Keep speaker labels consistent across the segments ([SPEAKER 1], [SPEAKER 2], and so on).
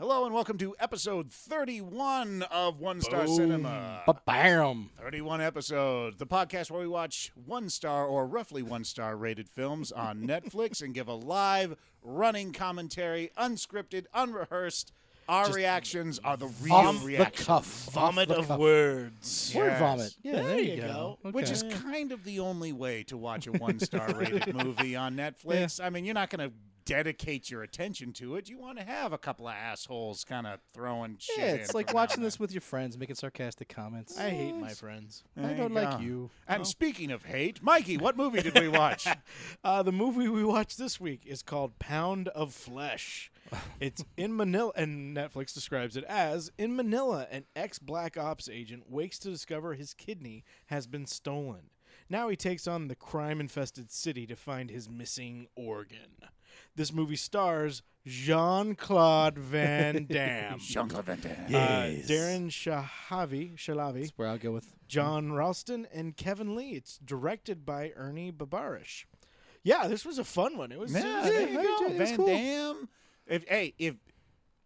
[SPEAKER 1] Hello and welcome to episode 31 of One Star Cinema.
[SPEAKER 2] Bam.
[SPEAKER 1] 31 episode, the podcast where we watch one star or roughly one star rated films on Netflix and give a live, running commentary, unscripted, unrehearsed. Our reactions are the real
[SPEAKER 2] Off the
[SPEAKER 1] reactions.
[SPEAKER 2] cuff.
[SPEAKER 3] vomit
[SPEAKER 2] Off the
[SPEAKER 3] of
[SPEAKER 2] cuff.
[SPEAKER 3] words.
[SPEAKER 2] Word
[SPEAKER 1] Yes.
[SPEAKER 2] vomit. Yeah,
[SPEAKER 3] There
[SPEAKER 2] there,
[SPEAKER 3] you go.
[SPEAKER 1] Which
[SPEAKER 2] Okay.
[SPEAKER 1] is kind of the only way to watch a one star rated movie on Netflix. I mean, you're not going to dedicate your attention to it. You want to have a couple of assholes kind of throwing shit.
[SPEAKER 2] yeah,
[SPEAKER 1] in
[SPEAKER 2] it's like
[SPEAKER 1] from now
[SPEAKER 2] watching
[SPEAKER 1] and
[SPEAKER 2] this with your friends, making sarcastic comments.
[SPEAKER 3] I hate my friends.
[SPEAKER 1] then.
[SPEAKER 2] I
[SPEAKER 1] There
[SPEAKER 2] don't
[SPEAKER 1] you
[SPEAKER 2] like
[SPEAKER 1] go.
[SPEAKER 2] you.
[SPEAKER 1] And speaking of hate, Mikey, what movie did we watch?
[SPEAKER 3] Uh, the movie we watched this week is called Pound of Flesh. It's in Manila, and Netflix describes it as In Manila, an ex Black Ops agent wakes to discover his kidney has been stolen. Now he takes on the crime infested city to find his missing organ. This movie stars Jean Claude Van Damme.
[SPEAKER 1] Jean-Claude Van Damme.
[SPEAKER 3] Uh, Darren Shahavi, Shalavi,
[SPEAKER 2] That's where I'll go with.
[SPEAKER 3] John Ralston and Kevin Lee. It's directed by Ernie Babarish. Yeah, this was a fun one. It was, it was
[SPEAKER 1] Yeah,
[SPEAKER 2] Yeah,
[SPEAKER 1] there
[SPEAKER 3] good.
[SPEAKER 1] you
[SPEAKER 2] I
[SPEAKER 1] go.
[SPEAKER 2] did- it was
[SPEAKER 1] Van
[SPEAKER 2] cool.
[SPEAKER 1] Damme. If hey, if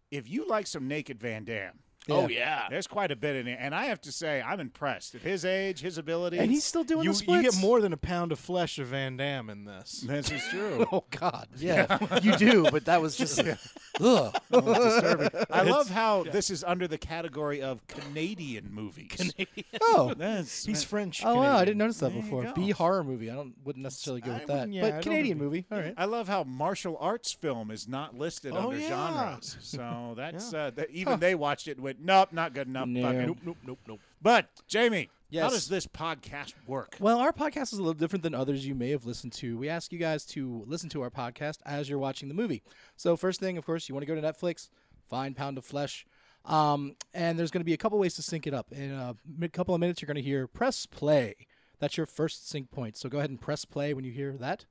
[SPEAKER 1] if you like some naked Van Damme,
[SPEAKER 3] Oh yeah.
[SPEAKER 1] there's quite a bit in it, and I have to say, I'm impressed at his age, his ability.
[SPEAKER 2] And he's still doing
[SPEAKER 3] You,
[SPEAKER 2] the
[SPEAKER 3] you
[SPEAKER 2] splits.
[SPEAKER 3] get more than a pound of flesh of Van Damme in this.
[SPEAKER 1] This is true.
[SPEAKER 2] Oh God. Yeah, you do. But that was just. ugh.
[SPEAKER 1] Disturbing. I love how this is under the category of Canadian movies.
[SPEAKER 2] Oh.
[SPEAKER 1] That's
[SPEAKER 3] He's French.
[SPEAKER 2] Oh wow, I didn't
[SPEAKER 3] Canadian.
[SPEAKER 2] notice that
[SPEAKER 1] There you
[SPEAKER 2] before.
[SPEAKER 1] go.
[SPEAKER 2] B horror movie. I don't wouldn't necessarily go
[SPEAKER 3] I
[SPEAKER 2] with that.
[SPEAKER 3] wouldn't- yeah, I
[SPEAKER 2] but
[SPEAKER 3] don't
[SPEAKER 2] Canadian
[SPEAKER 3] agree.
[SPEAKER 2] movie. All right.
[SPEAKER 1] I love how martial arts film is not listed
[SPEAKER 3] Oh,
[SPEAKER 1] under
[SPEAKER 3] yeah.
[SPEAKER 1] genres. So that's uh, that, even they watched it and went, nope, not good enough.
[SPEAKER 2] No.
[SPEAKER 1] fucking
[SPEAKER 3] Nope, nope, nope, nope.
[SPEAKER 1] But Jamie, how
[SPEAKER 2] Yes.
[SPEAKER 1] does this podcast work?
[SPEAKER 2] Well, our podcast is a little different than others you may have listened to. We ask you guys to listen to our podcast as you're watching the movie. So, first thing, of course, you want to go to Netflix, find Pound of Flesh. Um, and there's going to be a couple ways to sync it up. In a mi- couple of minutes, you're going to hear press play. That's your first sync point. So, go ahead and press play when you hear that.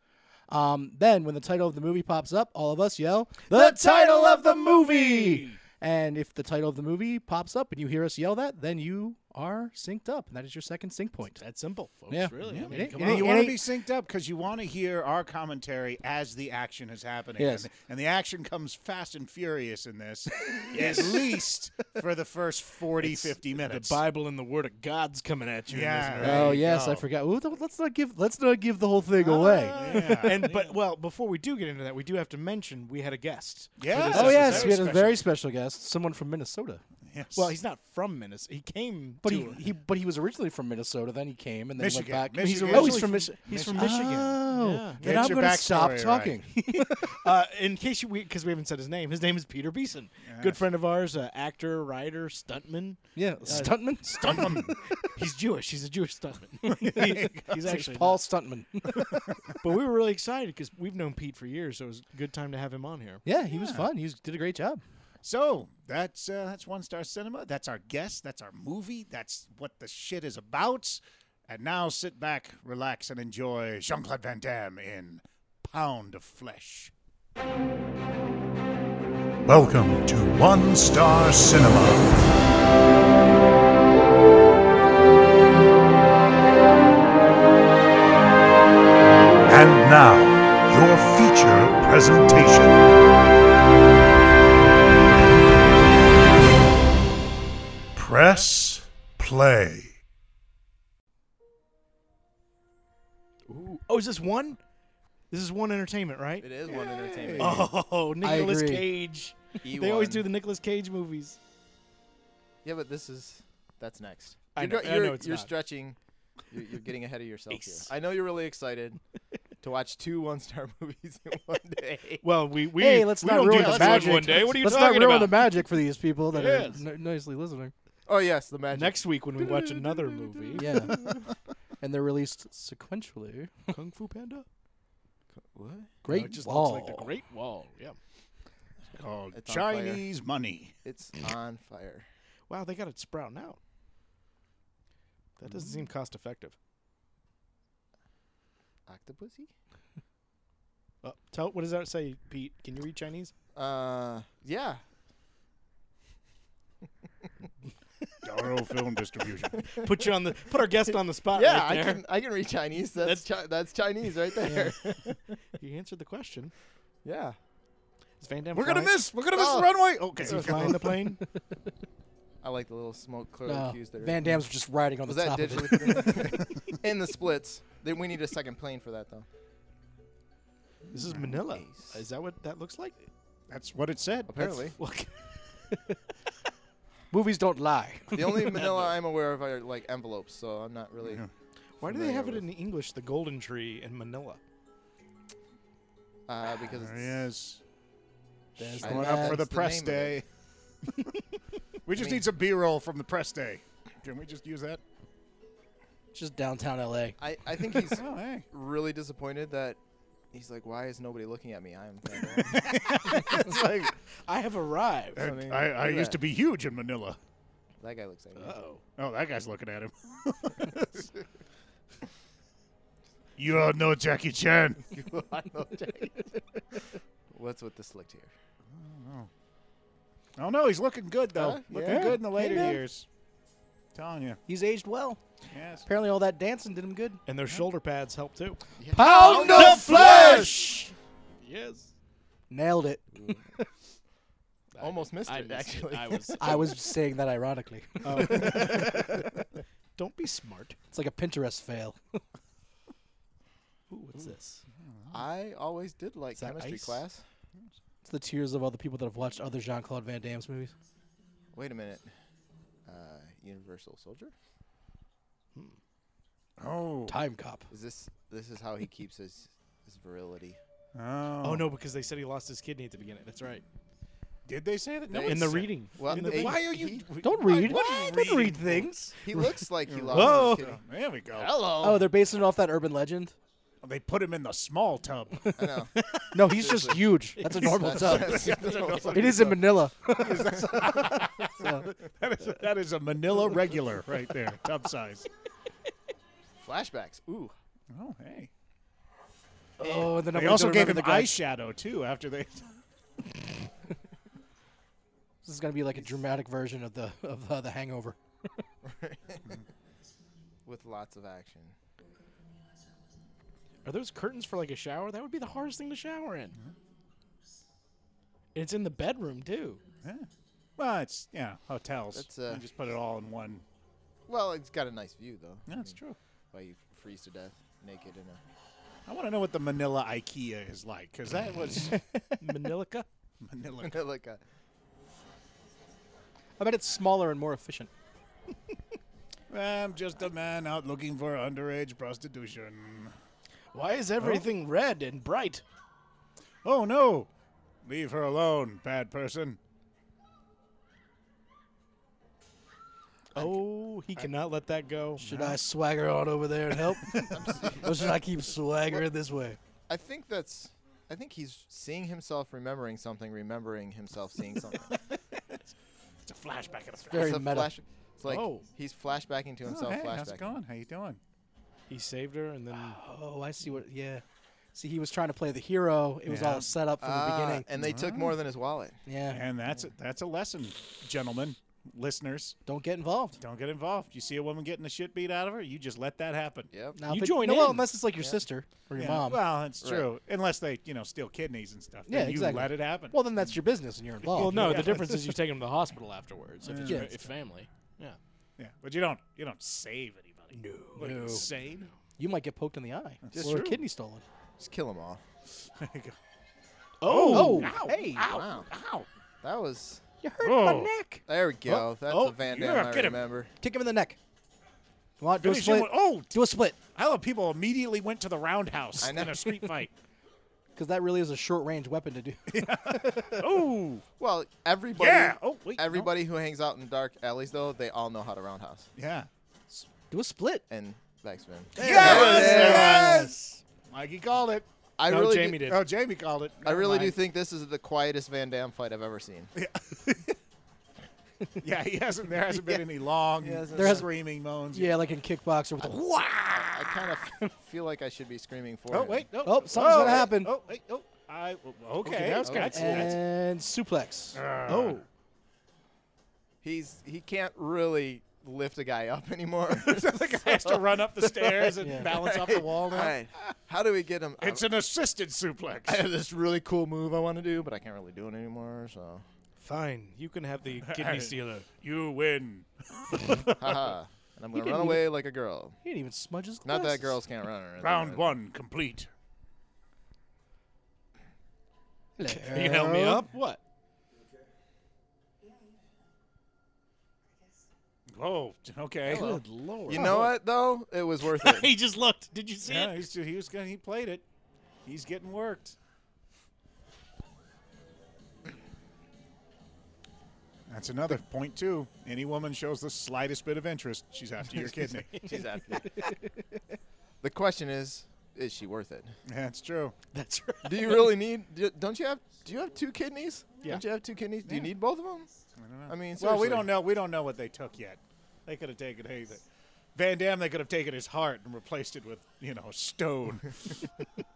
[SPEAKER 2] Um, then, when the title of the movie pops up, all of us yell, The title of the movie! And if the title of the movie pops up and you hear us yell that, then you are synced up. And that is your second sync point.
[SPEAKER 3] That's simple, folks.
[SPEAKER 2] Yeah.
[SPEAKER 3] Really. I
[SPEAKER 2] Yeah,
[SPEAKER 3] mean,
[SPEAKER 2] it ain't-
[SPEAKER 3] come
[SPEAKER 2] it
[SPEAKER 3] on.
[SPEAKER 2] ain't-
[SPEAKER 1] you want to be synced up because you want to hear our commentary as the action is happening.
[SPEAKER 2] Yes.
[SPEAKER 1] And, and the action comes fast and furious in this, at least for the first 40, 50 minutes.
[SPEAKER 3] the Bible and the Word of God's coming at you.
[SPEAKER 1] Yeah.
[SPEAKER 3] In this movie.
[SPEAKER 1] There
[SPEAKER 2] Oh
[SPEAKER 1] you
[SPEAKER 2] yes,
[SPEAKER 1] go.
[SPEAKER 2] I forgot. Ooh, th- let's not give let's not give the whole thing away.
[SPEAKER 1] Yeah.
[SPEAKER 3] and but well, before we do get into that, we do have to mention we had a guest. for
[SPEAKER 1] Yeah.
[SPEAKER 3] this
[SPEAKER 1] This
[SPEAKER 2] Oh
[SPEAKER 1] is
[SPEAKER 2] yes,
[SPEAKER 1] very
[SPEAKER 2] we had a
[SPEAKER 1] special.
[SPEAKER 2] very special guest, someone from Minnesota.
[SPEAKER 1] Yes.
[SPEAKER 3] Well, he's not from Minnesota. He came,
[SPEAKER 2] But
[SPEAKER 3] to
[SPEAKER 2] he,
[SPEAKER 3] us.
[SPEAKER 2] he but he was originally from Minnesota. Then he came and then
[SPEAKER 1] Michigan.
[SPEAKER 2] went back.
[SPEAKER 1] Michigan.
[SPEAKER 2] Oh, he's from
[SPEAKER 3] He's
[SPEAKER 2] Michigan.
[SPEAKER 3] originally from- he's from Michigan.
[SPEAKER 2] Oh,
[SPEAKER 3] Yeah.
[SPEAKER 2] then
[SPEAKER 1] Get
[SPEAKER 2] I'm
[SPEAKER 1] your
[SPEAKER 2] going
[SPEAKER 1] backstory
[SPEAKER 2] to stop
[SPEAKER 1] right.
[SPEAKER 2] talking.
[SPEAKER 3] uh, in case you, because we, haven't said his name, his name is Peter Beeson. Good friend of ours, uh, actor, writer, stuntman.
[SPEAKER 2] yeah, stuntman, Um.
[SPEAKER 1] Stuntman.
[SPEAKER 3] He's Jewish. He's a Jewish stuntman. He- he's actually
[SPEAKER 2] Paul Stuntman.
[SPEAKER 3] not. But we were really excited because we've known Pete for years, so it was a good time to have him on here.
[SPEAKER 2] yeah, he was fun. He was, did a great job.
[SPEAKER 1] So that's uh, that's one star cinema. That's our guest. That's our movie. That's what the shit is about. And now sit back, relax, and enjoy Jean Claude Van Damme in Pound of Flesh.
[SPEAKER 4] Welcome to One Star Cinema. And now, your feature presentation. Press play.
[SPEAKER 3] Ooh. Oh, is this one? This is one entertainment, right?
[SPEAKER 5] It is one entertainment.
[SPEAKER 3] Oh, Nicolas
[SPEAKER 2] agree.
[SPEAKER 3] Cage.
[SPEAKER 5] He
[SPEAKER 3] They always
[SPEAKER 5] won.
[SPEAKER 3] do the Nicolas Cage movies.
[SPEAKER 5] Yeah, but this is that's next.
[SPEAKER 3] I
[SPEAKER 5] You're
[SPEAKER 3] know-
[SPEAKER 5] go-
[SPEAKER 3] I
[SPEAKER 5] you're,
[SPEAKER 3] know it's
[SPEAKER 5] you're
[SPEAKER 3] not.
[SPEAKER 5] stretching. You're, you're getting ahead of yourself
[SPEAKER 3] Ace.
[SPEAKER 5] here. I know you're really excited to watch two one-star movies in one day.
[SPEAKER 3] Well, we we
[SPEAKER 2] hey, let's
[SPEAKER 3] we
[SPEAKER 2] not
[SPEAKER 3] don't
[SPEAKER 2] ruin
[SPEAKER 3] do
[SPEAKER 2] the
[SPEAKER 3] this
[SPEAKER 2] magic.
[SPEAKER 3] one day. What are you
[SPEAKER 2] let's
[SPEAKER 3] talking
[SPEAKER 2] not ruin the
[SPEAKER 3] about?
[SPEAKER 2] magic for these people that
[SPEAKER 3] Yes.
[SPEAKER 2] are n- nicely listening.
[SPEAKER 5] Oh yes, the magic.
[SPEAKER 3] Next week when we watch another movie,
[SPEAKER 2] Yeah, and they're released sequentially.
[SPEAKER 3] Kung Fu Panda.
[SPEAKER 5] What?
[SPEAKER 2] Great
[SPEAKER 3] Oh, it just
[SPEAKER 2] Wall.
[SPEAKER 3] looks like the Great Wall. Yeah.
[SPEAKER 1] Called
[SPEAKER 5] It's on fire.
[SPEAKER 1] Oh, Chinese Money.
[SPEAKER 5] It's on fire.
[SPEAKER 3] Wow, they got it sprouting out. That doesn't seem cost effective.
[SPEAKER 5] Octopussy?
[SPEAKER 3] Uh, tell what does that say, Pete? Can you read Chinese?
[SPEAKER 5] Uh, yeah.
[SPEAKER 1] Doro Film Distribution.
[SPEAKER 3] Put you on the put our guest on the spot.
[SPEAKER 5] Yeah,
[SPEAKER 3] Uh, right
[SPEAKER 5] I
[SPEAKER 3] there.
[SPEAKER 5] can I can read Chinese. That's Chi- that's Chinese right there. Yeah.
[SPEAKER 3] You answered the question. Is Van Damme
[SPEAKER 1] We're gonna
[SPEAKER 3] flying?
[SPEAKER 1] miss. We're gonna miss
[SPEAKER 5] Oh.
[SPEAKER 1] the runway. Okay.
[SPEAKER 3] Is he flying the plane?
[SPEAKER 5] I like the little smoke clearly
[SPEAKER 3] Oh,
[SPEAKER 2] Uh,
[SPEAKER 5] cues there.
[SPEAKER 2] Van Damme's just riding on
[SPEAKER 5] was
[SPEAKER 2] the
[SPEAKER 5] that
[SPEAKER 2] top of
[SPEAKER 5] digitally
[SPEAKER 2] it.
[SPEAKER 5] put in? in the splits? Then we need a second plane for that though.
[SPEAKER 3] This is Manila.
[SPEAKER 5] Nice.
[SPEAKER 3] Is that what that looks like?
[SPEAKER 1] That's what it said.
[SPEAKER 5] Apparently,
[SPEAKER 3] Look.
[SPEAKER 2] Movies don't lie.
[SPEAKER 5] the only Manila I'm aware of are like envelopes, so I'm not really.
[SPEAKER 1] Yeah.
[SPEAKER 3] Why do they have it
[SPEAKER 5] familiar
[SPEAKER 3] in English, the golden tree in Manila?
[SPEAKER 5] Uh, because
[SPEAKER 1] There
[SPEAKER 5] it's
[SPEAKER 1] he is.
[SPEAKER 2] There's
[SPEAKER 5] I
[SPEAKER 2] the
[SPEAKER 5] know.
[SPEAKER 1] Going up for
[SPEAKER 2] man.
[SPEAKER 5] That's
[SPEAKER 1] the
[SPEAKER 5] the
[SPEAKER 1] press
[SPEAKER 5] name of
[SPEAKER 1] day. we just
[SPEAKER 5] mean-
[SPEAKER 1] need some B-roll from the press day. Can we just use that?
[SPEAKER 2] just downtown LA.
[SPEAKER 5] I, I think he's
[SPEAKER 1] Oh, hey.
[SPEAKER 5] really disappointed that he's like, why is nobody looking at me? I'm.
[SPEAKER 1] It's like
[SPEAKER 3] I have arrived.
[SPEAKER 1] I,
[SPEAKER 5] mean,
[SPEAKER 1] I,
[SPEAKER 5] look at
[SPEAKER 1] used
[SPEAKER 5] that.
[SPEAKER 1] to be huge in Manila.
[SPEAKER 5] that guy looks at me.
[SPEAKER 2] Uh.
[SPEAKER 3] Uh-oh.
[SPEAKER 1] Oh, that guy's looking at him. you all know Jackie Chan.
[SPEAKER 5] I know, Jackie. What's with the slicked hair?
[SPEAKER 1] Oh no, he's looking good though.
[SPEAKER 5] Huh?
[SPEAKER 1] looking
[SPEAKER 5] Yeah.
[SPEAKER 1] good in the later
[SPEAKER 2] man.
[SPEAKER 1] years. Telling you.
[SPEAKER 2] He's aged well.
[SPEAKER 1] Yes.
[SPEAKER 2] Apparently, all that dancing did him good.
[SPEAKER 3] And their shoulder pads help too.
[SPEAKER 2] Pound of flesh.
[SPEAKER 3] Yes.
[SPEAKER 2] Nailed it.
[SPEAKER 5] Almost missed it, actually.
[SPEAKER 3] was.
[SPEAKER 2] I was saying that ironically.
[SPEAKER 3] Oh. Don't be smart.
[SPEAKER 2] It's like a Pinterest fail. Ooh, what's this?
[SPEAKER 5] I always did like
[SPEAKER 3] that
[SPEAKER 5] chemistry
[SPEAKER 3] ice?
[SPEAKER 5] class.
[SPEAKER 2] It's the tears of all the people that have watched other Jean Claude Van Damme's movies.
[SPEAKER 5] Wait a minute. Uh, Universal Soldier?
[SPEAKER 1] Oh.
[SPEAKER 2] Time Cop.
[SPEAKER 5] Is this this is how he keeps his his virility?
[SPEAKER 1] oh.
[SPEAKER 3] Oh no, because they said he lost his kidney at the beginning. That's right.
[SPEAKER 1] Did they say that? No one
[SPEAKER 3] in the
[SPEAKER 1] said-
[SPEAKER 3] reading.
[SPEAKER 5] Well,
[SPEAKER 3] in the
[SPEAKER 5] it-
[SPEAKER 3] reading.
[SPEAKER 1] Why are you?
[SPEAKER 2] Don't
[SPEAKER 1] why-
[SPEAKER 2] read.
[SPEAKER 1] what are you
[SPEAKER 2] Don't read
[SPEAKER 1] reading?
[SPEAKER 2] things.
[SPEAKER 5] He looks like he lost
[SPEAKER 3] Whoa.
[SPEAKER 5] his kidney.
[SPEAKER 1] There we go.
[SPEAKER 2] Oh,
[SPEAKER 5] Hello.
[SPEAKER 2] they're basing it off that urban legend.
[SPEAKER 1] They put him in the small tub.
[SPEAKER 5] I know.
[SPEAKER 2] No, he's just huge. That's a normal tub. It is in Manila.
[SPEAKER 1] that, is a, that is a Manila regular right there, tub size.
[SPEAKER 5] Flashbacks. Ooh.
[SPEAKER 1] Oh hey.
[SPEAKER 2] Oh, and then
[SPEAKER 1] They also gave him
[SPEAKER 2] the guy.
[SPEAKER 1] eyeshadow too after they.
[SPEAKER 2] This is gonna be like a dramatic version of the of uh, the Hangover.
[SPEAKER 5] With lots of action.
[SPEAKER 3] Are those curtains for like a shower? That would be the hardest thing to shower in. It's in the bedroom too.
[SPEAKER 1] Well, it's yeah, hotels.
[SPEAKER 5] That's, uh,
[SPEAKER 1] You just put it all in one.
[SPEAKER 5] Well, it's got a nice view though.
[SPEAKER 1] Yeah, that's true.
[SPEAKER 5] While you freeze to death naked in a
[SPEAKER 1] I want to know what the Manila IKEA is like because that was
[SPEAKER 3] Manilica.
[SPEAKER 1] Manila.
[SPEAKER 5] like a
[SPEAKER 2] I bet it's smaller and more efficient.
[SPEAKER 1] I'm just a man out looking for underage prostitution.
[SPEAKER 3] Why is everything red and bright?
[SPEAKER 1] Oh no! Leave her alone, bad person.
[SPEAKER 3] Oh, he cannot let that go.
[SPEAKER 2] Should I swagger on over there and help, or should I keep swaggering this way?
[SPEAKER 5] I think that's. I think he's seeing himself remembering something, remembering himself seeing something.
[SPEAKER 1] It's a flashback of the
[SPEAKER 2] Very
[SPEAKER 5] it's a
[SPEAKER 2] meta.
[SPEAKER 5] flash. It's like
[SPEAKER 3] Oh.
[SPEAKER 5] he's flashbacking to
[SPEAKER 1] Oh,
[SPEAKER 5] himself.
[SPEAKER 1] hey,
[SPEAKER 5] flashbacking.
[SPEAKER 1] how's it going? How you doing?
[SPEAKER 3] He saved her and then
[SPEAKER 2] Oh, I see what. Yeah, see, he was trying to play the hero. It was
[SPEAKER 1] Yeah.
[SPEAKER 2] all set up from the
[SPEAKER 5] Ah,
[SPEAKER 2] beginning.
[SPEAKER 5] and they took
[SPEAKER 1] Mm.
[SPEAKER 5] more than his wallet.
[SPEAKER 2] yeah,
[SPEAKER 1] And that's a, that's a lesson, gentlemen, listeners.
[SPEAKER 2] don't get involved.
[SPEAKER 1] Don't get involved. You see a woman getting the shit beat out of her, you just let that happen.
[SPEAKER 5] Yep.
[SPEAKER 2] Now,
[SPEAKER 3] You
[SPEAKER 2] if it-
[SPEAKER 3] join
[SPEAKER 2] no, well,
[SPEAKER 3] in.
[SPEAKER 2] unless it's like your sister or your
[SPEAKER 1] Yeah,
[SPEAKER 2] mom.
[SPEAKER 1] Well, it's
[SPEAKER 5] Right.
[SPEAKER 1] true. Unless they, you know, steal kidneys and stuff.
[SPEAKER 2] yeah,
[SPEAKER 1] Then you
[SPEAKER 2] exactly.
[SPEAKER 1] let it happen.
[SPEAKER 2] Well, then that's your business and you're involved.
[SPEAKER 3] Well, no,
[SPEAKER 1] yeah.
[SPEAKER 3] the difference is you take him to the hospital afterwards if it's
[SPEAKER 2] Oh, Yeah.
[SPEAKER 3] fa- if family. Yeah.
[SPEAKER 1] yeah, but you don't you don't save anybody. No, what, are you insane.
[SPEAKER 2] you might get poked in the eye
[SPEAKER 1] That's
[SPEAKER 2] or a
[SPEAKER 1] true.
[SPEAKER 2] kidney stolen.
[SPEAKER 5] Just kill them all.
[SPEAKER 1] There you go.
[SPEAKER 2] Oh,
[SPEAKER 1] hey,
[SPEAKER 5] wow.
[SPEAKER 1] ow.
[SPEAKER 5] That was.
[SPEAKER 2] you hurt
[SPEAKER 1] Oh.
[SPEAKER 2] my neck.
[SPEAKER 5] There we go. that's
[SPEAKER 1] oh,
[SPEAKER 5] a Van
[SPEAKER 1] yeah,
[SPEAKER 5] Damme I
[SPEAKER 1] get him.
[SPEAKER 5] remember.
[SPEAKER 2] Kick him in the neck. Come on, do a
[SPEAKER 1] Finish him
[SPEAKER 2] split.
[SPEAKER 1] with- oh,
[SPEAKER 2] Do a split.
[SPEAKER 1] I love people immediately went to the roundhouse
[SPEAKER 5] I know.
[SPEAKER 1] in a street fight.
[SPEAKER 2] Because that really is a short range weapon to do.
[SPEAKER 1] oh,
[SPEAKER 5] Well, everybody.
[SPEAKER 1] yeah. Oh, wait. no.
[SPEAKER 5] Everybody who hangs out in dark alleys, though, they all know how to roundhouse
[SPEAKER 1] Yeah.
[SPEAKER 2] do a split.
[SPEAKER 5] and backspin.
[SPEAKER 1] Yes! Mikey called it.
[SPEAKER 5] I
[SPEAKER 3] No,
[SPEAKER 5] really,
[SPEAKER 3] Jamie
[SPEAKER 5] do,
[SPEAKER 3] did.
[SPEAKER 1] Oh, Jamie called it.
[SPEAKER 5] I
[SPEAKER 1] Never
[SPEAKER 5] really do
[SPEAKER 1] mind.
[SPEAKER 5] think this is the quietest Van Damme fight I've ever seen.
[SPEAKER 1] Yeah, he hasn't. There hasn't been any long
[SPEAKER 5] hasn't
[SPEAKER 2] been-
[SPEAKER 1] screaming moans.
[SPEAKER 2] Yeah, like in kickboxer with the.
[SPEAKER 1] Wow.
[SPEAKER 5] I kind of feel like I should be screaming for
[SPEAKER 1] Oh
[SPEAKER 5] him.
[SPEAKER 1] wait. No.
[SPEAKER 2] Oh, something's
[SPEAKER 1] oh,
[SPEAKER 2] gonna happen.
[SPEAKER 1] Oh wait. Oh. I. Okay.
[SPEAKER 3] Okay, that was kinda
[SPEAKER 1] that's,
[SPEAKER 3] cool.
[SPEAKER 1] that's-
[SPEAKER 2] And suplex.
[SPEAKER 1] uh,
[SPEAKER 3] Oh.
[SPEAKER 5] He's he can't really lift a guy up anymore.
[SPEAKER 1] the guy has to run up the stairs and
[SPEAKER 2] Yeah.
[SPEAKER 1] balance off the wall. Now.
[SPEAKER 5] Alright, How do we get him?
[SPEAKER 1] It's an assisted suplex.
[SPEAKER 5] I have this really cool move I want to do, but I can't really do it anymore. So,
[SPEAKER 3] Fine, you can have the kidney sealer.
[SPEAKER 1] You win.
[SPEAKER 5] haha. And I'm gonna
[SPEAKER 2] didn't
[SPEAKER 5] run
[SPEAKER 2] even-
[SPEAKER 5] away like a girl.
[SPEAKER 2] He didn't even smudge his
[SPEAKER 5] Not
[SPEAKER 2] glasses.
[SPEAKER 5] that girls can't run. Or anything,
[SPEAKER 1] Round
[SPEAKER 5] but-
[SPEAKER 1] one complete.
[SPEAKER 3] Can you help me up? What?
[SPEAKER 1] Oh, okay.
[SPEAKER 2] Good lord.
[SPEAKER 5] You know what though? It was worth it.
[SPEAKER 3] he just looked. Did you see
[SPEAKER 1] Yeah,
[SPEAKER 3] it?
[SPEAKER 1] he's, he was gonna, he played it. He's getting worked. That's another point too. Any woman shows the slightest bit of interest, she's after your kidney.
[SPEAKER 5] She's after me. The question is, is she worth it?
[SPEAKER 1] That's true.
[SPEAKER 3] That's right.
[SPEAKER 5] Do you really need? do- Don't you have? Do you have two kidneys?
[SPEAKER 3] Yeah.
[SPEAKER 5] Don't you have two kidneys? Do you need both of them? I, mean,
[SPEAKER 1] Well, we
[SPEAKER 5] seriously.
[SPEAKER 1] don't know. We don't know what they took yet. They could have taken anything. Van Damme, they could have taken his heart and replaced it with, you know, stone.
[SPEAKER 3] It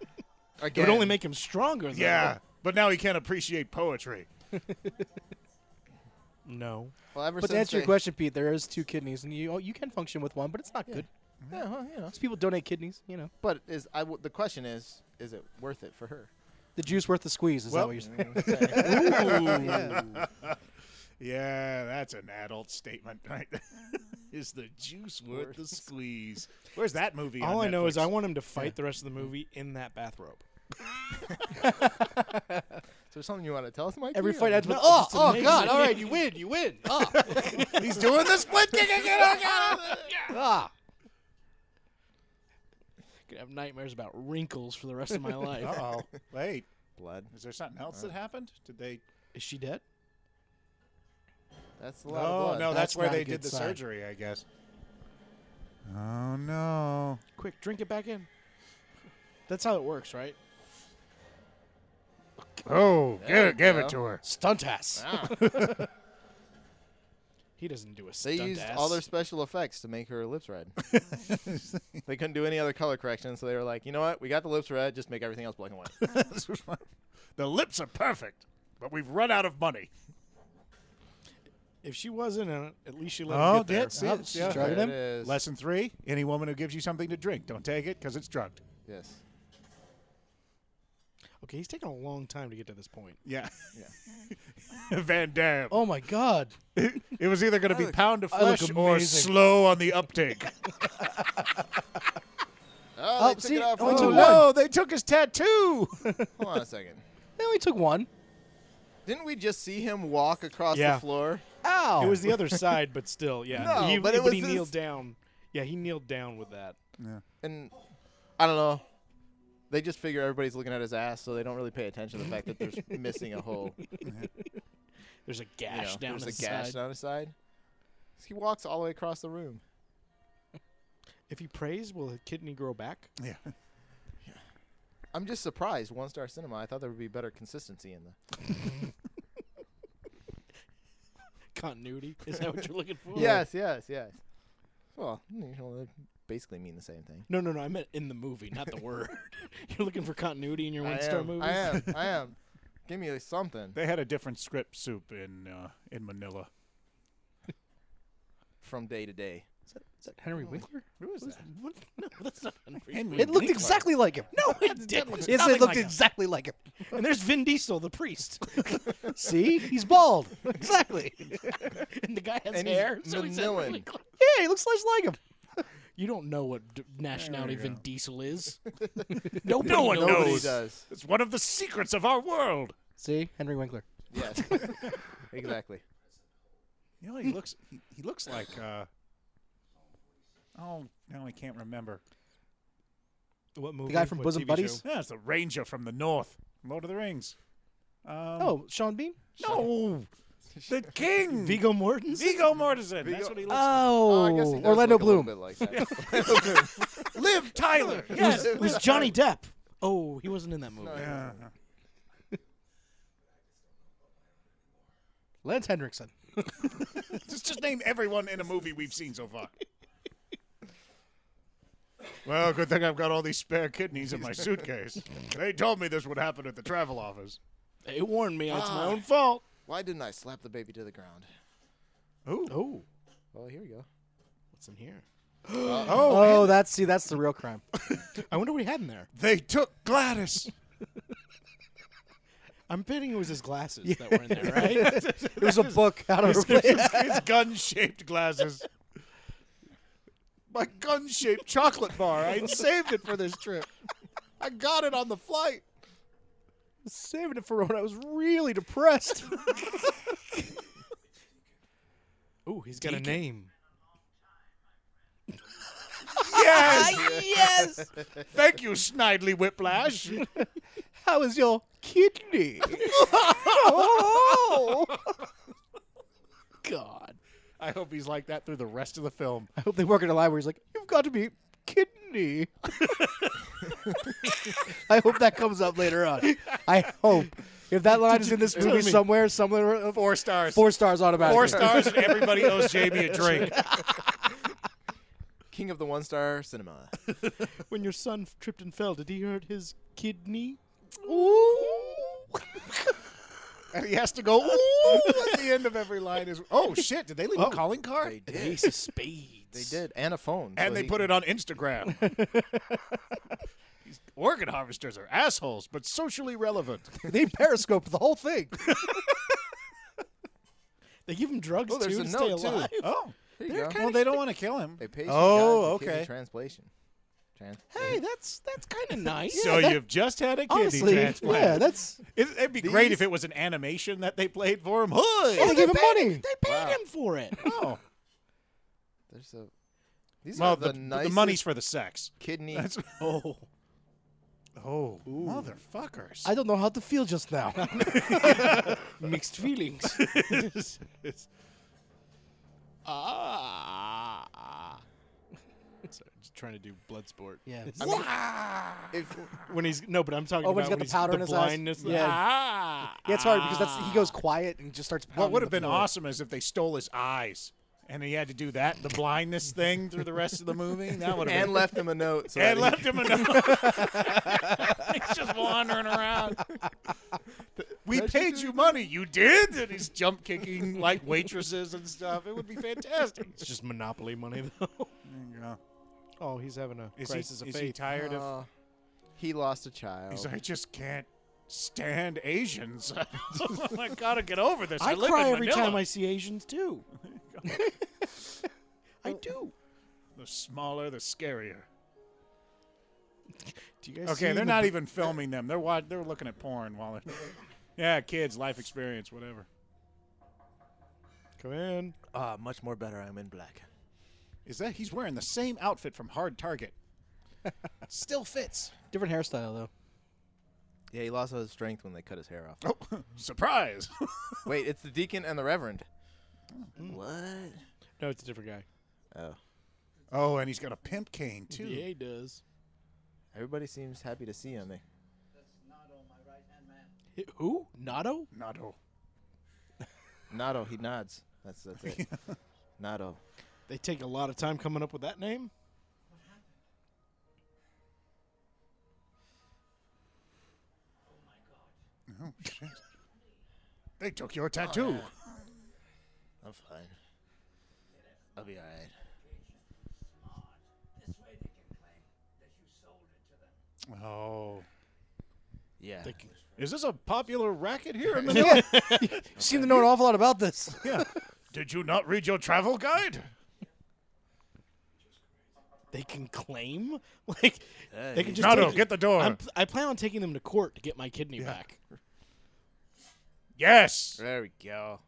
[SPEAKER 5] Again,
[SPEAKER 3] would only make him stronger. Though.
[SPEAKER 1] yeah, but now he can't appreciate poetry.
[SPEAKER 3] No.
[SPEAKER 5] Well, ever
[SPEAKER 2] But to
[SPEAKER 5] since
[SPEAKER 2] answer your
[SPEAKER 5] they-
[SPEAKER 2] question, Pete, there is two kidneys, and you oh, you can function with one, but it's not good.
[SPEAKER 5] Yeah, well, you know.
[SPEAKER 2] Mm-hmm. These people donate kidneys, you know.
[SPEAKER 5] But is I w- the question is, is it worth it for her?
[SPEAKER 2] The juice worth the squeeze, is
[SPEAKER 1] Well-
[SPEAKER 2] that what you're saying?
[SPEAKER 1] Yeah, that's an adult statement, right? is the juice worth the squeeze? Where's that movie?
[SPEAKER 3] All
[SPEAKER 1] on
[SPEAKER 3] I know is I
[SPEAKER 1] Netflix?
[SPEAKER 3] want him to fight the rest of the movie in that bathrobe.
[SPEAKER 5] Is there something you want to tell us, Mike?
[SPEAKER 2] Every
[SPEAKER 5] Yeah.
[SPEAKER 2] fight ends with,
[SPEAKER 3] No,
[SPEAKER 2] oh,
[SPEAKER 3] it's
[SPEAKER 2] oh,
[SPEAKER 3] amazing.
[SPEAKER 2] God, all right, you win, you win. Ah,
[SPEAKER 1] He's doing the split kick again. Oh, God.
[SPEAKER 2] ah.
[SPEAKER 3] Could have nightmares about wrinkles for the rest of my life.
[SPEAKER 1] Uh-oh. Wait,
[SPEAKER 5] blood.
[SPEAKER 1] is there something else that happened? Did they?
[SPEAKER 3] Is she dead?
[SPEAKER 5] That's a lot of
[SPEAKER 1] Oh
[SPEAKER 5] blood.
[SPEAKER 1] no, that's,
[SPEAKER 2] That's
[SPEAKER 1] where
[SPEAKER 2] not a
[SPEAKER 1] they did
[SPEAKER 2] good
[SPEAKER 1] the
[SPEAKER 2] sign.
[SPEAKER 1] surgery, I guess. Oh no!
[SPEAKER 3] Quick, drink it back in. That's how it works, right?
[SPEAKER 1] Oh, give, it, give
[SPEAKER 5] go.
[SPEAKER 1] it to her.
[SPEAKER 3] Stunt ass.
[SPEAKER 5] Ah.
[SPEAKER 3] He doesn't do a
[SPEAKER 5] They
[SPEAKER 3] stunt
[SPEAKER 5] used
[SPEAKER 3] ass.
[SPEAKER 5] all their special effects to make her lips red. they couldn't do any other color correction, so they were like, you know what? We got the lips red. Just make everything else black and white.
[SPEAKER 1] the lips are perfect, but we've run out of money.
[SPEAKER 3] if she wasn't, in it, at least she let
[SPEAKER 1] Oh,
[SPEAKER 3] him get there.
[SPEAKER 1] that's See,
[SPEAKER 2] Oh,
[SPEAKER 1] it's-
[SPEAKER 2] she's
[SPEAKER 1] yeah.
[SPEAKER 2] drugging
[SPEAKER 5] There it
[SPEAKER 2] him?
[SPEAKER 5] is.
[SPEAKER 1] Lesson three: Any woman who gives you something to drink, don't take it because it's drugged.
[SPEAKER 5] Yes.
[SPEAKER 3] Okay, he's taking a long time to get to this point.
[SPEAKER 1] Yeah. Van Damme.
[SPEAKER 2] Oh, my God.
[SPEAKER 1] It was either going to be pound of
[SPEAKER 2] I look
[SPEAKER 1] flesh or
[SPEAKER 2] amazing.
[SPEAKER 1] slow on the uptake.
[SPEAKER 5] Oh, they
[SPEAKER 2] Oh,
[SPEAKER 5] took
[SPEAKER 2] see,
[SPEAKER 5] it off.
[SPEAKER 2] only
[SPEAKER 5] Oh,
[SPEAKER 2] took
[SPEAKER 5] no.
[SPEAKER 2] one.
[SPEAKER 1] they took his tattoo.
[SPEAKER 5] Hold on a second.
[SPEAKER 2] They only took one.
[SPEAKER 5] Didn't we just see him walk across
[SPEAKER 3] Yeah.
[SPEAKER 5] the floor?
[SPEAKER 2] Ow.
[SPEAKER 3] It was the other side, but still, yeah.
[SPEAKER 5] No,
[SPEAKER 3] he,
[SPEAKER 5] but it was
[SPEAKER 3] he
[SPEAKER 5] his-
[SPEAKER 3] kneeled down. Yeah, he kneeled down with that.
[SPEAKER 5] And I don't know. They just figure everybody's looking at his ass, so they don't really pay attention to the fact that there's missing a hole. you
[SPEAKER 3] There's a
[SPEAKER 5] know,
[SPEAKER 3] gash down
[SPEAKER 5] there's
[SPEAKER 3] his
[SPEAKER 5] a gash
[SPEAKER 3] side.
[SPEAKER 5] down his side. He walks all the way across the room.
[SPEAKER 3] If he prays, will his kidney grow back?
[SPEAKER 1] yeah.
[SPEAKER 5] I'm just surprised. One star cinema. I thought there would be better consistency in the.
[SPEAKER 3] Continuity? Is that what you're looking for?
[SPEAKER 5] Yes, yes, yes. Well, you know, they basically mean the same thing.
[SPEAKER 3] No, no, no. I meant in the movie, not the word. you're looking for continuity in your
[SPEAKER 5] I
[SPEAKER 3] one star
[SPEAKER 5] am,
[SPEAKER 3] movies?
[SPEAKER 5] I am. I am. Give me something
[SPEAKER 1] They had a different script soup in uh, in Manila.
[SPEAKER 5] from day to day.
[SPEAKER 2] Is that Henry Winkler?
[SPEAKER 1] Who Oh. is that?
[SPEAKER 3] What? No, that's not Henry.
[SPEAKER 1] Henry
[SPEAKER 2] It looked
[SPEAKER 1] Winkler.
[SPEAKER 2] exactly like him. No,
[SPEAKER 3] It did look
[SPEAKER 2] yes,
[SPEAKER 3] nothing
[SPEAKER 2] it looked
[SPEAKER 3] like him.
[SPEAKER 2] exactly like him.
[SPEAKER 3] And there's Vin Diesel, the priest.
[SPEAKER 2] See? He's bald. Exactly.
[SPEAKER 3] and the guy has
[SPEAKER 5] And he's
[SPEAKER 3] hair. So he's
[SPEAKER 5] Manilan.
[SPEAKER 3] really close.
[SPEAKER 2] Yeah, he looks less like him.
[SPEAKER 3] You don't know what d- nationality
[SPEAKER 1] we
[SPEAKER 3] Vin
[SPEAKER 1] go.
[SPEAKER 3] Diesel is. Nobody
[SPEAKER 1] No one
[SPEAKER 3] knows.
[SPEAKER 5] Nobody
[SPEAKER 1] knows.
[SPEAKER 5] does.
[SPEAKER 1] It's one of the secrets of our world.
[SPEAKER 2] See? Henry Winkler.
[SPEAKER 5] Yes. exactly.
[SPEAKER 1] You know, he looks he, he looks like uh, oh now I can't remember.
[SPEAKER 3] What movie?
[SPEAKER 2] guy from
[SPEAKER 3] What
[SPEAKER 2] Bosom
[SPEAKER 3] TV
[SPEAKER 2] Buddies?
[SPEAKER 3] show?
[SPEAKER 1] Yeah, it's the Ranger from the North, Lord of the Rings. Um,
[SPEAKER 2] Oh, Sean Bean?
[SPEAKER 1] no, the King
[SPEAKER 3] Viggo Mortensen.
[SPEAKER 1] Viggo Uh, Mortensen. That's
[SPEAKER 5] Viggo-
[SPEAKER 1] what he looks.
[SPEAKER 2] Oh,
[SPEAKER 5] Oh, I guess he does
[SPEAKER 2] Orlando
[SPEAKER 5] look a little
[SPEAKER 2] Bloom.
[SPEAKER 5] bit like that.
[SPEAKER 1] like. Liv Tyler.
[SPEAKER 3] Yes,
[SPEAKER 1] Yes.
[SPEAKER 3] it was Johnny Depp. Oh, he wasn't in that movie.
[SPEAKER 1] Yeah.
[SPEAKER 2] Lance Hendrickson.
[SPEAKER 1] Just, just name everyone in a movie we've seen so far. Well, good thing I've got all these spare kidneys in my suitcase. They told me this would happen at the travel office.
[SPEAKER 3] It warned me. It's my
[SPEAKER 5] Ah.
[SPEAKER 3] own fault.
[SPEAKER 5] Why didn't I slap the baby to the ground?
[SPEAKER 1] Ooh.
[SPEAKER 3] Oh,
[SPEAKER 5] Well, here we go.
[SPEAKER 3] What's in here?
[SPEAKER 2] Oh, that's see, that's the real crime.
[SPEAKER 3] I wonder what he had in there.
[SPEAKER 1] They took Gladys.
[SPEAKER 3] I'm betting it was his glasses that were in there, right?
[SPEAKER 2] It was a book out of place.
[SPEAKER 1] it's gun-shaped glasses. My gun-shaped chocolate bar. I had saved it for this trip. I got it on the flight.
[SPEAKER 2] Saving it for when I was really depressed.
[SPEAKER 3] Ooh, he's got a name.
[SPEAKER 1] Yes. yes. Thank you, Snidely Whiplash.
[SPEAKER 2] How is your kidney? oh, God.
[SPEAKER 1] I hope he's like that through the rest of the film.
[SPEAKER 2] I hope they work in a library. He's like, you've got to be kidney. I hope that comes up later on. I hope. If that line is in this movie somewhere, somewhere, uh,
[SPEAKER 1] Four stars.
[SPEAKER 2] four stars automatically.
[SPEAKER 1] Four stars, and everybody owes Jamie a drink.
[SPEAKER 5] King of the one star cinema.
[SPEAKER 3] When your son f- tripped and fell, did he hurt his kidney?
[SPEAKER 1] And he has to go, ooh, at the end of every line is, oh, shit, did they leave a calling card?
[SPEAKER 5] They did.
[SPEAKER 3] of spades.
[SPEAKER 5] They did. And a phone.
[SPEAKER 1] and they put it on Instagram. These organ harvesters are assholes, but socially relevant.
[SPEAKER 2] They periscope the whole thing.
[SPEAKER 3] They give him drugs
[SPEAKER 5] Oh,
[SPEAKER 3] too
[SPEAKER 5] there's
[SPEAKER 3] to
[SPEAKER 5] a
[SPEAKER 3] stay
[SPEAKER 5] note, too.
[SPEAKER 3] alive.
[SPEAKER 1] Oh,
[SPEAKER 5] There you go.
[SPEAKER 1] well, they don't want to kill him.
[SPEAKER 5] They pay some
[SPEAKER 1] Oh,
[SPEAKER 5] guy to give you
[SPEAKER 1] okay.
[SPEAKER 5] Translation. Trans-
[SPEAKER 3] Hey, that's that's kind of nice.
[SPEAKER 1] so
[SPEAKER 2] that-
[SPEAKER 1] you've just had a kidney
[SPEAKER 2] Honestly,
[SPEAKER 1] transplant.
[SPEAKER 2] yeah, that's.
[SPEAKER 1] It, it'd be great
[SPEAKER 5] These-
[SPEAKER 1] if it was an animation that they played for him. Hoy!
[SPEAKER 2] Oh, they gave him money.
[SPEAKER 3] They paid
[SPEAKER 5] Wow.
[SPEAKER 3] him for it.
[SPEAKER 1] Oh.
[SPEAKER 5] There's a. These
[SPEAKER 1] well,
[SPEAKER 5] are the,
[SPEAKER 1] the,
[SPEAKER 5] nicest
[SPEAKER 1] the money's for the sex.
[SPEAKER 5] kidney.
[SPEAKER 1] That's,
[SPEAKER 3] Oh,
[SPEAKER 1] oh, motherfuckers.
[SPEAKER 2] I don't know how to feel just now.
[SPEAKER 3] mixed feelings. ah. Sorry, just trying to do blood sport.
[SPEAKER 2] yeah.
[SPEAKER 5] if,
[SPEAKER 3] When he's no, but I'm talking
[SPEAKER 2] Oh, when
[SPEAKER 3] about
[SPEAKER 2] he's got
[SPEAKER 3] when
[SPEAKER 2] the
[SPEAKER 3] he's
[SPEAKER 2] powder in his eyes?
[SPEAKER 3] blindness.
[SPEAKER 2] Yeah.
[SPEAKER 3] Ah.
[SPEAKER 2] Yeah, it's hard because that's he goes quiet and just starts.
[SPEAKER 1] what
[SPEAKER 2] pounding
[SPEAKER 1] would have
[SPEAKER 2] the
[SPEAKER 1] been
[SPEAKER 2] floor.
[SPEAKER 1] awesome is if they stole his eyes and he had to do that, the blindness thing through the rest of the movie. That would have
[SPEAKER 5] and
[SPEAKER 1] been.
[SPEAKER 5] left him a note. So that
[SPEAKER 1] and
[SPEAKER 5] he-
[SPEAKER 1] left him a note. He's just wandering around. We paid you money. You did? And he's jump kicking like waitresses and stuff. It would be fantastic.
[SPEAKER 3] It's just monopoly money though. Oh, he's having a
[SPEAKER 1] Is, he,
[SPEAKER 3] crisis of
[SPEAKER 1] is
[SPEAKER 3] faith.
[SPEAKER 1] he tired
[SPEAKER 2] Oh.
[SPEAKER 1] of.
[SPEAKER 5] Uh, he lost a child.
[SPEAKER 1] He's like, I just can't stand Asians. I gotta get over this. I,
[SPEAKER 3] I
[SPEAKER 1] live
[SPEAKER 3] cry
[SPEAKER 1] in
[SPEAKER 3] every
[SPEAKER 1] Manila. Oh
[SPEAKER 3] time I see Asians too. I do.
[SPEAKER 1] The smaller, the scarier.
[SPEAKER 3] Do you guys?
[SPEAKER 1] Okay, they're not even filming them. They're wa- they're looking at porn while they're. Yeah, kids, life experience, whatever.
[SPEAKER 3] Come in.
[SPEAKER 5] ah, much more better. I'm in black.
[SPEAKER 1] Is that he's wearing the same outfit from Hard Target? Still fits.
[SPEAKER 2] Different hairstyle though.
[SPEAKER 5] Yeah, he lost all his strength when they cut his hair off.
[SPEAKER 1] Oh, surprise!
[SPEAKER 5] Wait, it's the deacon and the reverend. What?
[SPEAKER 3] No, it's a different guy.
[SPEAKER 5] Oh,
[SPEAKER 1] oh, and he's got a pimp cane too.
[SPEAKER 3] Yeah, he does.
[SPEAKER 5] everybody seems happy to see him. They-
[SPEAKER 3] Hi- Who? Nato?
[SPEAKER 1] Nado.
[SPEAKER 5] Nado, he nods. That's that's it. Nado.
[SPEAKER 3] They take a lot of time coming up with that name.
[SPEAKER 1] Oh shit! They took your tattoo.
[SPEAKER 5] I'm fine. I'll be all right.
[SPEAKER 1] Oh,
[SPEAKER 5] Yeah.
[SPEAKER 1] is this a popular racket here in Manila?
[SPEAKER 2] Yeah. you seem to know an awful lot about this.
[SPEAKER 1] yeah. Did you not read your travel guide?
[SPEAKER 3] They can claim? Like,
[SPEAKER 5] Hey,
[SPEAKER 3] they can just.
[SPEAKER 1] Nato,
[SPEAKER 3] take-
[SPEAKER 1] get the door.
[SPEAKER 3] I'm, I plan on taking them to court to get my kidney back.
[SPEAKER 1] Yes.
[SPEAKER 5] there we go.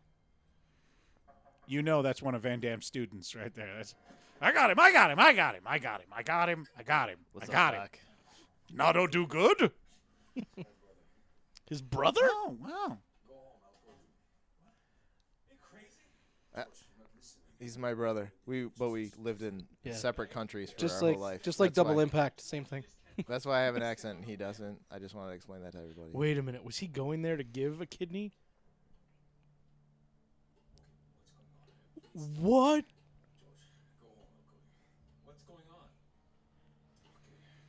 [SPEAKER 1] You know that's one of Van Damme's students right there. That's. I got him. I got him. I got him. I got him. I got him. I got him.
[SPEAKER 5] What's
[SPEAKER 1] I
[SPEAKER 5] up,
[SPEAKER 1] got him.
[SPEAKER 5] Doc?
[SPEAKER 1] Nado do good.
[SPEAKER 3] His brother?
[SPEAKER 1] Oh wow.
[SPEAKER 5] Uh, He's my brother. We but we lived in
[SPEAKER 2] Yeah.
[SPEAKER 5] separate countries for
[SPEAKER 2] Just
[SPEAKER 5] our
[SPEAKER 2] like
[SPEAKER 5] whole life.
[SPEAKER 2] just like
[SPEAKER 5] That's
[SPEAKER 2] double
[SPEAKER 5] why,
[SPEAKER 2] impact, same thing.
[SPEAKER 5] That's why I have an accent and he doesn't. I just wanted to explain that to everybody.
[SPEAKER 3] Wait a minute. Was he going there to give a kidney? What?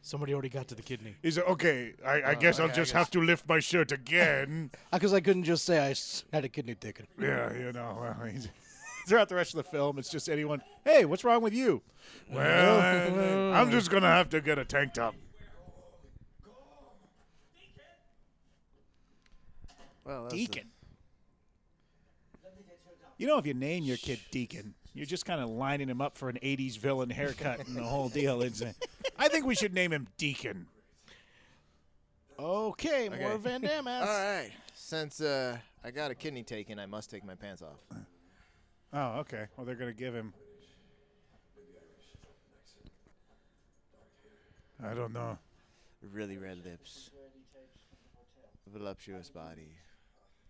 [SPEAKER 3] Somebody already got to the kidney.
[SPEAKER 1] He's okay. I, I guess I'll
[SPEAKER 5] Oh, okay, I
[SPEAKER 1] just
[SPEAKER 5] guess-
[SPEAKER 1] have to lift my shirt again.
[SPEAKER 2] Uh, Because I couldn't just say I s- had a kidney taken.
[SPEAKER 1] yeah, you know. Well, he's, throughout the rest of the film, it's just anyone. Hey, what's wrong with you? Well, I- I'm just gonna have to get a tank top.
[SPEAKER 5] Well, that's a-
[SPEAKER 1] Deacon. You know, if you name your kid Deacon, you're just kind of lining him up for an '80s villain haircut and the whole deal, isn't it? I think we should name him Deacon.
[SPEAKER 3] Okay, more
[SPEAKER 5] Okay.
[SPEAKER 3] Van Damme ass.
[SPEAKER 5] All right. Since uh, I got a kidney taken, I must take my pants off.
[SPEAKER 1] Oh, okay. Well, they're gonna give him. I don't know.
[SPEAKER 5] Really red lips. Voluptuous body.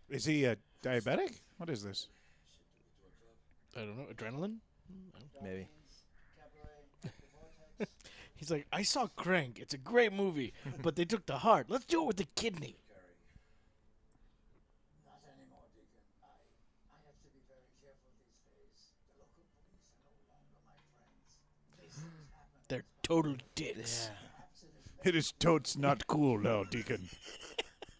[SPEAKER 1] Is he a diabetic? What is this?
[SPEAKER 3] I don't know, adrenaline?
[SPEAKER 5] Maybe.
[SPEAKER 3] He's like, I saw Crank. It's a great movie, but they took the heart. Let's do it with the kidney. They're total dicks.
[SPEAKER 1] It is totes not cool now, Deacon.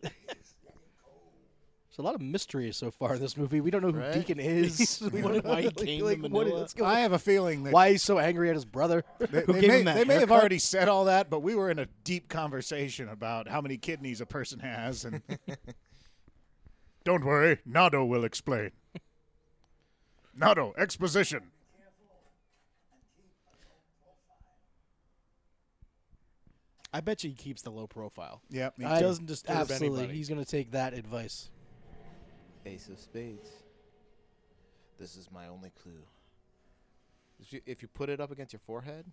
[SPEAKER 2] There's a lot of mystery so far in this movie. We don't know who
[SPEAKER 5] Right?
[SPEAKER 2] Deacon is. We don't know,
[SPEAKER 3] Why he came to
[SPEAKER 2] what
[SPEAKER 3] Manila.
[SPEAKER 2] is-
[SPEAKER 1] I have a feeling that
[SPEAKER 2] why he's so angry at his brother
[SPEAKER 1] They,
[SPEAKER 2] who
[SPEAKER 1] they
[SPEAKER 2] gave
[SPEAKER 1] may,
[SPEAKER 2] him that
[SPEAKER 1] they may have
[SPEAKER 2] haircut.
[SPEAKER 1] already said all that, but we were in a deep conversation about how many kidneys a person has, and don't worry, Nado will explain. Nado, exposition.
[SPEAKER 3] I bet you he keeps the low profile.
[SPEAKER 1] Yep, me
[SPEAKER 2] I-
[SPEAKER 1] too.
[SPEAKER 3] doesn't disturb
[SPEAKER 2] absolutely.
[SPEAKER 3] anybody.
[SPEAKER 2] He's going to take that advice.
[SPEAKER 5] Ace of spades. This is my only clue. If you, if you put it up against your forehead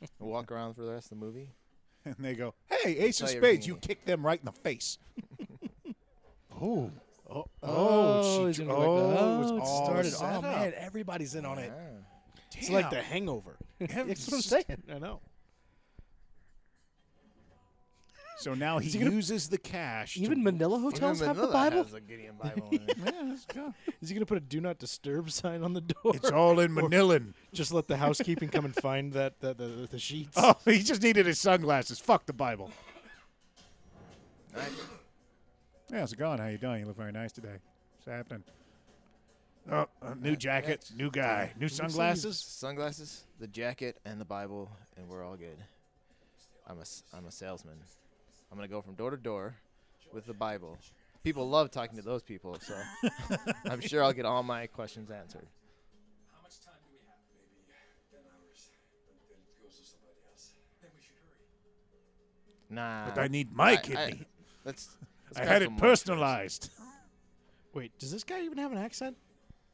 [SPEAKER 5] and walk around for the rest of the movie,
[SPEAKER 1] and they go, "Hey, Ace of
[SPEAKER 5] Tell you
[SPEAKER 1] Spades,
[SPEAKER 5] everything
[SPEAKER 1] you
[SPEAKER 5] you-
[SPEAKER 1] kick them right in the face." oh, oh, oh, she,
[SPEAKER 2] he's
[SPEAKER 1] dr-
[SPEAKER 2] gonna be like that.
[SPEAKER 1] oh, it was
[SPEAKER 2] Oh,
[SPEAKER 1] all a
[SPEAKER 2] started.
[SPEAKER 1] setup.
[SPEAKER 2] Oh man, everybody's in on it.
[SPEAKER 3] It's like the
[SPEAKER 1] Damn.
[SPEAKER 3] hangover.
[SPEAKER 2] That's what I'm saying.
[SPEAKER 3] I know.
[SPEAKER 1] So now he uses the cash.
[SPEAKER 2] Even
[SPEAKER 1] to,
[SPEAKER 2] Manila hotels
[SPEAKER 5] Even
[SPEAKER 2] have the
[SPEAKER 5] Manila
[SPEAKER 2] Bible.
[SPEAKER 5] has a Gideon Bible in it.
[SPEAKER 1] Yeah, let's go.
[SPEAKER 3] Is he going to put a do not disturb sign on the door?
[SPEAKER 1] it's all in Manilan.
[SPEAKER 3] Just let the housekeeping come and find that the, the, the sheets.
[SPEAKER 1] Oh, he just needed his sunglasses. Fuck the Bible.
[SPEAKER 5] Right?
[SPEAKER 1] Yeah, how's it going? How you doing? You look very nice today. What's happening? Oh, uh, new jacket, new guy, new sunglasses.
[SPEAKER 5] Sunglasses, the jacket, and the Bible, and we're all good. I'm a, s- I'm a salesman. I'm going to go from door to door with the Bible. People love talking to those people, so I'm sure I'll get all my questions answered. Nah.
[SPEAKER 1] I need my
[SPEAKER 5] I- I-
[SPEAKER 1] kidney.
[SPEAKER 5] let's- let's
[SPEAKER 1] I,
[SPEAKER 5] grab
[SPEAKER 1] had
[SPEAKER 5] some
[SPEAKER 1] it
[SPEAKER 5] lunch first.
[SPEAKER 1] personalized.
[SPEAKER 3] Wait, does this guy even have an accent?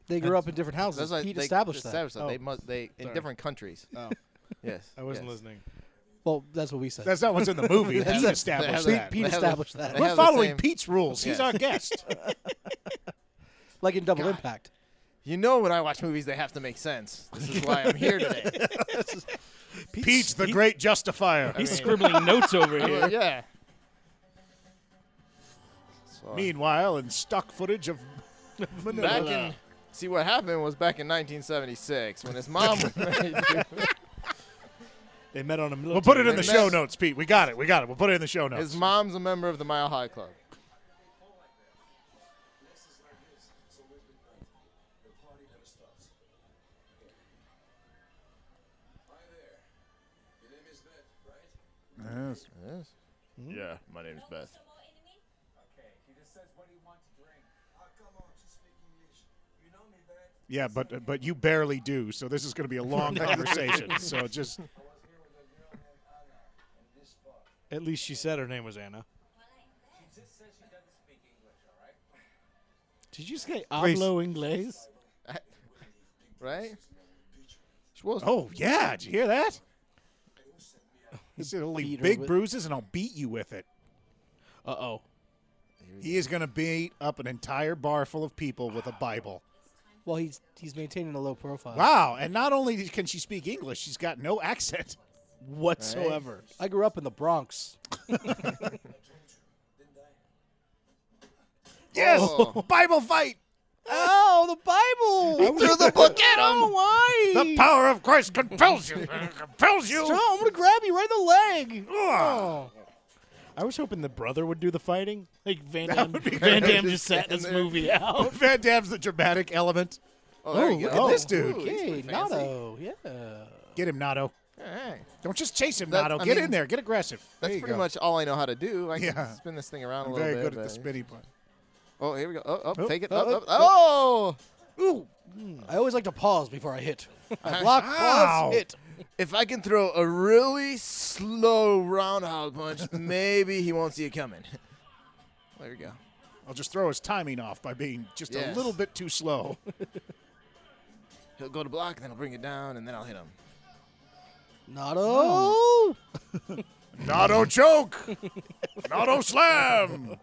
[SPEAKER 2] They grew up in different houses.
[SPEAKER 5] That's why
[SPEAKER 2] Pete
[SPEAKER 5] they
[SPEAKER 2] established that.
[SPEAKER 5] established They
[SPEAKER 3] Oh.
[SPEAKER 5] must. They in
[SPEAKER 3] Sorry.
[SPEAKER 5] different countries.
[SPEAKER 3] Oh.
[SPEAKER 5] Yes.
[SPEAKER 3] I wasn't
[SPEAKER 5] yes.
[SPEAKER 3] listening.
[SPEAKER 2] Well, that's what we said.
[SPEAKER 1] That's not what's in the movie. Pete
[SPEAKER 5] They have- they
[SPEAKER 1] established
[SPEAKER 5] have
[SPEAKER 1] that.
[SPEAKER 5] the-
[SPEAKER 2] Pete
[SPEAKER 5] they have the-
[SPEAKER 2] established that.
[SPEAKER 5] they
[SPEAKER 1] We're
[SPEAKER 5] have the
[SPEAKER 1] following
[SPEAKER 5] same-
[SPEAKER 1] Pete's rules. He's
[SPEAKER 5] Yeah.
[SPEAKER 1] our guest.
[SPEAKER 2] like in Double Impact.
[SPEAKER 5] You know when I watch movies, they have to make sense. This is why I'm here today.
[SPEAKER 1] Pete's the great justifier.
[SPEAKER 5] He's
[SPEAKER 3] scribbling notes over here.
[SPEAKER 5] yeah. So,
[SPEAKER 1] Meanwhile, in stock footage of Manila.
[SPEAKER 5] back in see what happened was back in 1976 when his mom was married to-
[SPEAKER 3] They met on a military.
[SPEAKER 1] we'll put it in the
[SPEAKER 5] Next.
[SPEAKER 1] show notes, Pete. We got it. We got it. We'll put it in the show notes.
[SPEAKER 5] his mom's a member of the Mile High Club.
[SPEAKER 1] Yes.
[SPEAKER 5] Yes.
[SPEAKER 1] Hmm?
[SPEAKER 5] Yeah, my name is Beth.
[SPEAKER 1] Yeah, but uh, but you barely do. So this is going to be a long conversation. So just
[SPEAKER 3] At least she said her name was Anna. Did you say hablo inglés?
[SPEAKER 5] Right? She was
[SPEAKER 1] Oh yeah, did you hear that? He said, "Only
[SPEAKER 2] Beat her
[SPEAKER 1] big
[SPEAKER 2] with-
[SPEAKER 1] bruises, and I'll beat you with it."
[SPEAKER 3] Uh oh.
[SPEAKER 1] He is going to beat up an entire bar full of people with a Bible.
[SPEAKER 2] Well, he's he's maintaining a low profile.
[SPEAKER 1] Wow! And not only can she speak English, she's got no accent.
[SPEAKER 3] Whatsoever.
[SPEAKER 2] I grew up in the Bronx.
[SPEAKER 1] Yes,
[SPEAKER 5] Oh.
[SPEAKER 1] Bible fight.
[SPEAKER 2] Oh, the Bible!
[SPEAKER 5] threw the book at him.
[SPEAKER 2] why?
[SPEAKER 1] The power of Christ compels you. compels you.
[SPEAKER 2] I'm gonna grab you right in the leg.
[SPEAKER 1] Ugh.
[SPEAKER 3] I was hoping the brother would do the fighting. Like Van
[SPEAKER 1] That
[SPEAKER 3] Damme,
[SPEAKER 1] would be
[SPEAKER 3] Van
[SPEAKER 1] great.
[SPEAKER 3] Damme just sat this movie out.
[SPEAKER 1] Van Damme's the dramatic element.
[SPEAKER 5] Oh, there you
[SPEAKER 2] look
[SPEAKER 5] go.
[SPEAKER 1] at this dude.
[SPEAKER 5] Ooh, he's
[SPEAKER 2] Okay,
[SPEAKER 5] pretty fancy.
[SPEAKER 2] Nato. Yeah.
[SPEAKER 1] Get him, Nato.
[SPEAKER 5] Alright.
[SPEAKER 1] Don't just chase him,
[SPEAKER 5] That-
[SPEAKER 1] Nato.
[SPEAKER 5] I
[SPEAKER 1] Get
[SPEAKER 5] mean,
[SPEAKER 1] in there. Get aggressive.
[SPEAKER 5] That's
[SPEAKER 1] There you
[SPEAKER 5] pretty
[SPEAKER 1] go.
[SPEAKER 5] much all I know how to do. I can
[SPEAKER 1] Yeah.
[SPEAKER 5] spin this thing around a
[SPEAKER 1] I'm
[SPEAKER 5] little
[SPEAKER 1] very
[SPEAKER 5] bit.
[SPEAKER 1] good at the
[SPEAKER 5] but-
[SPEAKER 1] spinny part.
[SPEAKER 5] Oh, here we go. Oh, oh, take it.
[SPEAKER 2] oh,
[SPEAKER 5] Oh,
[SPEAKER 2] oh,
[SPEAKER 5] oh, oh.
[SPEAKER 2] Ooh. I always like to pause before I hit. I block,
[SPEAKER 1] Ow.
[SPEAKER 2] pause, hit.
[SPEAKER 5] If I can throw a really slow roundhouse punch, maybe he won't see it coming. There we go.
[SPEAKER 1] I'll just throw his timing off by being just a
[SPEAKER 5] Yes.
[SPEAKER 1] little bit too slow.
[SPEAKER 5] He'll go to block, and then I'll bring it down, and then I'll hit him.
[SPEAKER 3] Oh.
[SPEAKER 2] Nato.
[SPEAKER 1] Nato choke. Nato slam.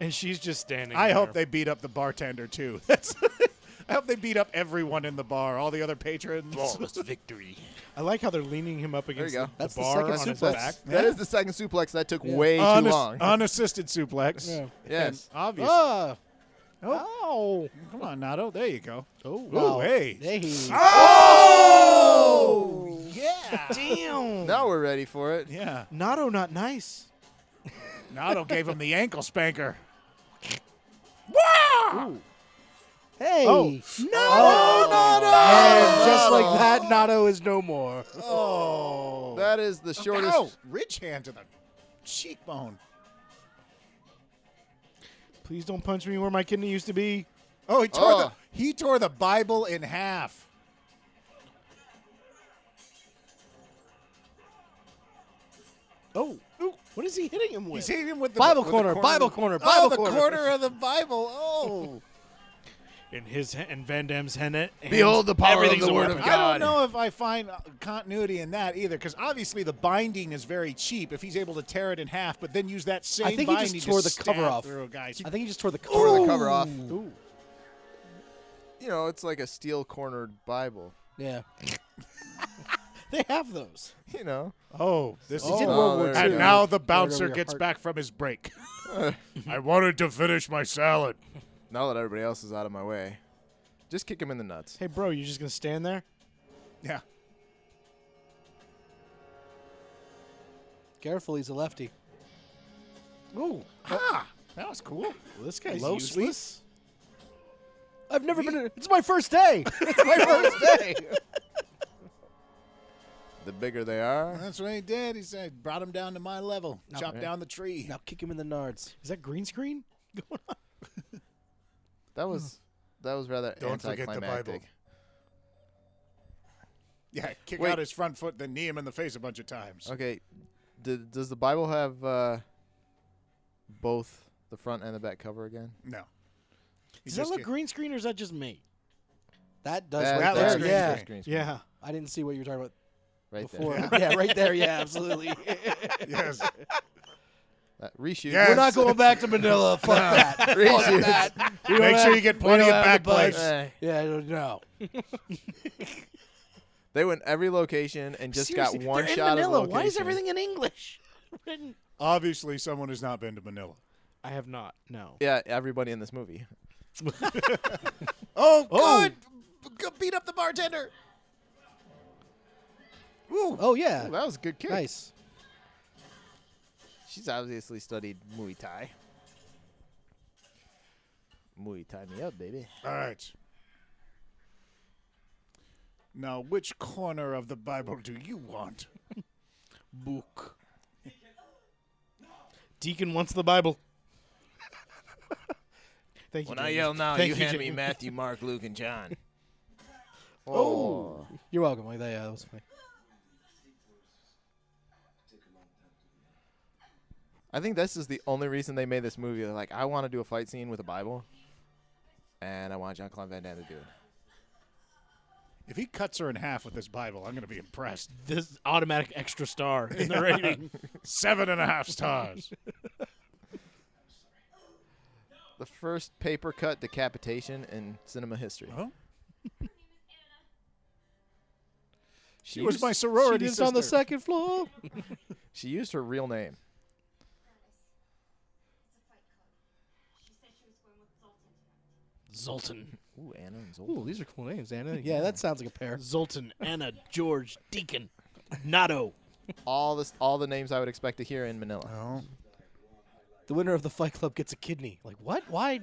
[SPEAKER 3] And she's just standing.
[SPEAKER 1] I
[SPEAKER 3] there.
[SPEAKER 1] hope they beat up the bartender too. That's. I hope they beat up everyone in the bar, all the other patrons.
[SPEAKER 5] victory.
[SPEAKER 3] I like how they're leaning him up against
[SPEAKER 5] you go.
[SPEAKER 3] the,
[SPEAKER 2] That's the
[SPEAKER 3] the bar
[SPEAKER 2] second
[SPEAKER 3] on his
[SPEAKER 2] suplex.
[SPEAKER 3] back.
[SPEAKER 5] That is the second suplex that took way too
[SPEAKER 1] Unass-
[SPEAKER 5] long.
[SPEAKER 1] Unassisted suplex.
[SPEAKER 5] yes.
[SPEAKER 1] Obvious. Oh.
[SPEAKER 2] Ah. Ow.
[SPEAKER 1] Come on, Nato. There you go. Oh,
[SPEAKER 2] Wow.
[SPEAKER 1] hey.
[SPEAKER 2] Hey.
[SPEAKER 1] Yeah.
[SPEAKER 3] Damn.
[SPEAKER 5] Now we're ready for it.
[SPEAKER 1] yeah.
[SPEAKER 3] Nato, not nice.
[SPEAKER 1] Nato gave him the ankle spanker.
[SPEAKER 2] Hey.
[SPEAKER 1] Oh.
[SPEAKER 2] Nato. Oh, And just like that, Nato is no more.
[SPEAKER 1] Oh.
[SPEAKER 5] That is the shortest.
[SPEAKER 1] Ow. Ridge hand to the cheekbone.
[SPEAKER 3] Please don't punch me where my kidney used to be.
[SPEAKER 1] Oh, he tore the
[SPEAKER 5] Oh.
[SPEAKER 1] he tore the Bible in half.
[SPEAKER 3] Oh, what is he hitting him with?
[SPEAKER 1] He's hitting him with the
[SPEAKER 2] Bible
[SPEAKER 1] with the
[SPEAKER 2] corner, Bible corner, Bible
[SPEAKER 1] oh, the
[SPEAKER 2] corner.
[SPEAKER 1] corner of the Bible. Oh,
[SPEAKER 3] in his and Van Damme's henna.
[SPEAKER 5] Behold the power of
[SPEAKER 3] Everything's
[SPEAKER 5] the
[SPEAKER 3] a
[SPEAKER 5] word of
[SPEAKER 3] weapon.
[SPEAKER 1] I don't
[SPEAKER 5] God.
[SPEAKER 1] know if I find uh, continuity in that either, because obviously the binding is very cheap. If he's able to tear it in half, but then use that same
[SPEAKER 2] I think he
[SPEAKER 1] binding
[SPEAKER 2] just tore
[SPEAKER 1] to
[SPEAKER 2] the cover
[SPEAKER 1] stab
[SPEAKER 2] off.
[SPEAKER 1] through a guy's.
[SPEAKER 2] I think he just tore the cover.
[SPEAKER 5] Tore the cover off.
[SPEAKER 2] Ooh.
[SPEAKER 5] You know, it's like a steel cornered Bible.
[SPEAKER 2] Yeah.
[SPEAKER 3] They have those.
[SPEAKER 5] You know.
[SPEAKER 1] Oh, this
[SPEAKER 2] It's in
[SPEAKER 1] is.
[SPEAKER 5] Oh,
[SPEAKER 2] World War
[SPEAKER 5] there
[SPEAKER 2] II.
[SPEAKER 5] you
[SPEAKER 1] And
[SPEAKER 5] go.
[SPEAKER 1] now the
[SPEAKER 2] Right over
[SPEAKER 1] bouncer
[SPEAKER 2] your
[SPEAKER 1] gets
[SPEAKER 2] heart.
[SPEAKER 1] back from his break. I wanted to finish my salad.
[SPEAKER 5] Now that everybody else is out of my way, just kick him in the nuts.
[SPEAKER 3] Hey, bro, you just gonna stand there?
[SPEAKER 1] Yeah.
[SPEAKER 2] Careful, he's a lefty.
[SPEAKER 1] Ooh. Ah, that was cool.
[SPEAKER 3] Well, this guy's
[SPEAKER 1] Low sweep?
[SPEAKER 3] useless.
[SPEAKER 2] I've never been. in- It's my first day.
[SPEAKER 5] It's my first day. the bigger they are,
[SPEAKER 1] That's what he did. He said, brought him down to my level, chopped down the tree.
[SPEAKER 2] now kick him in the nards.
[SPEAKER 3] Is that green screen?
[SPEAKER 5] that was that was rather
[SPEAKER 1] Don't forget the Bible.
[SPEAKER 5] anticlimactic.
[SPEAKER 1] Yeah, kick
[SPEAKER 5] Wait.
[SPEAKER 1] out his front foot, then knee him in the face a bunch of times.
[SPEAKER 5] Okay, d- does the Bible have uh, both the front and the back cover again?
[SPEAKER 1] No. He
[SPEAKER 3] Does that
[SPEAKER 1] just
[SPEAKER 3] look
[SPEAKER 1] get-
[SPEAKER 3] green screen or is that just me?
[SPEAKER 2] That does
[SPEAKER 5] That-
[SPEAKER 1] that
[SPEAKER 2] right there.
[SPEAKER 1] looks
[SPEAKER 2] yeah.
[SPEAKER 1] great.
[SPEAKER 5] Green screen,
[SPEAKER 3] Yeah.
[SPEAKER 2] I didn't see what you were talking about
[SPEAKER 5] right
[SPEAKER 2] before.
[SPEAKER 5] there.
[SPEAKER 2] Yeah. right there. Yeah, absolutely.
[SPEAKER 1] Yes.
[SPEAKER 5] That reshoot.
[SPEAKER 1] Yes.
[SPEAKER 2] We're not going back to Manila. Fuck that.
[SPEAKER 5] Reshoot.
[SPEAKER 1] Make sure you get plenty of
[SPEAKER 2] have
[SPEAKER 1] back
[SPEAKER 2] the budget.
[SPEAKER 1] plates.
[SPEAKER 5] Eh.
[SPEAKER 2] Yeah, I don't know.
[SPEAKER 5] They went every location and just got one
[SPEAKER 3] they're
[SPEAKER 5] shot
[SPEAKER 3] in Manila.
[SPEAKER 5] of location.
[SPEAKER 3] Why is everything in English?
[SPEAKER 1] Obviously, someone has not been to Manila.
[SPEAKER 3] I have not. No.
[SPEAKER 5] Yeah, everybody in this movie.
[SPEAKER 1] Oh, good. G- Beat up the bartender. Ooh.
[SPEAKER 2] Oh yeah,
[SPEAKER 5] that was a good kick.
[SPEAKER 2] nice.
[SPEAKER 5] She's obviously studied Muay Thai. Muay Thai me up, baby.
[SPEAKER 1] All right. Now, which corner of the Bible do you want?
[SPEAKER 3] Book. Deacon wants the Bible. Thank you.
[SPEAKER 5] When I
[SPEAKER 3] Jamie.
[SPEAKER 5] yell now,
[SPEAKER 3] Thank
[SPEAKER 5] you hand me
[SPEAKER 3] Jamie.
[SPEAKER 5] Matthew, Mark, Luke, and John.
[SPEAKER 2] Oh, you're welcome. Like that, yeah, that was funny.
[SPEAKER 5] I think this is the only reason they made this movie. They're like, I want to do a fight scene with a Bible, and I want John Claude Van Damme to do it.
[SPEAKER 1] If he cuts her in half with this Bible, I'm going to be impressed.
[SPEAKER 3] This automatic extra star in the rating.
[SPEAKER 1] Seven and a half stars.
[SPEAKER 5] The first paper cut decapitation in cinema history.
[SPEAKER 1] Huh?
[SPEAKER 5] She,
[SPEAKER 1] It was
[SPEAKER 5] used,
[SPEAKER 1] my sorority
[SPEAKER 2] she lives on the
[SPEAKER 1] sister.
[SPEAKER 2] second floor.
[SPEAKER 5] she used her real name.
[SPEAKER 3] Zoltan.
[SPEAKER 5] Ooh, Anna and Zoltan.
[SPEAKER 2] Ooh, these are cool names, Anna. Yeah, that sounds like a pair.
[SPEAKER 3] Zoltan, Anna, George, Deacon, Nato.
[SPEAKER 5] All this, all the names I would expect to hear in Manila.
[SPEAKER 1] Oh.
[SPEAKER 2] The winner of the Fight Club gets a kidney. Like what? Why?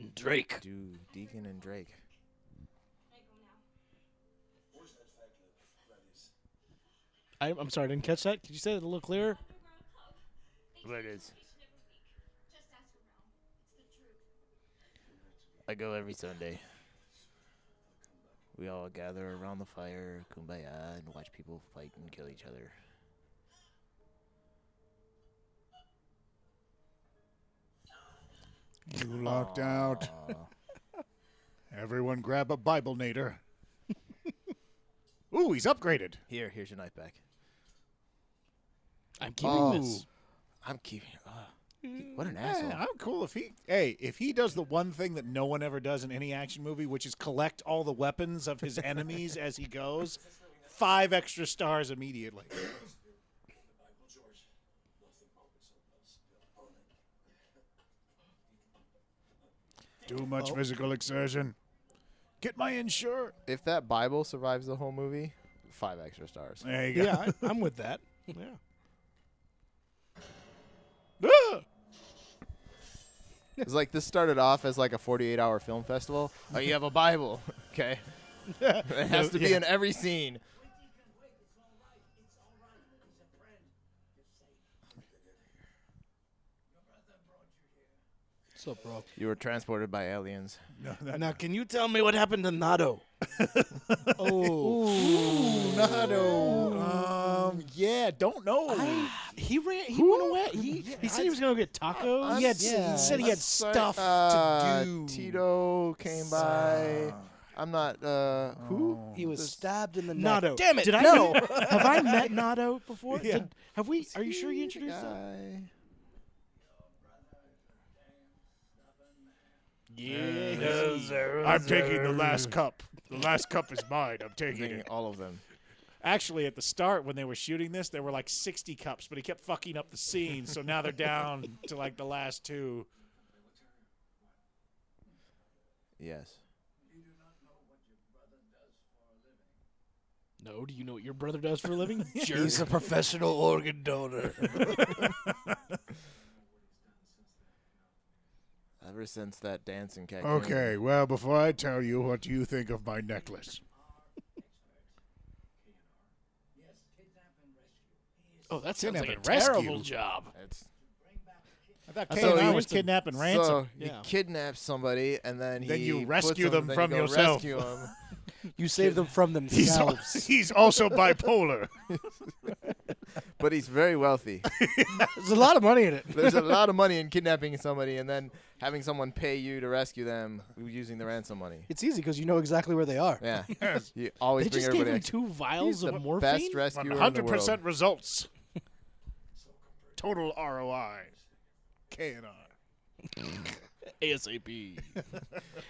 [SPEAKER 6] and Drake.
[SPEAKER 5] Do Deacon and Drake.
[SPEAKER 3] I, I'm sorry, I didn't catch that. Could you say that a little clearer?
[SPEAKER 6] What is?
[SPEAKER 5] I go every Sunday. We all gather around the fire, kumbaya, and watch people fight and kill each other.
[SPEAKER 1] You locked out. Everyone grab a Bible nader. Ooh, he's upgraded.
[SPEAKER 5] Here, here's your knife back.
[SPEAKER 3] I'm keeping
[SPEAKER 6] Oh.
[SPEAKER 3] this.
[SPEAKER 5] I'm keeping. Uh, what an
[SPEAKER 1] Yeah,
[SPEAKER 5] asshole!
[SPEAKER 1] I'm cool if he. Hey, if he does the one thing that no one ever does in any action movie, which is collect all the weapons of his enemies as he goes, five extra stars immediately. Too much physical exertion. Get my insure.
[SPEAKER 5] If that Bible survives the whole movie, five extra stars.
[SPEAKER 1] There you go.
[SPEAKER 3] Yeah, I, I'm with that. Yeah.
[SPEAKER 5] It's like this started off as like a 48 hour film festival. Oh, you have a Bible. Okay. it has to be in every scene.
[SPEAKER 2] What's up, bro?
[SPEAKER 5] You were transported by aliens.
[SPEAKER 6] Now, can you tell me what happened to Nado?
[SPEAKER 1] Tornado. Um, yeah, don't know.
[SPEAKER 3] He ran. He went away. He, he said he was gonna get tacos.
[SPEAKER 1] he, had, he
[SPEAKER 2] yeah.
[SPEAKER 1] said he had stuff
[SPEAKER 5] Uh,
[SPEAKER 1] to do.
[SPEAKER 5] Tito came by. I'm not. Uh,
[SPEAKER 1] Oh.
[SPEAKER 5] who?
[SPEAKER 6] He was stabbed in the neck.
[SPEAKER 3] Nado.
[SPEAKER 6] Damn it!
[SPEAKER 3] Did I
[SPEAKER 6] no.
[SPEAKER 3] met- have I met Nado before?
[SPEAKER 1] Yeah.
[SPEAKER 3] Did, have we? Are you sure you introduced him?
[SPEAKER 5] Guy.
[SPEAKER 1] I'm taking the last cup. The last cup is mine. I'm taking
[SPEAKER 5] Thinking
[SPEAKER 1] it.
[SPEAKER 5] All of them.
[SPEAKER 1] Actually, at the start when they were shooting this, there were like 60 cups, but he kept fucking up the scene, so now they're down to like the last two.
[SPEAKER 5] Yes.
[SPEAKER 3] No. Do you know what your brother does for a living? Jerk.
[SPEAKER 6] He's a professional organ donor.
[SPEAKER 5] Ever since that dancing cat.
[SPEAKER 1] well, before I tell you what you think of my necklace,
[SPEAKER 3] Oh, that sounds
[SPEAKER 1] Kidnap
[SPEAKER 3] like a
[SPEAKER 1] and rescue.
[SPEAKER 3] terrible job.
[SPEAKER 5] It's,
[SPEAKER 1] I thought
[SPEAKER 5] I thought
[SPEAKER 1] K&R
[SPEAKER 5] he
[SPEAKER 1] was
[SPEAKER 5] was
[SPEAKER 3] the-
[SPEAKER 1] kidnap and ransom.
[SPEAKER 5] so
[SPEAKER 3] Yeah.
[SPEAKER 5] he kidnaps somebody and then he
[SPEAKER 1] Then you
[SPEAKER 5] puts
[SPEAKER 1] rescue them
[SPEAKER 5] then
[SPEAKER 1] from
[SPEAKER 5] you go
[SPEAKER 1] yourself.
[SPEAKER 5] Rescue them.
[SPEAKER 2] You saved them from
[SPEAKER 1] he's, al-
[SPEAKER 2] themselves.
[SPEAKER 1] he's also bipolar.
[SPEAKER 5] but he's very wealthy.
[SPEAKER 2] There's a lot of money in it.
[SPEAKER 5] There's a lot of money in kidnapping somebody and then having someone pay you to rescue them using the ransom money.
[SPEAKER 2] It's easy because you know exactly where they are.
[SPEAKER 5] Yeah. You always
[SPEAKER 3] They
[SPEAKER 5] bring
[SPEAKER 3] just gave
[SPEAKER 5] everybody
[SPEAKER 3] him
[SPEAKER 5] ex-
[SPEAKER 3] two vials
[SPEAKER 5] the
[SPEAKER 3] of morphine.
[SPEAKER 5] best rescuer in the world.
[SPEAKER 1] 100% results. Total ROI. K&R.
[SPEAKER 3] ASAP.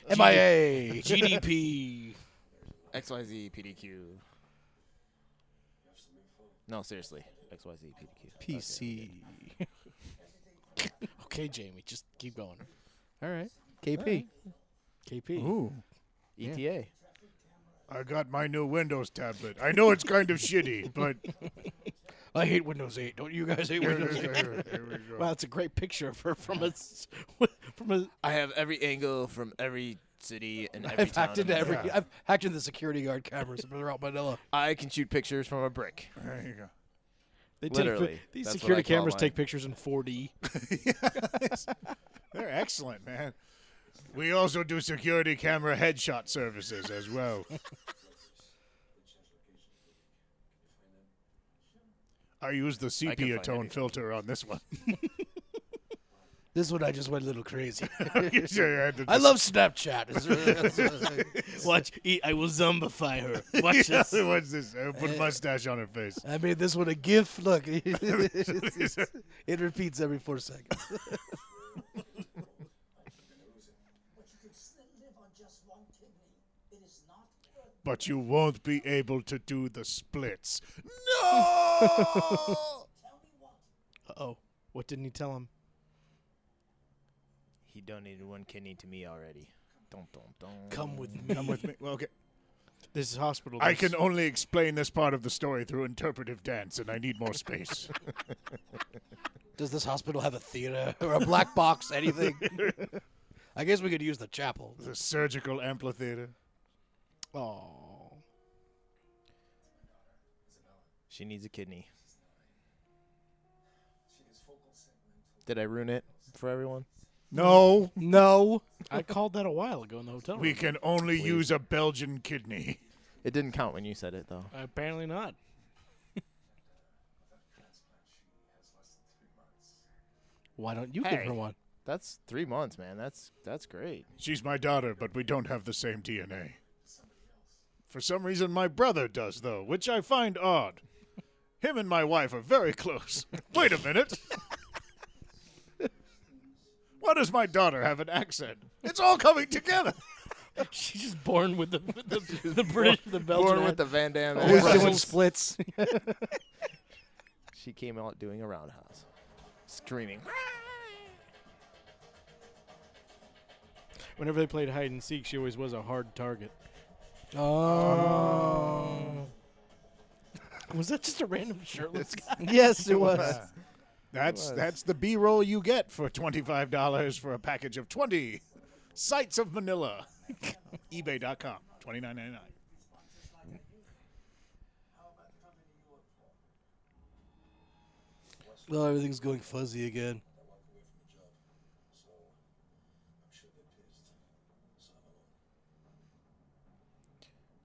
[SPEAKER 2] MIA.
[SPEAKER 3] GDP.
[SPEAKER 5] XYZ PDQ. No, seriously. XYZ PDQ.
[SPEAKER 2] PC.
[SPEAKER 3] Okay, Jamie, just keep going.
[SPEAKER 2] All right. KP.
[SPEAKER 3] KP.
[SPEAKER 2] Ooh.
[SPEAKER 5] ETA.
[SPEAKER 1] I got my new Windows tablet. I know it's kind of shitty, but
[SPEAKER 3] I hate Windows 8. Don't you guys hate Windows 8? Wow, that's a great picture of her from a s- from a
[SPEAKER 5] I have every angle from every city and every
[SPEAKER 2] I've
[SPEAKER 5] town.
[SPEAKER 2] hacked into every. I've hacked into the security guard cameras throughout Manila.
[SPEAKER 5] I can shoot pictures from a brick.
[SPEAKER 1] There you go.
[SPEAKER 3] They
[SPEAKER 5] Literally.
[SPEAKER 3] Take, pi- these
[SPEAKER 5] That's what
[SPEAKER 3] security
[SPEAKER 5] I call
[SPEAKER 3] cameras
[SPEAKER 5] mine.
[SPEAKER 3] take pictures in 4D.
[SPEAKER 1] They're excellent, man. We also do security camera headshot services as well. I used the sepia
[SPEAKER 5] find
[SPEAKER 1] tone
[SPEAKER 5] anything.
[SPEAKER 1] filter on this one.
[SPEAKER 6] this one I just went a little crazy.
[SPEAKER 1] You said I had to-
[SPEAKER 6] I love Snapchat. It's really-
[SPEAKER 3] Watch, e- I will zombify her. Watch this.
[SPEAKER 1] What's this? I
[SPEAKER 3] Uh,
[SPEAKER 1] put a mustache on her face.
[SPEAKER 6] I made this one a GIF. Look, it repeats every four seconds.
[SPEAKER 7] But you can still live on just one kidney. It is not worth
[SPEAKER 1] But you won't be able to do the splits.
[SPEAKER 7] Tell me what.
[SPEAKER 3] Uh-oh. Oh, What didn't he tell him?
[SPEAKER 5] He donated one kidney to me already. Dum, dum, dum.
[SPEAKER 3] Come with me.
[SPEAKER 1] Come with me. Well, okay.
[SPEAKER 3] This is hospital.
[SPEAKER 1] I
[SPEAKER 3] This-
[SPEAKER 1] can only explain this part of the story through interpretive dance, and I need more space.
[SPEAKER 2] Does this hospital have a theater or a black box? Anything? I guess we could use the chapel.
[SPEAKER 1] The surgical amphitheater.
[SPEAKER 3] Oh,
[SPEAKER 5] She needs a kidney. Did I ruin it for everyone?
[SPEAKER 1] No,
[SPEAKER 2] No.
[SPEAKER 3] I called that a while ago in the hotel.
[SPEAKER 1] we
[SPEAKER 3] room.
[SPEAKER 1] can only use a Belgian kidney.
[SPEAKER 5] It didn't count when you said it though.
[SPEAKER 3] Apparently not.
[SPEAKER 2] Why don't you give
[SPEAKER 1] Hey.
[SPEAKER 2] her one?
[SPEAKER 5] That's three months, man. That's that's great.
[SPEAKER 1] She's my daughter, but we don't have the same DNA. For some reason, my brother does, though, which I find odd. Him and my wife are very close. Wait a minute. Why does my daughter have an accent? It's all coming together.
[SPEAKER 3] She's just born with the with the, the British, the Belgian.
[SPEAKER 5] Born with the Van Damme.
[SPEAKER 2] Always
[SPEAKER 5] accent.
[SPEAKER 2] doing splits.
[SPEAKER 5] She came out doing a roundhouse, screaming.
[SPEAKER 3] Whenever they played hide and seek, she always was a hard target.
[SPEAKER 2] oh.
[SPEAKER 3] Was that just a random shirtless guy?
[SPEAKER 2] yes, it was.
[SPEAKER 1] That's that's the B-roll you get for twenty-five dollars for a package of twenty sites of Manila. eBay.com, twenty-nine ninety-nine.
[SPEAKER 6] Oh, everything's going fuzzy again.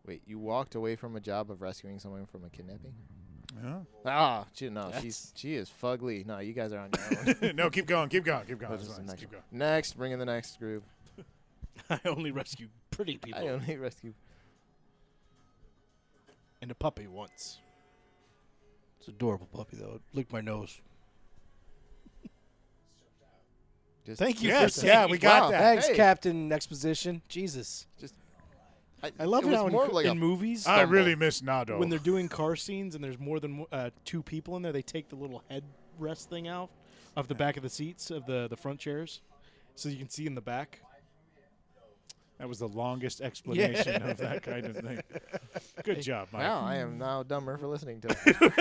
[SPEAKER 5] Wait, you walked away from a job of rescuing someone from a kidnapping? Ah, she, no, she's she is fugly. No, you guys are on your own.
[SPEAKER 1] no, keep going, keep going, keep going.
[SPEAKER 5] This is the
[SPEAKER 1] Keep
[SPEAKER 5] next, one.
[SPEAKER 1] going.
[SPEAKER 5] next, bring in the next group.
[SPEAKER 3] I only rescue pretty people
[SPEAKER 5] I only rescue.
[SPEAKER 3] and a puppy once.
[SPEAKER 6] It's an adorable puppy though. It licked my nose.
[SPEAKER 5] Just
[SPEAKER 3] Thank you.
[SPEAKER 1] Yes,
[SPEAKER 3] for
[SPEAKER 1] yeah,
[SPEAKER 3] saying-
[SPEAKER 1] we got
[SPEAKER 5] Wow,
[SPEAKER 1] that.
[SPEAKER 2] Thanks,
[SPEAKER 5] Hey.
[SPEAKER 2] Captain Exposition. Jesus.
[SPEAKER 3] I love
[SPEAKER 5] it
[SPEAKER 3] it
[SPEAKER 5] was
[SPEAKER 3] how in,
[SPEAKER 5] more
[SPEAKER 3] co-
[SPEAKER 5] like a
[SPEAKER 3] in movies
[SPEAKER 1] I
[SPEAKER 5] stumble.
[SPEAKER 1] really miss Nado.
[SPEAKER 3] when they're doing car scenes and there's more than uh, two people in there, they take the little headrest thing out of the back of the seats of the the front chairs, so you can see in the back.
[SPEAKER 1] that was the longest explanation of that kind of thing. Good job, Mike.
[SPEAKER 5] Wow, I am now dumber for listening to it.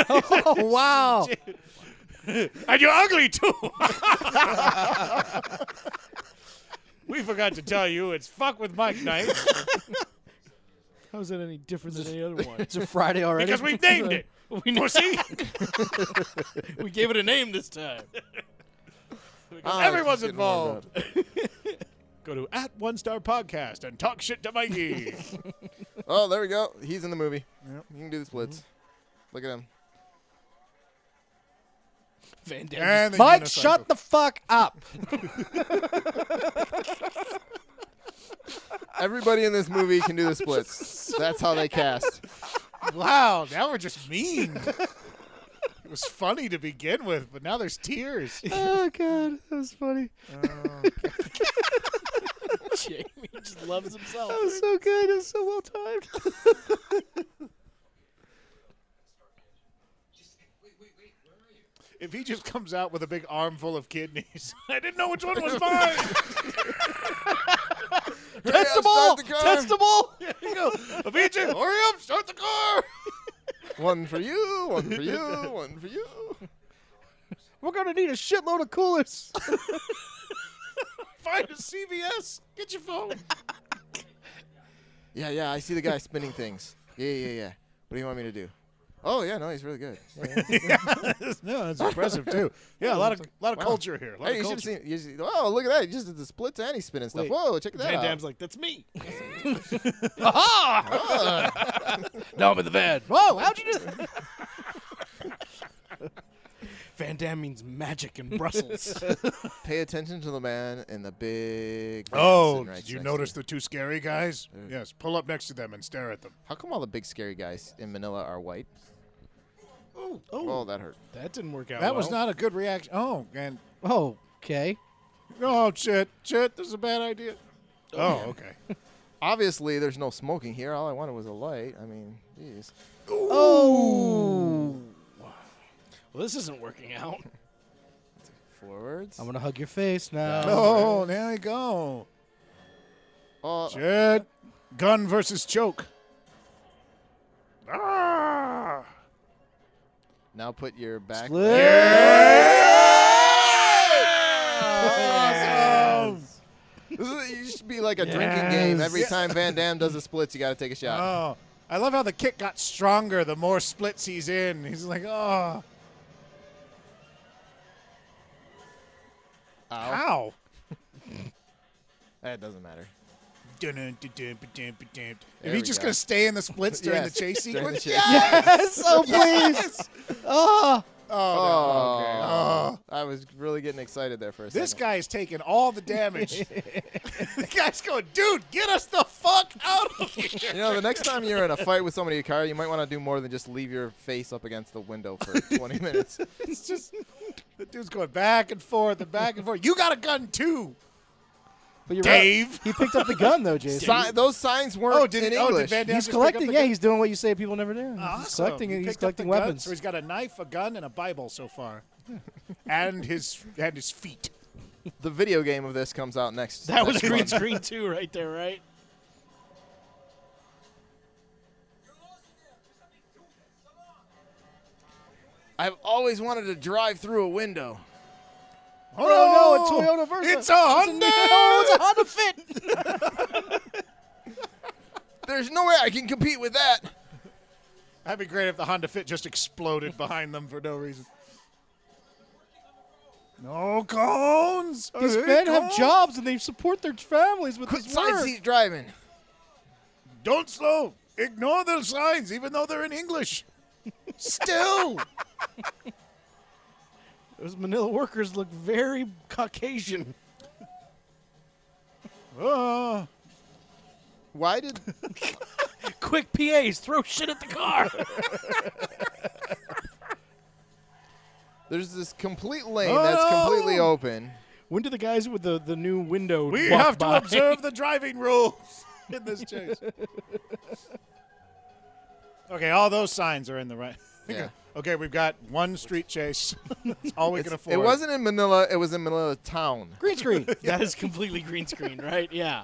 [SPEAKER 2] Oh, wow.
[SPEAKER 1] And you're ugly too. we forgot to tell you it's fuck with Mike night
[SPEAKER 3] How is that any different than any other one?
[SPEAKER 2] It's a Friday already.
[SPEAKER 1] because we named it.
[SPEAKER 3] we,
[SPEAKER 1] Pussy.
[SPEAKER 3] we gave it a name this time.
[SPEAKER 5] Ah,
[SPEAKER 1] Everyone's
[SPEAKER 5] getting warmed
[SPEAKER 1] involved. Go to at One Star Podcast and talk shit to Mikey.
[SPEAKER 5] up. Oh, there we go. He's in the movie. You can do the splits. Look at him.
[SPEAKER 3] Van Damme.
[SPEAKER 1] and the
[SPEAKER 2] Mike,
[SPEAKER 1] unicycle.
[SPEAKER 2] shut the fuck up.
[SPEAKER 5] Everybody in this movie can do the splits. That's how they cast.
[SPEAKER 1] Wow, now we're just mean. it was funny to begin with, but now there's tears.
[SPEAKER 2] oh, God. That was funny.
[SPEAKER 3] Jamie just loves himself.
[SPEAKER 2] That was so good. It was so well timed.
[SPEAKER 1] If he just comes out with a big armful of kidneys, I didn't know which one was mine.
[SPEAKER 5] Test them all. Test them all.
[SPEAKER 1] If he just- hurry up, start the car.
[SPEAKER 5] One for you. One for you. One for you.
[SPEAKER 2] We're going to need a shitload of coolers.
[SPEAKER 1] Find a CVS. Get your phone.
[SPEAKER 5] Yeah, yeah. I see the guy spinning things. Yeah, yeah, yeah. What do you want me to do? Oh yeah, no, he's really good. Yeah, yeah.
[SPEAKER 1] no, it's impressive too. Yeah, a lot of lot of
[SPEAKER 5] Wow.
[SPEAKER 1] culture here. A lot
[SPEAKER 5] hey, you
[SPEAKER 1] of
[SPEAKER 5] should have
[SPEAKER 1] culture.
[SPEAKER 5] seen. You should, oh, look at that! He just did the splits and he's spinning stuff.
[SPEAKER 3] Wait.
[SPEAKER 5] Whoa, check that
[SPEAKER 3] Van
[SPEAKER 5] out.
[SPEAKER 3] Damme's like, that's me.
[SPEAKER 2] now I'm in the van. Whoa, how'd you do that?
[SPEAKER 3] Van Damme means magic in Brussels.
[SPEAKER 5] Pay attention to the man in the big. van
[SPEAKER 1] Oh,
[SPEAKER 5] sitting right
[SPEAKER 1] did you
[SPEAKER 5] next
[SPEAKER 1] notice
[SPEAKER 5] to
[SPEAKER 1] the two scary guys? Yes, pull up next to them and stare at them.
[SPEAKER 5] How come all the big scary guys in Manila are white? Oh, that hurt.
[SPEAKER 3] that didn't work out.
[SPEAKER 1] That was
[SPEAKER 3] well.
[SPEAKER 1] not a good reaction. Oh, and
[SPEAKER 2] Oh, okay.
[SPEAKER 1] oh shit, shit, this is a bad idea. Oh, okay.
[SPEAKER 5] Obviously, there's no smoking here. All I wanted was a light. I mean, jeez.
[SPEAKER 3] Well, this isn't working out.
[SPEAKER 5] Forwards.
[SPEAKER 2] I'm going to hug your face now.
[SPEAKER 1] Oh, there we go.
[SPEAKER 5] Oh,
[SPEAKER 1] Shit, gun versus choke. Ah!
[SPEAKER 5] now put your back.
[SPEAKER 2] Split.
[SPEAKER 5] Awesome. This is- like a drinking game. Every time Van Damme does a split, you got to take a shot.
[SPEAKER 1] Oh, I love how the kick got stronger the more splits he's in. He's like, oh,
[SPEAKER 5] Ow.
[SPEAKER 1] how?
[SPEAKER 5] That doesn't matter.
[SPEAKER 1] If
[SPEAKER 5] There
[SPEAKER 1] he's
[SPEAKER 5] we
[SPEAKER 1] just
[SPEAKER 5] go.
[SPEAKER 1] going to stay in the splits during
[SPEAKER 5] Yes,
[SPEAKER 1] the chase
[SPEAKER 5] during the
[SPEAKER 1] sequence.
[SPEAKER 5] chase.
[SPEAKER 2] Yes, oh please. Oh,
[SPEAKER 5] Oh,
[SPEAKER 1] Oh,
[SPEAKER 5] I was really getting excited there for a
[SPEAKER 1] this
[SPEAKER 5] second.
[SPEAKER 1] guy is taking all the damage. the guy's going, dude, get us the fuck out of here.
[SPEAKER 5] You know, the next time you're in a fight with somebody in a car, you might want to do more than just leave your face up against the window for 20 minutes.
[SPEAKER 1] It's just, the dude's going back and forth and back and forth. You got a gun too,
[SPEAKER 2] but you're
[SPEAKER 1] Dave.
[SPEAKER 2] Right. He picked up the gun though, Jason.
[SPEAKER 5] Si- those signs weren't
[SPEAKER 1] Oh, did
[SPEAKER 5] in
[SPEAKER 1] he?
[SPEAKER 5] English.
[SPEAKER 1] Oh, did Van Damme
[SPEAKER 2] He's
[SPEAKER 1] just pick up
[SPEAKER 2] collecting.
[SPEAKER 1] the
[SPEAKER 2] Yeah,
[SPEAKER 1] gun?
[SPEAKER 2] he's doing what you say people never do. He's
[SPEAKER 1] Awesome.
[SPEAKER 2] collecting.
[SPEAKER 1] He
[SPEAKER 2] He's
[SPEAKER 1] picked up
[SPEAKER 2] collecting
[SPEAKER 1] the gun,
[SPEAKER 2] weapons.
[SPEAKER 1] so he's got a knife, a gun, and a Bible so far, and his and his feet.
[SPEAKER 5] the video game of this comes out next.
[SPEAKER 3] That was
[SPEAKER 5] next
[SPEAKER 3] green
[SPEAKER 5] month.
[SPEAKER 3] screen too, right there, right?
[SPEAKER 5] I've always wanted to drive through a window.
[SPEAKER 1] Oh,
[SPEAKER 2] Oh, no, a Toyota Versa.
[SPEAKER 1] It's a Honda.
[SPEAKER 2] it's a Honda Fit.
[SPEAKER 5] There's no way I can compete with that.
[SPEAKER 1] That'd be great if the Honda Fit just exploded behind them for no reason. No cones. Are
[SPEAKER 2] These
[SPEAKER 1] they
[SPEAKER 2] men have
[SPEAKER 1] cones?
[SPEAKER 2] jobs and they support their families with
[SPEAKER 5] Quit
[SPEAKER 2] this work.
[SPEAKER 5] side seat driving.
[SPEAKER 1] Don't slow. Ignore the signs, even though they're in English. Still.
[SPEAKER 3] Those Manila workers look very Caucasian.
[SPEAKER 1] Oh.
[SPEAKER 5] Why did
[SPEAKER 3] Quick PAs, throw shit at the car.
[SPEAKER 5] there's this complete lane
[SPEAKER 1] Oh,
[SPEAKER 5] that's
[SPEAKER 1] no.
[SPEAKER 5] completely open?
[SPEAKER 3] when do the guys with the, the new window?
[SPEAKER 1] We
[SPEAKER 3] walk
[SPEAKER 1] have to
[SPEAKER 3] by?
[SPEAKER 1] observe the driving rules in this chase. okay, all those signs are in the right.
[SPEAKER 5] Yeah.
[SPEAKER 1] Okay, we've got one street chase. That's all we can
[SPEAKER 5] It's-
[SPEAKER 1] afford.
[SPEAKER 5] It wasn't in Manila. It was in Manila town.
[SPEAKER 2] Green screen.
[SPEAKER 3] That is completely green screen, right? Yeah.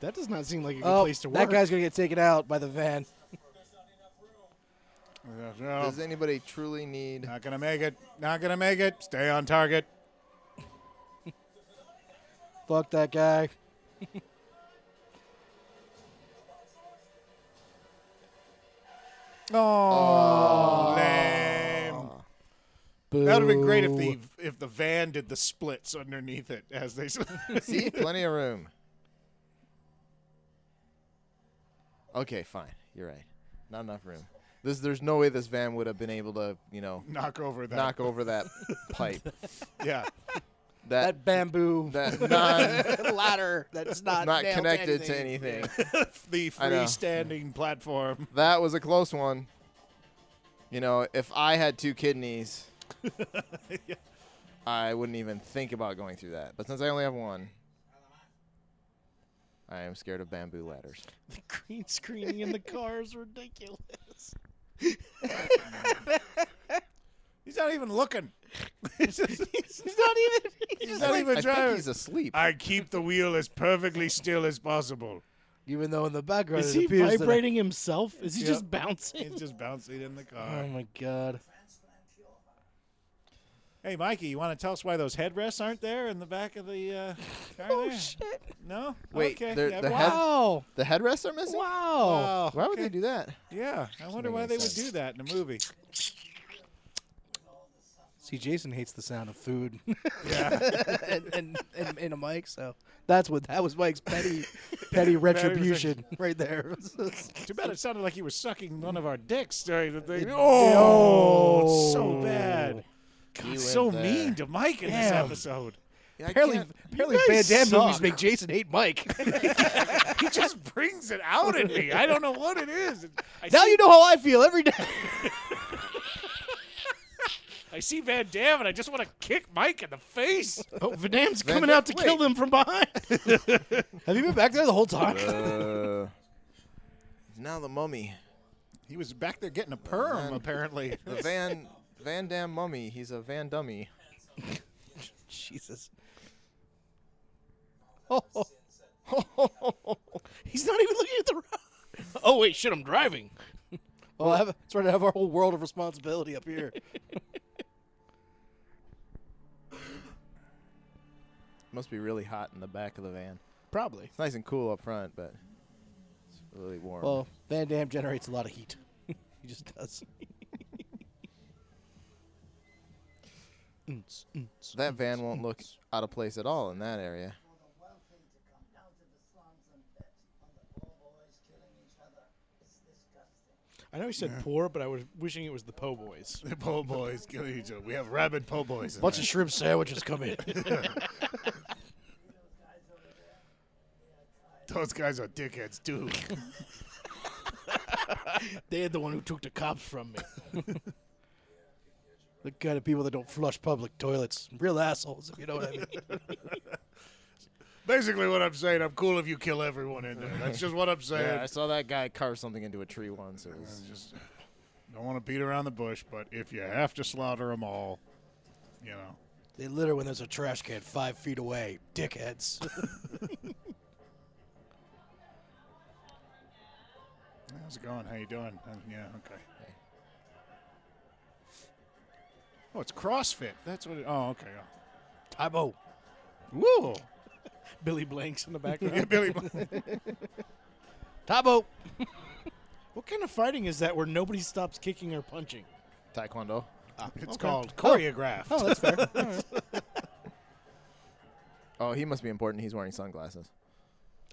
[SPEAKER 3] That does not seem like a good
[SPEAKER 2] Oh,
[SPEAKER 3] place to work.
[SPEAKER 2] that guy's gonna get taken out by the van.
[SPEAKER 1] Yeah,
[SPEAKER 3] Oh.
[SPEAKER 1] yeah.
[SPEAKER 5] Does anybody truly need?
[SPEAKER 1] Not gonna make it. Not gonna make it. Stay on target.
[SPEAKER 2] Fuck that guy.
[SPEAKER 1] Oh, lame.
[SPEAKER 2] Boo.
[SPEAKER 1] That would have been great if the if the van did the splits underneath it as they. s-
[SPEAKER 5] See, plenty of room. Okay, fine. You're right. Not enough room. This, there's no way this van would have been able to, you know,
[SPEAKER 1] knock over that.
[SPEAKER 5] knock over that pipe.
[SPEAKER 1] Yeah.
[SPEAKER 5] That
[SPEAKER 2] that bamboo
[SPEAKER 5] that non
[SPEAKER 2] ladder that's not
[SPEAKER 5] not
[SPEAKER 2] nailed
[SPEAKER 5] connected
[SPEAKER 2] anything.
[SPEAKER 5] to anything.
[SPEAKER 1] the
[SPEAKER 5] I know.
[SPEAKER 1] freestanding platform.
[SPEAKER 5] That was a close one. You know, if I had two kidneys, I wouldn't even think about going through that. But since I only have one, I am scared of bamboo ladders.
[SPEAKER 3] the green screening in the car is ridiculous.
[SPEAKER 1] He's not even looking.
[SPEAKER 3] He's not even.
[SPEAKER 1] He's not even
[SPEAKER 5] I think
[SPEAKER 1] driving.
[SPEAKER 5] he's asleep.
[SPEAKER 1] I keep the wheel as perfectly still as possible.
[SPEAKER 6] Even though in the background
[SPEAKER 3] Is
[SPEAKER 6] it
[SPEAKER 3] he
[SPEAKER 6] appears that I-
[SPEAKER 3] vibrating himself? Is he
[SPEAKER 1] Yeah.
[SPEAKER 3] just
[SPEAKER 1] He's
[SPEAKER 3] bouncing?
[SPEAKER 1] just bouncing in the car.
[SPEAKER 2] Oh my god.
[SPEAKER 1] Hey, Mikey, you want to tell us why those headrests aren't there in the back of the uh, car? oh shit! No.
[SPEAKER 5] Wait,
[SPEAKER 1] Okay.
[SPEAKER 5] they're-
[SPEAKER 1] yeah,
[SPEAKER 5] the
[SPEAKER 1] wow.
[SPEAKER 5] head-
[SPEAKER 2] Wow.
[SPEAKER 5] the headrests are missing?
[SPEAKER 2] Wow.
[SPEAKER 1] Wow.
[SPEAKER 5] Why would they do that?
[SPEAKER 1] Yeah, I wonder why
[SPEAKER 5] make
[SPEAKER 1] they would
[SPEAKER 5] sense.
[SPEAKER 1] do that in a movie.
[SPEAKER 2] See, Jason hates the sound of food. and, and, and and a mic, so that's what that was Mike's petty petty retribution right there.
[SPEAKER 1] Too bad it sounded like he was sucking one of our dicks during the thing. Oh, it's so bad. God,
[SPEAKER 5] went
[SPEAKER 1] so
[SPEAKER 5] there.
[SPEAKER 1] mean to Mike in this
[SPEAKER 2] Damn.
[SPEAKER 1] episode.
[SPEAKER 2] apparently apparently Van Damme movies
[SPEAKER 3] suck.
[SPEAKER 2] make Jason hate Mike.
[SPEAKER 1] He just brings it out at me. I don't know what it is. I
[SPEAKER 2] now
[SPEAKER 1] see,
[SPEAKER 2] you know how I feel every day.
[SPEAKER 1] I see Van Damme and I just want to kick Mike in the face.
[SPEAKER 3] Oh, Van Damme's
[SPEAKER 5] Van
[SPEAKER 3] coming
[SPEAKER 5] Dam-
[SPEAKER 3] out to kill
[SPEAKER 5] wait.
[SPEAKER 3] them from behind.
[SPEAKER 2] Have you been back there the whole time?
[SPEAKER 5] Uh, now the mummy.
[SPEAKER 1] He was back there getting a perm, apparently.
[SPEAKER 5] The Van Van Dam mummy. He's a Van Dummy.
[SPEAKER 2] Jesus.
[SPEAKER 3] He's not even looking at the road. Oh wait, shit! I'm driving.
[SPEAKER 2] Well, I have, it's right to have our whole world of responsibility up here.
[SPEAKER 5] Must be really hot in the back of the van.
[SPEAKER 3] Probably.
[SPEAKER 5] It's nice and cool up front, but it's really warm.
[SPEAKER 2] Well, Van Dam generates a lot of heat. he just does.
[SPEAKER 5] that van won't look out of place at all in that area.
[SPEAKER 7] Down to the slums and beds on the poor boys killing each other. It's disgusting.
[SPEAKER 3] I know he said poor, but I was wishing it was the Po' Boys.
[SPEAKER 1] The po' boys killing each other. We have rabid po' boys. in
[SPEAKER 2] Bunch
[SPEAKER 1] there.
[SPEAKER 2] of shrimp sandwiches come in.
[SPEAKER 1] Those guys are dickheads too.
[SPEAKER 2] They're the one who took the cops from me.
[SPEAKER 6] The kind of people that don't flush public toilets. Real assholes, if you know what I mean.
[SPEAKER 1] Basically, what I'm saying, I'm cool if you kill everyone in there. That's just what I'm saying.
[SPEAKER 5] Yeah, I saw that guy carve something into a tree once. It was
[SPEAKER 1] Just don't want to beat around the bush, but if you have to slaughter them all, you know.
[SPEAKER 6] They litter when there's a trash can five feet away. Dickheads.
[SPEAKER 1] How's it going? How you doing? Uh, yeah, okay. Oh, it's CrossFit. That's what. It, oh, okay.
[SPEAKER 6] Tybo.
[SPEAKER 1] Whoa.
[SPEAKER 3] Billy Blanks in the
[SPEAKER 1] Yeah,
[SPEAKER 3] background.
[SPEAKER 1] Billy.
[SPEAKER 6] Tybo.
[SPEAKER 3] what kind of fighting is that where nobody stops kicking or punching?
[SPEAKER 5] taekwondo.
[SPEAKER 1] It's called choreographed.
[SPEAKER 2] Oh, that's fair.
[SPEAKER 5] Oh, he must be important. He's wearing sunglasses.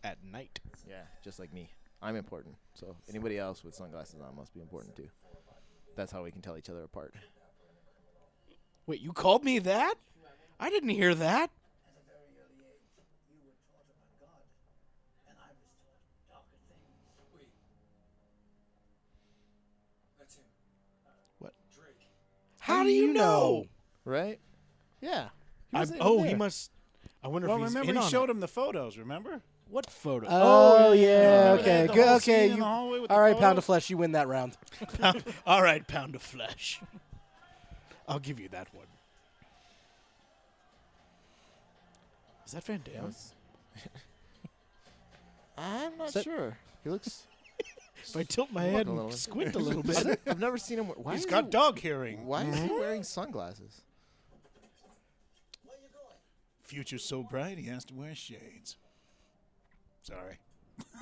[SPEAKER 3] At night.
[SPEAKER 5] Yeah, just like me. I'm important. So anybody else with sunglasses on must be important too. That's how we can tell each other apart.
[SPEAKER 3] Wait, you called me that? I didn't hear that. What? How do you know?
[SPEAKER 5] Right? Yeah. He
[SPEAKER 3] I,
[SPEAKER 5] wasn't even
[SPEAKER 3] oh, he
[SPEAKER 5] there.
[SPEAKER 3] must. I wonder
[SPEAKER 1] Well,
[SPEAKER 3] if he's
[SPEAKER 1] remember
[SPEAKER 3] in
[SPEAKER 1] he
[SPEAKER 3] on
[SPEAKER 1] showed
[SPEAKER 3] it.
[SPEAKER 1] him the photos. Remember?
[SPEAKER 3] What photo?
[SPEAKER 2] Oh,
[SPEAKER 1] yeah,
[SPEAKER 2] yeah.
[SPEAKER 1] remember
[SPEAKER 2] Okay.
[SPEAKER 1] that, the
[SPEAKER 2] Good.
[SPEAKER 1] whole scene
[SPEAKER 2] Okay.
[SPEAKER 1] in the
[SPEAKER 2] You,
[SPEAKER 1] hallway with the
[SPEAKER 2] all right, pound
[SPEAKER 1] photos?
[SPEAKER 2] of flesh. You win that round.
[SPEAKER 3] All right, pound of flesh. I'll give you that one. Is that Van Damme?
[SPEAKER 5] I'm not
[SPEAKER 2] that-
[SPEAKER 5] sure. He looks.
[SPEAKER 3] If I tilt my
[SPEAKER 5] Look
[SPEAKER 3] head
[SPEAKER 5] a
[SPEAKER 3] and
[SPEAKER 5] little.
[SPEAKER 3] squint a little bit,
[SPEAKER 5] I've never seen him. we- Why
[SPEAKER 1] He's
[SPEAKER 5] is
[SPEAKER 1] got
[SPEAKER 5] he,
[SPEAKER 1] dog hearing.
[SPEAKER 5] Why is he wearing sunglasses?
[SPEAKER 1] Future so bright, he has to wear shades. Sorry.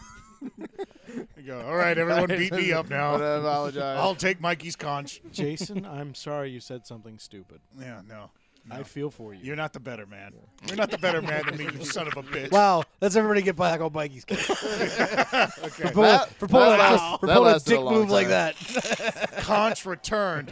[SPEAKER 1] I go. All right, everyone, beat me up now.
[SPEAKER 5] I apologize.
[SPEAKER 1] I'll take Mikey's conch.
[SPEAKER 3] Jason, I'm sorry you said something stupid.
[SPEAKER 1] Yeah, no.
[SPEAKER 3] I feel for you.
[SPEAKER 1] You're not the better man. You're not the better man than me, you son of a bitch.
[SPEAKER 6] Wow. Let's everybody get back on Mikey's case. For pulling,
[SPEAKER 5] That-
[SPEAKER 6] for pulling,
[SPEAKER 5] that
[SPEAKER 6] a-
[SPEAKER 5] last-
[SPEAKER 6] for
[SPEAKER 5] that
[SPEAKER 6] pulling a
[SPEAKER 5] lasted a
[SPEAKER 6] dick
[SPEAKER 5] long
[SPEAKER 6] move like
[SPEAKER 5] time.
[SPEAKER 6] that.
[SPEAKER 1] Conch returned.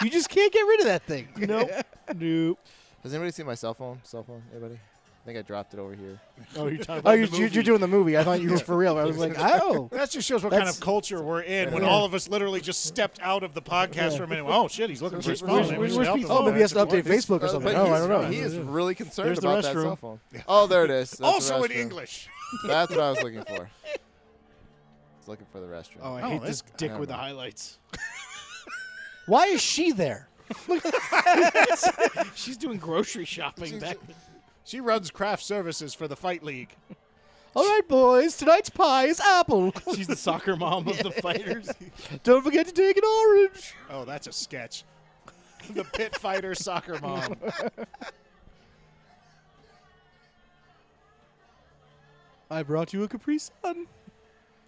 [SPEAKER 6] You just can't get rid of that thing. Oh,
[SPEAKER 3] Nope. nope.
[SPEAKER 5] Has anybody seen my cell phone? Cell phone? Anybody? I think I dropped it over here.
[SPEAKER 3] Oh, you're talking
[SPEAKER 2] Oh,
[SPEAKER 3] about
[SPEAKER 2] you're,
[SPEAKER 3] the
[SPEAKER 2] you're
[SPEAKER 3] movie.
[SPEAKER 2] you're doing the movie. I thought you were for real. I was like, oh.
[SPEAKER 1] That just shows what kind
[SPEAKER 2] That's-
[SPEAKER 1] of culture we're in when all of us literally just stepped out of the podcast for a minute. Oh, shit, he's looking for his phone.
[SPEAKER 2] We're-
[SPEAKER 1] Maybe we
[SPEAKER 2] we're-
[SPEAKER 1] should
[SPEAKER 2] we're
[SPEAKER 1] help
[SPEAKER 2] speak-
[SPEAKER 1] him with
[SPEAKER 2] oh, maybe he
[SPEAKER 1] that.
[SPEAKER 2] has to update Facebook or
[SPEAKER 5] Uh,
[SPEAKER 2] something.
[SPEAKER 5] but
[SPEAKER 2] Oh, I
[SPEAKER 5] he's-
[SPEAKER 2] don't know.
[SPEAKER 5] He is really concerned
[SPEAKER 2] There's the
[SPEAKER 5] about that
[SPEAKER 2] restroom.
[SPEAKER 5] cell phone. Oh, there it is. That's the
[SPEAKER 1] Also in
[SPEAKER 5] restroom.
[SPEAKER 1] English.
[SPEAKER 5] That's what I was looking for. I was looking for the restroom.
[SPEAKER 3] Oh, I
[SPEAKER 1] Oh,
[SPEAKER 3] hate
[SPEAKER 1] that's-
[SPEAKER 3] this dick
[SPEAKER 5] never
[SPEAKER 3] with the
[SPEAKER 5] mind.
[SPEAKER 3] highlights.
[SPEAKER 2] Why is she there?
[SPEAKER 3] She's doing grocery shopping back.
[SPEAKER 1] She runs craft services for the Fight League.
[SPEAKER 2] All right, boys. Tonight's pie is apple.
[SPEAKER 3] She's the soccer mom of the fighters.
[SPEAKER 2] Don't forget to take an orange.
[SPEAKER 1] Oh, that's a sketch. the pit fighter soccer mom.
[SPEAKER 2] I brought you a Capri Sun.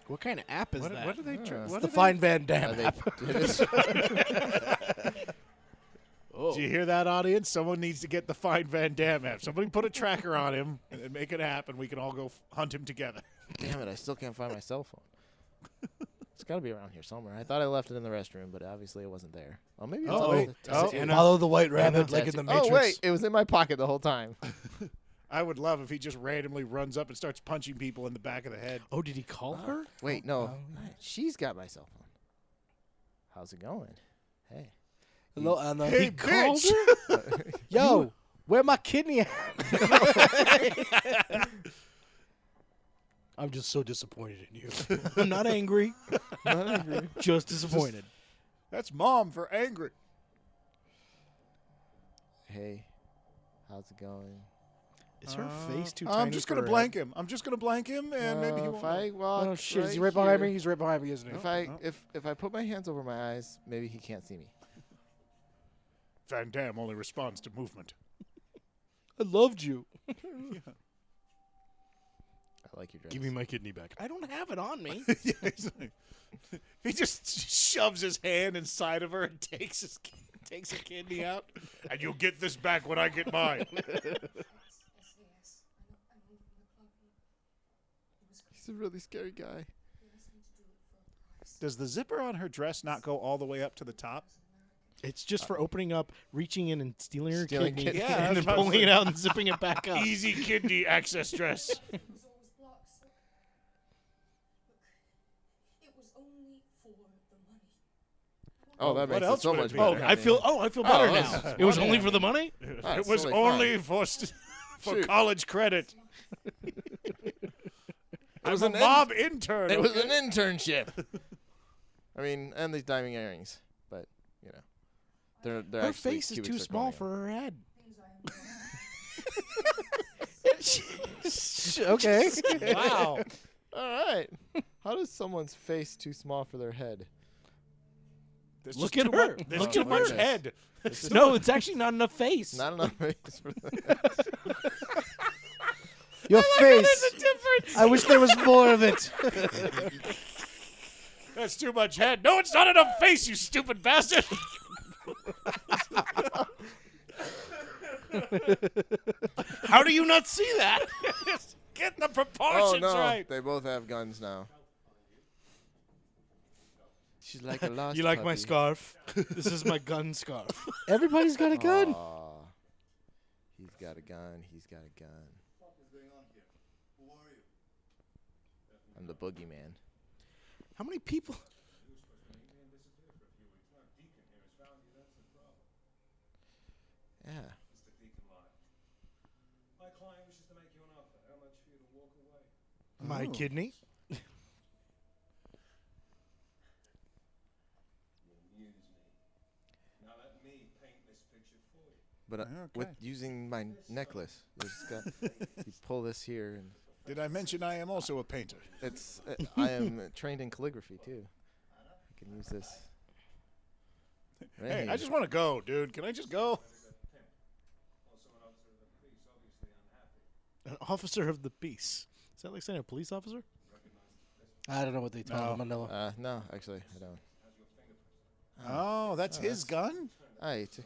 [SPEAKER 3] What kind of app is
[SPEAKER 1] What,
[SPEAKER 3] that?
[SPEAKER 1] what are they? Tr- what
[SPEAKER 2] The
[SPEAKER 1] are they-
[SPEAKER 2] fine Van
[SPEAKER 5] Are
[SPEAKER 2] Damme.
[SPEAKER 5] they-
[SPEAKER 1] Do you hear that, audience? Someone needs to get the Fine Van Dam app. Somebody put a tracker on him and make it happen. We can all go f- hunt him together.
[SPEAKER 5] Damn it! I still can't find my cell phone. It's got to be around here somewhere. I thought I left it in the restroom, but obviously it wasn't there. Oh, maybe. It's
[SPEAKER 1] Oh,
[SPEAKER 5] under
[SPEAKER 1] wait.
[SPEAKER 5] the-
[SPEAKER 1] Oh,
[SPEAKER 5] it's in-
[SPEAKER 3] uh,
[SPEAKER 6] Follow the white rabbit like in
[SPEAKER 5] it's-
[SPEAKER 6] the
[SPEAKER 5] oh
[SPEAKER 6] Matrix.
[SPEAKER 5] wait, it was in my pocket the whole time.
[SPEAKER 1] I would love if he just randomly runs up and starts punching people in the back of the head.
[SPEAKER 3] Oh, did he call her?
[SPEAKER 5] Wait, no, she's got my cell phone. How's it going? Hey,
[SPEAKER 2] Hello, Anna.
[SPEAKER 1] Hey,
[SPEAKER 2] He called
[SPEAKER 1] bitch!
[SPEAKER 2] her? Yo, where my kidney at?
[SPEAKER 6] I'm just so disappointed in you.
[SPEAKER 3] I'm not angry. Just disappointed.
[SPEAKER 1] That's mom for angry.
[SPEAKER 5] hey, how's it going?
[SPEAKER 3] Is her face too tiny?
[SPEAKER 1] I'm just gonna
[SPEAKER 3] for her
[SPEAKER 1] blank him. I'm just gonna blank him, and maybe
[SPEAKER 5] Uh,
[SPEAKER 1] he
[SPEAKER 5] if
[SPEAKER 1] won't.
[SPEAKER 5] I walk
[SPEAKER 2] Oh, shit.
[SPEAKER 5] right
[SPEAKER 2] Is he right behind
[SPEAKER 5] here-
[SPEAKER 2] me? He's right behind me, isn't he?
[SPEAKER 5] If I
[SPEAKER 1] no.
[SPEAKER 5] if if I put my hands over my eyes, maybe he can't see me.
[SPEAKER 1] Van Dam only responds to movement.
[SPEAKER 2] I loved you.
[SPEAKER 5] I like your dress.
[SPEAKER 3] Give me my kidney back. I don't have it on me.
[SPEAKER 1] Yeah, he's like- he just shoves his hand inside of her and takes his takes her kidney out. And you'll get this back when I get mine.
[SPEAKER 8] Yes, yes. I know, I know from the club. He, he was
[SPEAKER 5] He's a really scary guy.
[SPEAKER 8] crazy to do it for a price.
[SPEAKER 1] Does the zipper on her dress not go all the way up to the top?
[SPEAKER 3] it's just for opening up, reaching in and stealing her
[SPEAKER 5] Stealing
[SPEAKER 3] kidney,
[SPEAKER 5] kidney.
[SPEAKER 1] Yeah,
[SPEAKER 3] and then
[SPEAKER 1] that's what I was
[SPEAKER 3] pulling it out and zipping it back up.
[SPEAKER 1] Easy kidney access dress.
[SPEAKER 8] It was always blocked, so. Look, it was only for the money.
[SPEAKER 5] Oh, that
[SPEAKER 1] What
[SPEAKER 5] makes it
[SPEAKER 1] else
[SPEAKER 5] so
[SPEAKER 1] would it
[SPEAKER 5] much
[SPEAKER 1] be?
[SPEAKER 5] better.
[SPEAKER 3] Oh, I feel. Oh, I feel better
[SPEAKER 5] Oh, that's-
[SPEAKER 3] now. It was only for the money.
[SPEAKER 5] Ah,
[SPEAKER 1] it
[SPEAKER 5] it's
[SPEAKER 1] was
[SPEAKER 5] totally fine.
[SPEAKER 1] only for st- for
[SPEAKER 5] Shoot.
[SPEAKER 1] college credit. I was
[SPEAKER 5] was
[SPEAKER 1] a
[SPEAKER 5] an in-
[SPEAKER 1] mob intern.
[SPEAKER 5] It was an internship. I mean, and these diamond earrings, but you know, they're they're
[SPEAKER 3] Her
[SPEAKER 5] actually
[SPEAKER 3] face is
[SPEAKER 5] cubic
[SPEAKER 3] too small for
[SPEAKER 5] zirconia.
[SPEAKER 3] her head.
[SPEAKER 6] okay.
[SPEAKER 1] wow.
[SPEAKER 5] All right. How does someone's face too small for their head?
[SPEAKER 1] There's
[SPEAKER 3] Look
[SPEAKER 1] just
[SPEAKER 3] at
[SPEAKER 1] too
[SPEAKER 3] her.
[SPEAKER 1] Much, there's
[SPEAKER 5] Look
[SPEAKER 1] too
[SPEAKER 5] at
[SPEAKER 1] much
[SPEAKER 5] her.
[SPEAKER 1] head.
[SPEAKER 3] No, it's actually not enough face.
[SPEAKER 5] Not enough face for that.
[SPEAKER 6] Your face. I wish there was more of it.
[SPEAKER 1] That's too much head. No, it's not enough face, you stupid bastard.
[SPEAKER 3] How do you not see that?
[SPEAKER 1] Get the
[SPEAKER 5] Oh
[SPEAKER 1] proportions
[SPEAKER 5] no!
[SPEAKER 1] right.
[SPEAKER 5] They both have guns now. She's like a lost.
[SPEAKER 3] You like my
[SPEAKER 5] puppy.
[SPEAKER 3] scarf? this is my gun scarf.
[SPEAKER 6] Everybody's got a gun.
[SPEAKER 5] Aw. Uh, He's got a gun. He's got a gun. I'm the boogeyman.
[SPEAKER 3] How many people?
[SPEAKER 5] Yeah.
[SPEAKER 3] My kidney.
[SPEAKER 5] But uh, with
[SPEAKER 1] Oh, Okay.
[SPEAKER 5] using my necklace, you just got you pull this here, and
[SPEAKER 1] Did I mention I am also a painter?
[SPEAKER 5] it's. Uh, I am trained in calligraphy too. I can use this. Right
[SPEAKER 1] Hey, I
[SPEAKER 5] here.
[SPEAKER 1] just want to go, dude. Can I just go?
[SPEAKER 3] An officer of the peace. Is that like saying a police officer?
[SPEAKER 2] I don't know what they told him. Manila.
[SPEAKER 5] Uh, no, actually, I don't.
[SPEAKER 1] Oh, that's his gun?
[SPEAKER 5] I took.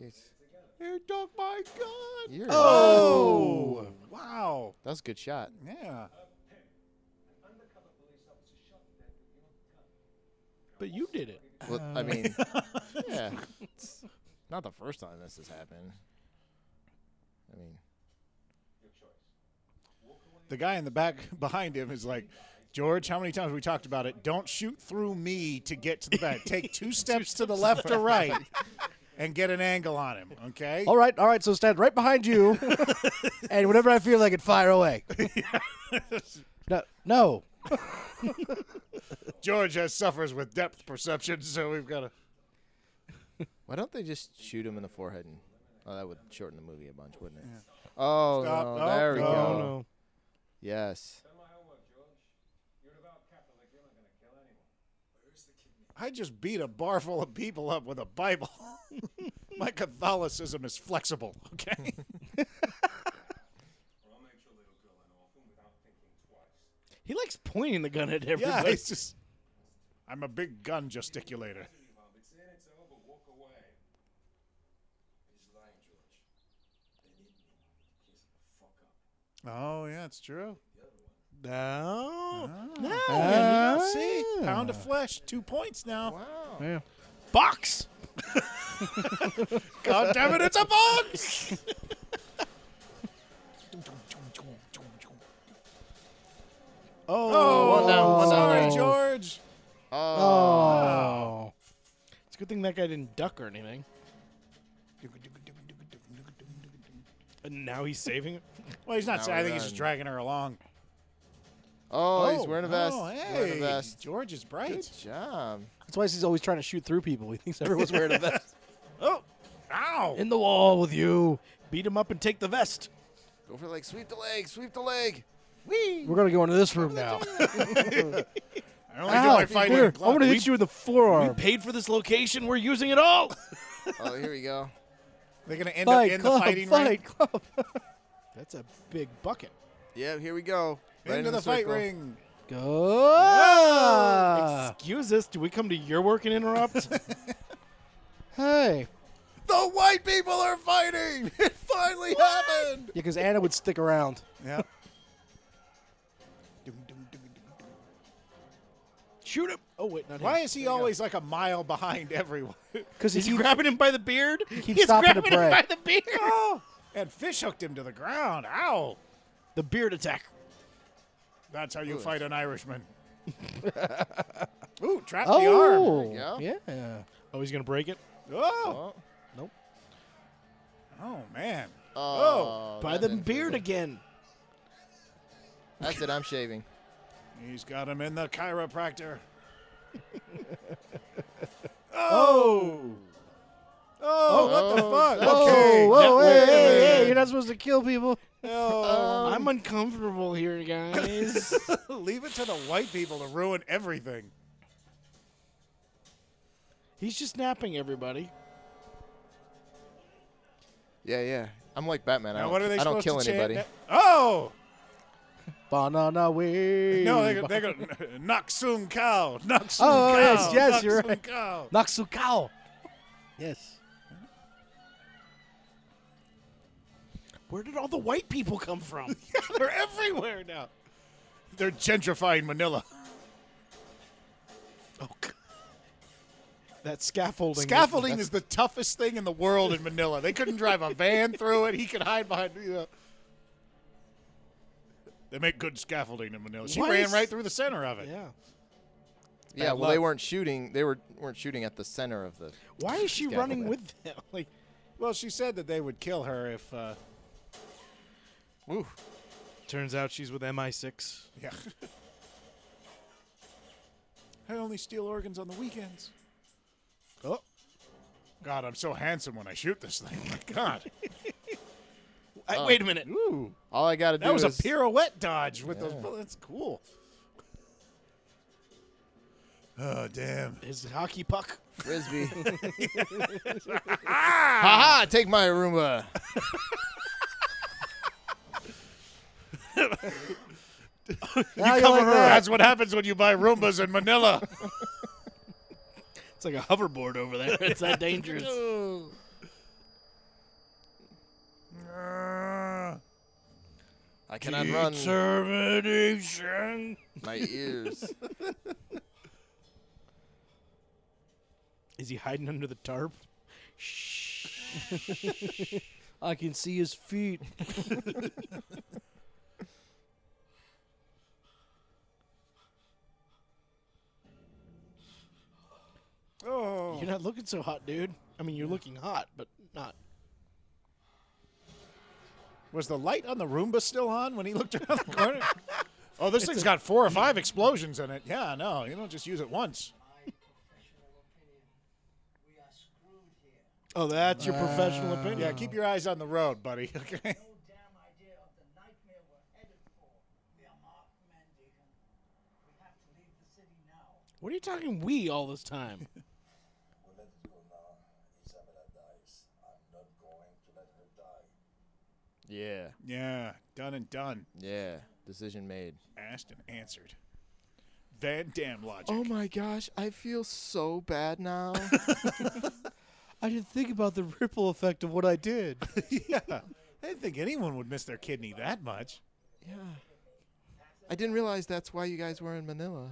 [SPEAKER 5] Yes.
[SPEAKER 1] Here, took my gun.
[SPEAKER 5] You're
[SPEAKER 1] Oh, wow.
[SPEAKER 5] That was a good shot.
[SPEAKER 1] Yeah.
[SPEAKER 3] But you did it.
[SPEAKER 5] Well,
[SPEAKER 1] Oh.
[SPEAKER 5] I mean, yeah, it's not the first time this has happened. I mean,
[SPEAKER 1] The guy in the back behind him is like, George, how many times have we talked about it? Don't shoot through me to get to the back. Take two steps to the left or right and get an angle on him, okay?
[SPEAKER 6] All right, all right. So stand right behind you, and whenever I feel like it, fire away.
[SPEAKER 2] No, no.
[SPEAKER 1] George has suffers with depth perception, so we've got to.
[SPEAKER 5] why don't they just shoot him in the forehead? And, oh, that would shorten the movie a bunch, wouldn't it? Oh
[SPEAKER 1] Stop.
[SPEAKER 5] no!
[SPEAKER 1] No,
[SPEAKER 5] there we
[SPEAKER 1] no,
[SPEAKER 5] go.
[SPEAKER 1] Oh.
[SPEAKER 3] no.
[SPEAKER 5] Yes.
[SPEAKER 1] I just beat a bar full of people up with a Bible. My Catholicism is flexible, okay?
[SPEAKER 3] He likes pointing the gun at
[SPEAKER 1] yeah,
[SPEAKER 3] everybody.
[SPEAKER 1] it's just. I'm a big gun gesticulator. Oh, yeah, it's true. Ah.
[SPEAKER 3] No. No.
[SPEAKER 5] Ah.
[SPEAKER 1] See? Pound of flesh, two points now.
[SPEAKER 3] Box.
[SPEAKER 1] God damn it, it's a box! oh, sorry,
[SPEAKER 3] Oh.
[SPEAKER 1] George.
[SPEAKER 3] It's a good thing that guy didn't duck or anything. And now he's saving it.
[SPEAKER 1] Well, he's not.
[SPEAKER 5] Now
[SPEAKER 1] sa- I
[SPEAKER 5] we're
[SPEAKER 1] think he's just
[SPEAKER 5] done.
[SPEAKER 1] dragging her along.
[SPEAKER 5] Oh, he's wearing a vest.
[SPEAKER 1] Oh,
[SPEAKER 5] He's
[SPEAKER 1] hey,
[SPEAKER 5] Wearing a vest.
[SPEAKER 1] George is bright.
[SPEAKER 5] Good job.
[SPEAKER 2] That's why he's always trying to shoot through people. He thinks everyone's wearing a vest.
[SPEAKER 1] Oh, ow!
[SPEAKER 2] In the wall with you.
[SPEAKER 3] Beat him up and take the vest.
[SPEAKER 5] Go for the leg. Sweep the leg. Sweep the leg. Whee!
[SPEAKER 2] We're gonna go into this room now.
[SPEAKER 1] I only
[SPEAKER 2] Ow,
[SPEAKER 1] do my fighting
[SPEAKER 2] here,
[SPEAKER 1] in
[SPEAKER 2] I want
[SPEAKER 1] gloves.
[SPEAKER 2] to hit you in the forearm.
[SPEAKER 3] Paid for this location. We're using it all.
[SPEAKER 5] oh, here we go.
[SPEAKER 1] They're going to end
[SPEAKER 2] Fight
[SPEAKER 1] up in the
[SPEAKER 2] Club,
[SPEAKER 1] fighting
[SPEAKER 2] Fight
[SPEAKER 1] ring.
[SPEAKER 2] Club.
[SPEAKER 3] That's a big bucket.
[SPEAKER 5] Yeah, here we go. Right
[SPEAKER 1] Into
[SPEAKER 5] in
[SPEAKER 1] the, fight
[SPEAKER 5] circle.
[SPEAKER 1] ring.
[SPEAKER 2] Go.
[SPEAKER 3] Excuse us. Do we come to your work and interrupt?
[SPEAKER 2] Hey.
[SPEAKER 1] The white people are fighting. It finally happened.
[SPEAKER 6] Yeah, because Anna would stick around.
[SPEAKER 1] Yeah.
[SPEAKER 3] Shoot him. Oh wait, not
[SPEAKER 1] Why is he always like a mile behind everyone?
[SPEAKER 6] Because he
[SPEAKER 3] He's
[SPEAKER 6] keeps,
[SPEAKER 3] grabbing him by the beard.
[SPEAKER 6] keeps stopping to
[SPEAKER 3] grabbing him
[SPEAKER 6] pray.
[SPEAKER 3] by the beard.
[SPEAKER 1] and fish hooked him to the ground. Ow.
[SPEAKER 3] The beard attack.
[SPEAKER 1] That's how you fight an Irishman. Ooh, trap the arm.
[SPEAKER 2] Oh.
[SPEAKER 5] go.
[SPEAKER 2] Yeah.
[SPEAKER 3] Oh, he's gonna break it
[SPEAKER 1] Oh.
[SPEAKER 5] Oh,
[SPEAKER 1] oh, man.
[SPEAKER 5] oh,
[SPEAKER 3] by
[SPEAKER 5] that
[SPEAKER 3] the
[SPEAKER 5] didn't
[SPEAKER 3] beard
[SPEAKER 5] feel good.
[SPEAKER 3] again.
[SPEAKER 5] That's it. I'm shaving.
[SPEAKER 1] He's got him in the chiropractor. oh. Oh, what the fuck? Okay.
[SPEAKER 2] Whoa, whoa,
[SPEAKER 3] now-
[SPEAKER 2] hey,
[SPEAKER 3] wait a
[SPEAKER 2] hey, hey,
[SPEAKER 3] minute.
[SPEAKER 2] You're not supposed to kill people.
[SPEAKER 3] I'm uncomfortable here, guys.
[SPEAKER 1] Leave it to the white people to ruin everything.
[SPEAKER 3] he's just napping everybody.
[SPEAKER 5] Yeah, yeah. I'm like Batman. I
[SPEAKER 1] Now,
[SPEAKER 5] don't,
[SPEAKER 1] what are they
[SPEAKER 5] I don't
[SPEAKER 1] supposed
[SPEAKER 5] kill
[SPEAKER 1] to chant
[SPEAKER 5] anybody.
[SPEAKER 1] na- Oh!
[SPEAKER 2] Banana way.
[SPEAKER 1] No, they go, they go knock soon cow, knock soon
[SPEAKER 2] Oh,
[SPEAKER 1] cow.
[SPEAKER 2] yes, yes,
[SPEAKER 1] knock
[SPEAKER 2] you're
[SPEAKER 1] soon
[SPEAKER 2] right.
[SPEAKER 1] Cow.
[SPEAKER 2] Naxukao. Yes.
[SPEAKER 3] Where did all the white people come from?
[SPEAKER 1] They're everywhere now. They're gentrifying Manila.
[SPEAKER 3] oh, God. that scaffolding.
[SPEAKER 1] Scaffolding is the toughest thing in the world in Manila. They couldn't drive a van through it. He could hide behind. You know. They make good scaffolding in Manila. She
[SPEAKER 3] Why
[SPEAKER 1] ran
[SPEAKER 3] is-
[SPEAKER 1] right through the center of it.
[SPEAKER 3] Yeah.
[SPEAKER 5] Yeah,
[SPEAKER 3] Bad
[SPEAKER 5] well, they
[SPEAKER 3] luck.
[SPEAKER 5] weren't shooting. They were weren't shooting at the center of the.
[SPEAKER 3] Why is she
[SPEAKER 5] Scaffolding.
[SPEAKER 3] running with them? Like,
[SPEAKER 1] Well, she said that they would kill her if. Uh,
[SPEAKER 5] Ooh.
[SPEAKER 3] turns out she's with MI6.
[SPEAKER 1] yeah. I only steal organs on the weekends. Oh. God, I'm so handsome when I shoot this thing. My God.
[SPEAKER 3] I, wait a minute.
[SPEAKER 1] Ooh.
[SPEAKER 5] All I gotta do
[SPEAKER 1] That was a
[SPEAKER 5] is
[SPEAKER 1] pirouette dodge with those bullets. That's cool. Oh damn!
[SPEAKER 3] His hockey puck.
[SPEAKER 5] frisbee. ha ha! Take my Roomba.
[SPEAKER 2] Now you
[SPEAKER 3] cover
[SPEAKER 2] like
[SPEAKER 3] her
[SPEAKER 2] that.
[SPEAKER 1] That's what happens when you buy Roombas in Manila.
[SPEAKER 3] It's like a hoverboard over there. It's that dangerous.
[SPEAKER 5] I cannot run.
[SPEAKER 3] Termination.
[SPEAKER 5] My ears.
[SPEAKER 3] Is he hiding under the tarp?
[SPEAKER 2] I can see his feet.
[SPEAKER 1] Oh,
[SPEAKER 3] You're not looking so hot, dude. I mean, you're looking hot, but not.
[SPEAKER 1] was the light on the Roomba still on when he looked around the corner? oh, this thing's got four or five explosions in it. Yeah, no, you don't just use it once.
[SPEAKER 3] Oh, that's your professional opinion.
[SPEAKER 1] Yeah, keep your eyes on the road, buddy. Okay.
[SPEAKER 7] No damn idea of the nightmare we're headed for. We are marked men, Deacon. We have to leave the city now.
[SPEAKER 3] What are you talking we all this time?
[SPEAKER 9] We'll let it go now. Isabella dies. I'm not going to let her die.
[SPEAKER 5] Yeah,
[SPEAKER 1] Yeah, done and done.
[SPEAKER 5] yeah. Decision made.
[SPEAKER 1] Asked and answered. Van Dam logic.
[SPEAKER 5] Oh my gosh, I feel so bad now.
[SPEAKER 2] I didn't think about the ripple effect of what I did.
[SPEAKER 1] yeah, I didn't think anyone would miss their kidney that much.
[SPEAKER 5] yeah. I didn't realize that's why you guys were in Manila.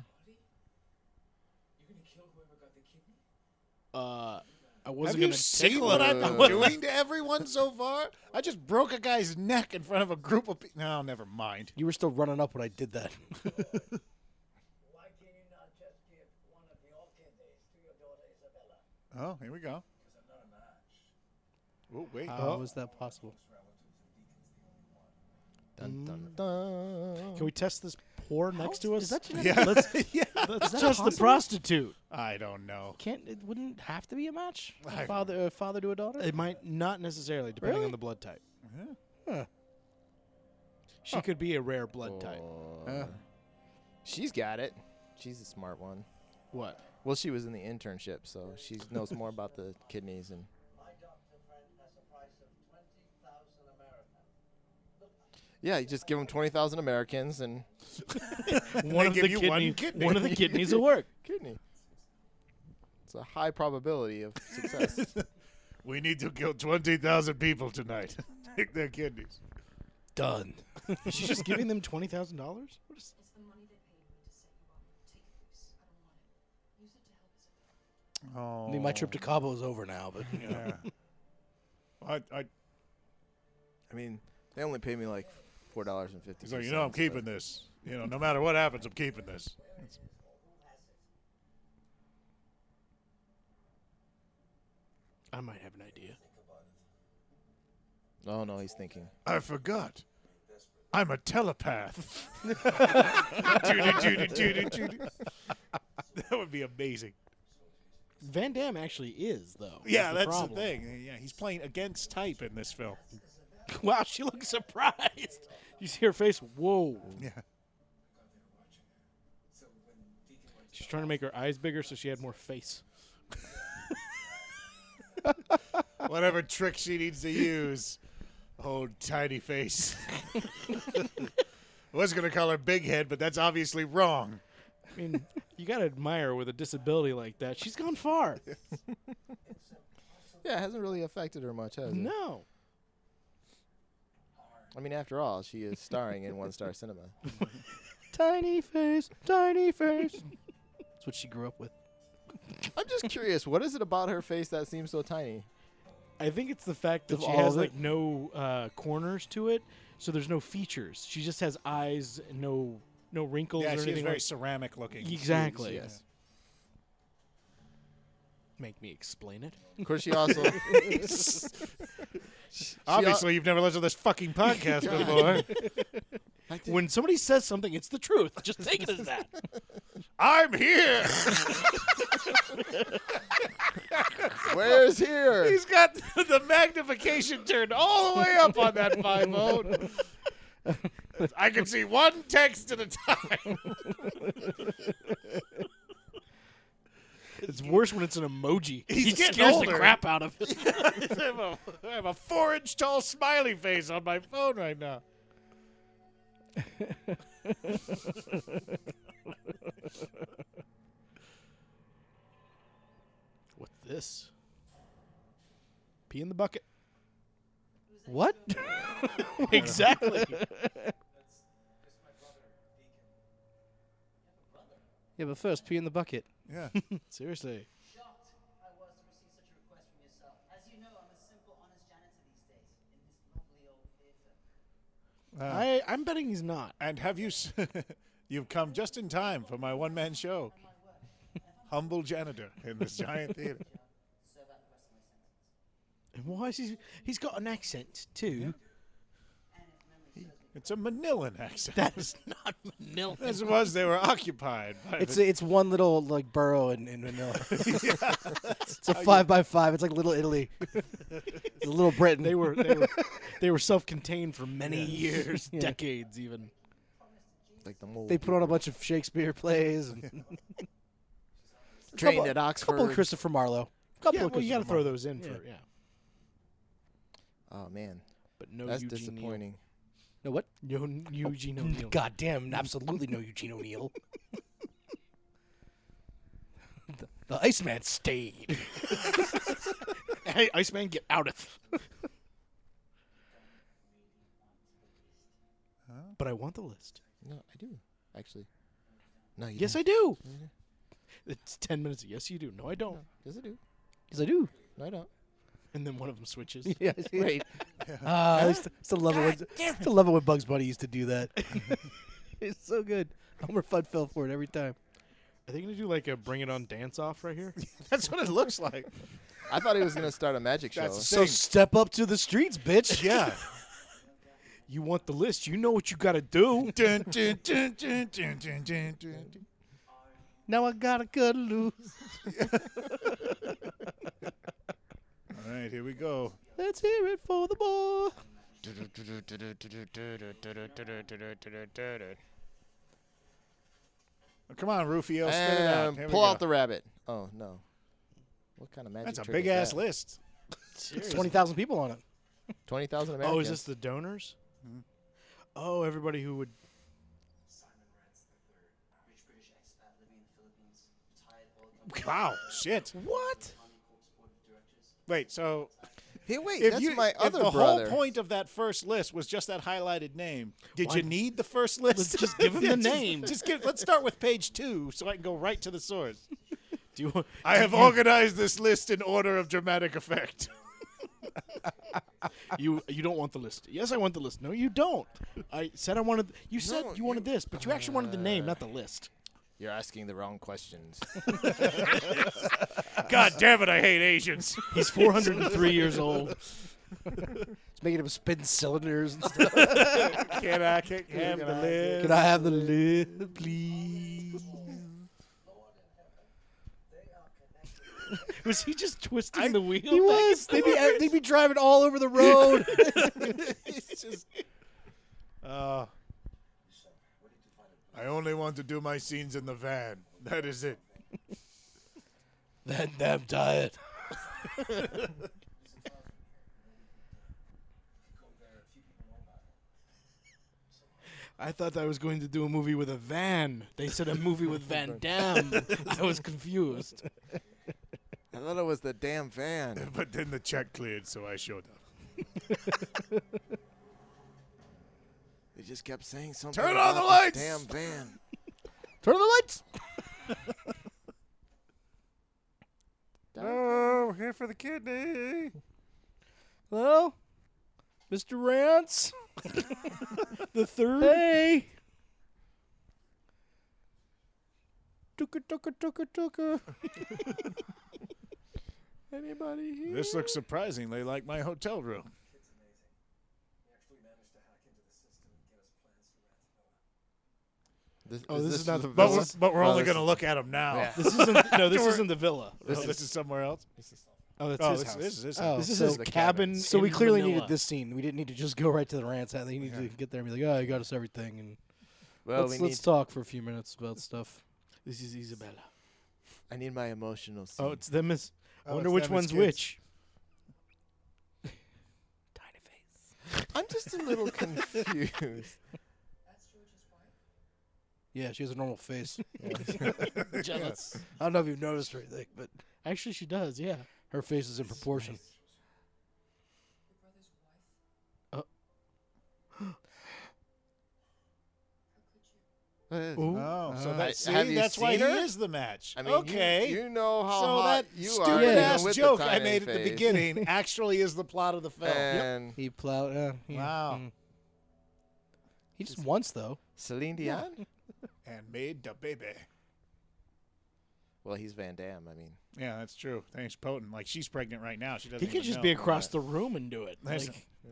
[SPEAKER 3] Uh, I
[SPEAKER 1] Have
[SPEAKER 3] wasn't
[SPEAKER 1] you
[SPEAKER 3] gonna
[SPEAKER 1] seen
[SPEAKER 3] tickle
[SPEAKER 1] what
[SPEAKER 3] him.
[SPEAKER 1] I've been doing to everyone so far? I just broke a guy's neck in front of a group of people. No, never mind.
[SPEAKER 2] You were still running up when I did that.
[SPEAKER 7] Why can you not just give one of the orchidae to your daughter Isabella?
[SPEAKER 1] Oh, here we go. Oh, wait.
[SPEAKER 2] How was that possible?
[SPEAKER 5] Dun dun dun.
[SPEAKER 3] Can we test this whore next to us?
[SPEAKER 2] Is that genetic?
[SPEAKER 1] yeah.
[SPEAKER 3] That's just the prostitute.
[SPEAKER 1] I don't know.
[SPEAKER 2] Can't it wouldn't have to be a match?
[SPEAKER 1] I-
[SPEAKER 2] Father, uh, father to a daughter.
[SPEAKER 3] It might not necessarily, depending
[SPEAKER 2] Really?
[SPEAKER 3] on the blood type. She could be a rare blood type.
[SPEAKER 5] She's got it. She's a smart one.
[SPEAKER 3] What?
[SPEAKER 5] Well, she was in the internship, so she knows more about the kidneys and
[SPEAKER 7] My doctor friend has a price
[SPEAKER 5] Yeah, you just give them twenty thousand Americans and
[SPEAKER 3] one, of
[SPEAKER 1] give
[SPEAKER 3] the
[SPEAKER 1] you
[SPEAKER 3] kidney,
[SPEAKER 1] one kidney.
[SPEAKER 3] one of the kidneys will work.
[SPEAKER 5] kidney. It's a high probability of success.
[SPEAKER 1] We need to kill 20,000 people tonight. Take their kidneys.
[SPEAKER 2] Done.
[SPEAKER 3] She's just giving them twenty thousand dollars. What is?
[SPEAKER 8] It's the money they paid me to set you up. Take it loose. I don't want it. Use it to help us.
[SPEAKER 1] Oh.
[SPEAKER 2] I mean, my trip to Cabo is over now, but you know.
[SPEAKER 1] I, I,
[SPEAKER 5] I mean, they only pay me like four dollars and fifty.
[SPEAKER 1] so, you know, I'm keeping this. You know, no matter what happens, I'm keeping this.
[SPEAKER 3] I might have an idea.
[SPEAKER 5] Oh no, he's thinking.
[SPEAKER 1] I forgot. I'm a telepath. Judy, Judy, Judy, Judy. That would be amazing.
[SPEAKER 3] Van Damme actually is though.
[SPEAKER 1] Yeah,
[SPEAKER 3] the
[SPEAKER 1] that's the,
[SPEAKER 3] problem.
[SPEAKER 1] thing. Yeah, he's playing against type in this film.
[SPEAKER 3] Wow, she looks surprised. You see her face. Whoa.
[SPEAKER 1] Yeah.
[SPEAKER 3] She's trying to make her eyes bigger so she had more face.
[SPEAKER 1] Whatever trick she needs to use. Oh, tiny face. I was going to call her Big Head, but that's obviously wrong.
[SPEAKER 3] I mean, you gotta admire her with a disability like that. She's gone far.
[SPEAKER 5] Yeah, it hasn't really affected her much, has it?
[SPEAKER 3] No.
[SPEAKER 5] I mean, after all, she is starring in One Star Cinema.
[SPEAKER 2] tiny face, tiny face. That's what she grew up with.
[SPEAKER 5] I'm just curious, what is it about her face that seems so tiny?
[SPEAKER 3] I think it's the fact that
[SPEAKER 2] Of
[SPEAKER 3] she
[SPEAKER 2] all
[SPEAKER 3] has
[SPEAKER 2] the-
[SPEAKER 3] like no uh, corners to it, so there's no features. She just has eyes, and no no wrinkles
[SPEAKER 1] Yeah,
[SPEAKER 3] or
[SPEAKER 1] she is
[SPEAKER 3] anything.
[SPEAKER 1] very
[SPEAKER 3] like-
[SPEAKER 1] ceramic looking.
[SPEAKER 3] exactly.
[SPEAKER 5] Yes.
[SPEAKER 3] Make me explain it.
[SPEAKER 5] Of course, she also.
[SPEAKER 1] Obviously, you've never listened to this fucking podcast before.
[SPEAKER 3] When somebody says something, it's the truth. Just take it as that.
[SPEAKER 1] I'm here.
[SPEAKER 5] Where's here?
[SPEAKER 1] He's got the magnification turned all the way up on that five phone. I can see one text at a time.
[SPEAKER 3] It's worse when it's an emoji.
[SPEAKER 1] He's
[SPEAKER 3] he
[SPEAKER 1] getting
[SPEAKER 3] scares
[SPEAKER 1] older.
[SPEAKER 3] the crap out of it.
[SPEAKER 1] I have a- I have a four inch tall smiley face on my phone right now.
[SPEAKER 3] What's this? Pee in the bucket.
[SPEAKER 2] What?
[SPEAKER 3] exactly.
[SPEAKER 2] yeah, but first pee in the bucket.
[SPEAKER 1] Yeah.
[SPEAKER 3] Seriously.
[SPEAKER 7] Shocked I was to receive such a request from yourself. As you know, I'm a simple, honest janitor these days in this lovely old theater.
[SPEAKER 5] Ah.
[SPEAKER 3] I I'm betting he's not.
[SPEAKER 1] And have you? S- you've come just in time for my one man show. Humble janitor in this giant theater.
[SPEAKER 7] Serve out the rest of my sentence.
[SPEAKER 3] And why is he? He's got an accent too.
[SPEAKER 7] And if memory serves me,
[SPEAKER 1] It's a Manilan accent.
[SPEAKER 3] That is not Manila.
[SPEAKER 1] As it was, they were occupied by
[SPEAKER 2] It's
[SPEAKER 1] the,
[SPEAKER 2] it's one little like borough in, in Manila. it's a five by five. It's like Little Italy, It's Little Britain.
[SPEAKER 3] They were they were they were self-contained for many years, decades even.
[SPEAKER 5] Like the mole.
[SPEAKER 2] they put on a bunch of Shakespeare plays. And
[SPEAKER 5] trained
[SPEAKER 2] couple-
[SPEAKER 5] at Oxford.
[SPEAKER 2] couple of Christopher Marlowe. Couple
[SPEAKER 3] Yeah,
[SPEAKER 2] of
[SPEAKER 3] well, you got to
[SPEAKER 2] Christopher
[SPEAKER 3] throw those in for yeah.
[SPEAKER 5] oh man,
[SPEAKER 3] But no
[SPEAKER 5] that's
[SPEAKER 3] Eugene
[SPEAKER 5] disappointing.
[SPEAKER 2] O'Neill. No what? Oh,
[SPEAKER 3] O'Neill. No Eugene O'Neill.
[SPEAKER 2] God damn! Absolutely no Eugene O'Neill. the, the Iceman stayed.
[SPEAKER 3] Hey, Iceman, get out of. But I want the list.
[SPEAKER 5] No, I do actually. No, you
[SPEAKER 3] Yes, I do. It's ten minutes. Yes, you do. No, I don't.
[SPEAKER 5] Yes, I do.
[SPEAKER 2] Yes, I do.
[SPEAKER 5] No, I don't.
[SPEAKER 3] And then one of them switches.
[SPEAKER 2] Yeah, I see.
[SPEAKER 5] Wait,
[SPEAKER 2] Ah, I used to, used to love it. When, used to love it when Bugs Bunny used to do that. it's so good. Homer Fun fell for it every time.
[SPEAKER 3] Are they gonna do like a Bring It On dance off right here?
[SPEAKER 1] That's what it looks like.
[SPEAKER 5] I thought he was gonna start a magic show.
[SPEAKER 1] That's
[SPEAKER 2] So
[SPEAKER 1] Thing.
[SPEAKER 2] step up to the streets, bitch.
[SPEAKER 1] Yeah.
[SPEAKER 3] You want the list? You know what you gotta do.
[SPEAKER 1] dun, dun, dun, dun, dun, dun, dun, dun.
[SPEAKER 2] Now I gotta cut loose.
[SPEAKER 1] All right, here we go.
[SPEAKER 2] Let's hear it for the boy.
[SPEAKER 1] Oh, Come on, Rufio, spit it Um, out.
[SPEAKER 5] and
[SPEAKER 1] Here we
[SPEAKER 5] pull out
[SPEAKER 1] go.
[SPEAKER 5] the rabbit. Oh no. What kind of magic?
[SPEAKER 1] That's a
[SPEAKER 5] trick
[SPEAKER 1] big
[SPEAKER 5] is
[SPEAKER 1] ass
[SPEAKER 5] that?
[SPEAKER 1] list.
[SPEAKER 2] Twenty thousand people on it.
[SPEAKER 5] Twenty thousand Americans.
[SPEAKER 3] Oh, is this the donors? Oh, everybody who would.
[SPEAKER 7] Simon Rance III, rich British expat living in the Philippines, retired oil company.
[SPEAKER 1] Wow, shit.
[SPEAKER 3] What?
[SPEAKER 7] Army Corps Board of Directors.
[SPEAKER 1] Wait, so
[SPEAKER 5] Hey, wait,
[SPEAKER 1] if
[SPEAKER 5] that's
[SPEAKER 1] you,
[SPEAKER 5] my
[SPEAKER 1] if
[SPEAKER 5] other
[SPEAKER 1] the
[SPEAKER 5] brother.
[SPEAKER 1] whole point of that first list was just that highlighted name, did you need the first list?
[SPEAKER 3] Let's just give him the
[SPEAKER 1] Yeah, just-
[SPEAKER 3] name.
[SPEAKER 1] Just, give, let's start with page two, so I can go right to the source.
[SPEAKER 3] Do you? want-
[SPEAKER 1] I have organized this list in order of dramatic effect.
[SPEAKER 3] You you don't want the list. Yes, I want the list. No, you don't. I said I wanted. You said
[SPEAKER 5] No,
[SPEAKER 3] you Uh, wanted this, but you actually wanted the name, not the list.
[SPEAKER 5] You're asking the wrong questions.
[SPEAKER 1] God damn it, I hate Asians.
[SPEAKER 3] He's 403 years old.
[SPEAKER 6] It's making him spin cylinders and stuff.
[SPEAKER 1] Can I kick him the list?
[SPEAKER 6] Can I have the lid, please?
[SPEAKER 3] Was he just twisting the wheel?
[SPEAKER 6] He was. They'd be, they'd be driving all over the road.
[SPEAKER 1] Oh. I only want to do my scenes in the van. That is it.
[SPEAKER 6] then them tired.
[SPEAKER 3] I thought I was going to do a movie with a van. They said a movie with Van Damme. I was confused.
[SPEAKER 5] I thought it was the damn van.
[SPEAKER 1] But then the check cleared, so I showed up.
[SPEAKER 5] They just kept saying something.
[SPEAKER 1] Turn on
[SPEAKER 5] about
[SPEAKER 1] the
[SPEAKER 5] this
[SPEAKER 1] lights!
[SPEAKER 5] Damn van.
[SPEAKER 6] Turn on the lights.
[SPEAKER 1] Oh, here for the kidney.
[SPEAKER 2] Hello, Mr. Rance.
[SPEAKER 3] The third.
[SPEAKER 2] Hey. Tuka tuka tuka tuka. Anybody here?
[SPEAKER 1] This looks surprisingly like my hotel room.
[SPEAKER 5] This,
[SPEAKER 3] Oh, this is not the-
[SPEAKER 1] But
[SPEAKER 3] This
[SPEAKER 1] we're,
[SPEAKER 3] is-
[SPEAKER 1] but we're
[SPEAKER 5] no,
[SPEAKER 1] only
[SPEAKER 5] this
[SPEAKER 1] going to look at him now.
[SPEAKER 5] Yeah.
[SPEAKER 3] This isn't. No, this isn't the villa.
[SPEAKER 1] Oh, This, is, somewhere else.
[SPEAKER 3] Oh, that's
[SPEAKER 1] oh,
[SPEAKER 3] his
[SPEAKER 1] this,
[SPEAKER 3] house.
[SPEAKER 1] this is his
[SPEAKER 6] Oh,
[SPEAKER 1] house.
[SPEAKER 3] This is
[SPEAKER 6] so-
[SPEAKER 3] his
[SPEAKER 5] the
[SPEAKER 3] cabin.
[SPEAKER 5] cabin.
[SPEAKER 6] So
[SPEAKER 3] in
[SPEAKER 6] we clearly
[SPEAKER 3] Manila.
[SPEAKER 6] needed this scene. We didn't need to just go right to the rants. They needed to get there and be like, "Oh, you got us everything." And
[SPEAKER 5] well,
[SPEAKER 2] let's
[SPEAKER 5] we
[SPEAKER 2] let's
[SPEAKER 5] need,
[SPEAKER 2] talk for a few minutes about stuff.
[SPEAKER 3] This is Isabella.
[SPEAKER 5] I need my emotional scene.
[SPEAKER 3] Oh, it's them. Is I
[SPEAKER 1] Oh,
[SPEAKER 3] wonder
[SPEAKER 1] it's
[SPEAKER 3] which
[SPEAKER 1] them as
[SPEAKER 3] one's
[SPEAKER 1] kids.
[SPEAKER 3] which.
[SPEAKER 5] I'm just a little confused.
[SPEAKER 6] Yeah, she has a normal face.
[SPEAKER 3] Jealous.
[SPEAKER 6] I don't know if you've noticed or anything, but
[SPEAKER 3] Actually, she does. Yeah.
[SPEAKER 6] her face is in proportion.
[SPEAKER 5] I
[SPEAKER 1] Oh, so
[SPEAKER 5] Uh,
[SPEAKER 1] that's
[SPEAKER 5] have
[SPEAKER 1] see,
[SPEAKER 5] you
[SPEAKER 1] that's why
[SPEAKER 5] seen her?
[SPEAKER 1] he is the match.
[SPEAKER 5] mean, you-
[SPEAKER 1] okay.
[SPEAKER 5] You, know how
[SPEAKER 1] so
[SPEAKER 5] hot
[SPEAKER 1] that
[SPEAKER 5] you are.
[SPEAKER 1] stupid
[SPEAKER 5] even
[SPEAKER 1] ass
[SPEAKER 5] with the
[SPEAKER 1] joke I
[SPEAKER 5] tiny
[SPEAKER 1] made at the
[SPEAKER 5] face.
[SPEAKER 1] beginning actually is the plot of the film.
[SPEAKER 5] And
[SPEAKER 6] He plowed. Uh, yeah,
[SPEAKER 1] Wow.
[SPEAKER 6] mm. He just once though.
[SPEAKER 5] Celine Dion.
[SPEAKER 1] And made the baby.
[SPEAKER 5] Well, he's Van Damme. I mean,
[SPEAKER 1] Yeah, that's true. Thanks, Potent. Like she's pregnant right now. She doesn't.
[SPEAKER 3] He could
[SPEAKER 1] even
[SPEAKER 3] just
[SPEAKER 1] know.
[SPEAKER 3] be across the room and do it.
[SPEAKER 1] There's,
[SPEAKER 3] Like,
[SPEAKER 1] a-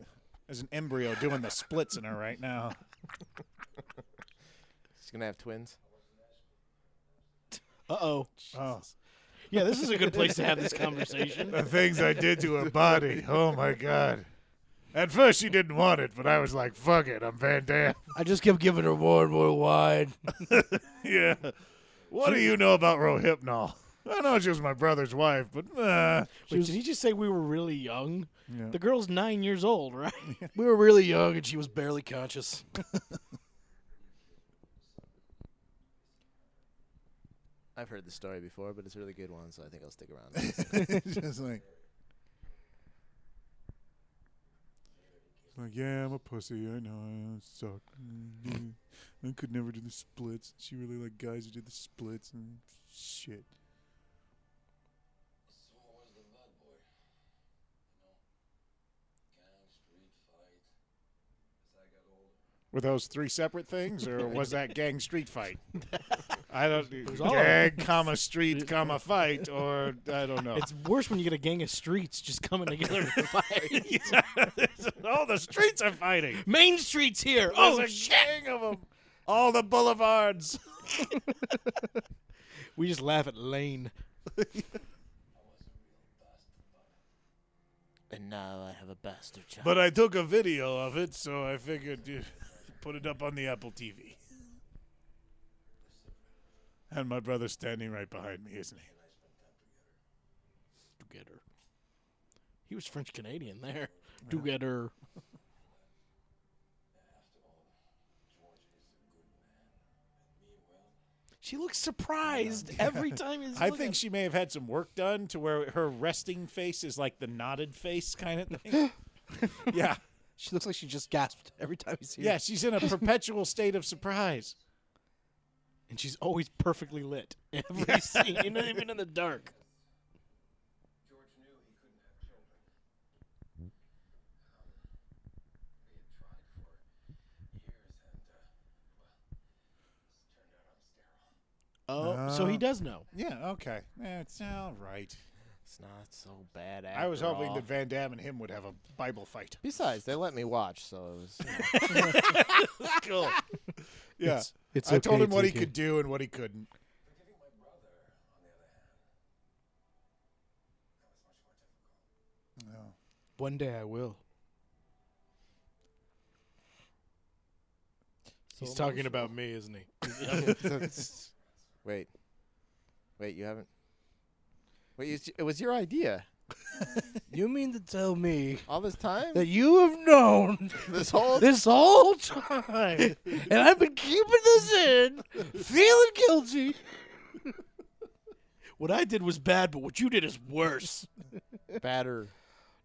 [SPEAKER 1] there's an embryo doing the splits in her right now.
[SPEAKER 5] he's gonna have twins.
[SPEAKER 3] uh oh.
[SPEAKER 1] Oh,
[SPEAKER 3] Yeah, this is a good place to have this conversation.
[SPEAKER 1] the things I did to her body. Oh my god. At first she didn't want it, but I was like, "Fuck it, I'm Van Damme."
[SPEAKER 6] I just kept giving her more and more wine.
[SPEAKER 1] yeah. What do you know about Rohypnol? I know she was my brother's wife, but uh,
[SPEAKER 3] Wait, did he just say we were really young? The girl's nine years old, right?
[SPEAKER 6] We were really young, and she was barely conscious.
[SPEAKER 5] I've heard the story before, but it's a really good one, so I think I'll stick around.
[SPEAKER 1] just like, like, yeah, I'm a pussy. I know I suck. I could never do the splits. She really liked guys who did the splits and shit.
[SPEAKER 9] So was the bad boy. You know, gang, street fight. As I got older.
[SPEAKER 1] Were those three separate things, or was that gang street fight? I don't
[SPEAKER 3] all of
[SPEAKER 1] gang comma street comma fight, or I don't know.
[SPEAKER 3] It's worse when you get a gang of streets just coming together to fight.
[SPEAKER 1] all the streets are fighting.
[SPEAKER 3] Main Street's here.
[SPEAKER 1] There's
[SPEAKER 3] Oh,
[SPEAKER 1] a gang of them. All the boulevards.
[SPEAKER 3] we just laugh at Lane.
[SPEAKER 5] and now I have a bastard child.
[SPEAKER 1] But I took a video of it, so I figured to put it up on the Apple TV. And my brother's standing right behind me, isn't he?
[SPEAKER 3] Together. He was French Canadian there. Together. She looks surprised every time. he's
[SPEAKER 1] I
[SPEAKER 3] looking
[SPEAKER 1] think
[SPEAKER 3] at-
[SPEAKER 1] she may have had some work done to where her resting face is like the knotted face kind of thing. yeah.
[SPEAKER 2] She looks like she just gasped every time you see her.
[SPEAKER 1] Yeah, she's in a perpetual state of surprise.
[SPEAKER 3] and she's always perfectly lit. Every scene, not even in the dark.
[SPEAKER 9] George knew he couldn't have children. Um, we had tried for years and, uh, well, it's turned out I'm sterile.
[SPEAKER 3] Oh, so he does know.
[SPEAKER 1] Yeah, okay. Yeah, it's all right.
[SPEAKER 5] It's not so bad.
[SPEAKER 1] I was
[SPEAKER 5] after
[SPEAKER 1] hoping
[SPEAKER 5] all.
[SPEAKER 1] that Van Damme and him would have a Bible fight.
[SPEAKER 5] Besides, they let me watch, so it was.
[SPEAKER 1] Cool. yeah.
[SPEAKER 2] It's- it's
[SPEAKER 1] I told him
[SPEAKER 2] okay,
[SPEAKER 1] what he
[SPEAKER 2] TK.
[SPEAKER 1] could do and what he couldn't.
[SPEAKER 9] Forgiving my brother, on the other hand, that was much more difficult.
[SPEAKER 3] One day I will. He's talking about me, isn't he?
[SPEAKER 5] Wait, wait, you haven't. Wait, you, it was your idea
[SPEAKER 2] You mean to tell me
[SPEAKER 5] all this time?
[SPEAKER 2] that you have known
[SPEAKER 5] this whole
[SPEAKER 2] this whole time, and I've been keeping this in, feeling guilty.
[SPEAKER 3] What I did was bad, but what you did is worse.
[SPEAKER 5] batter.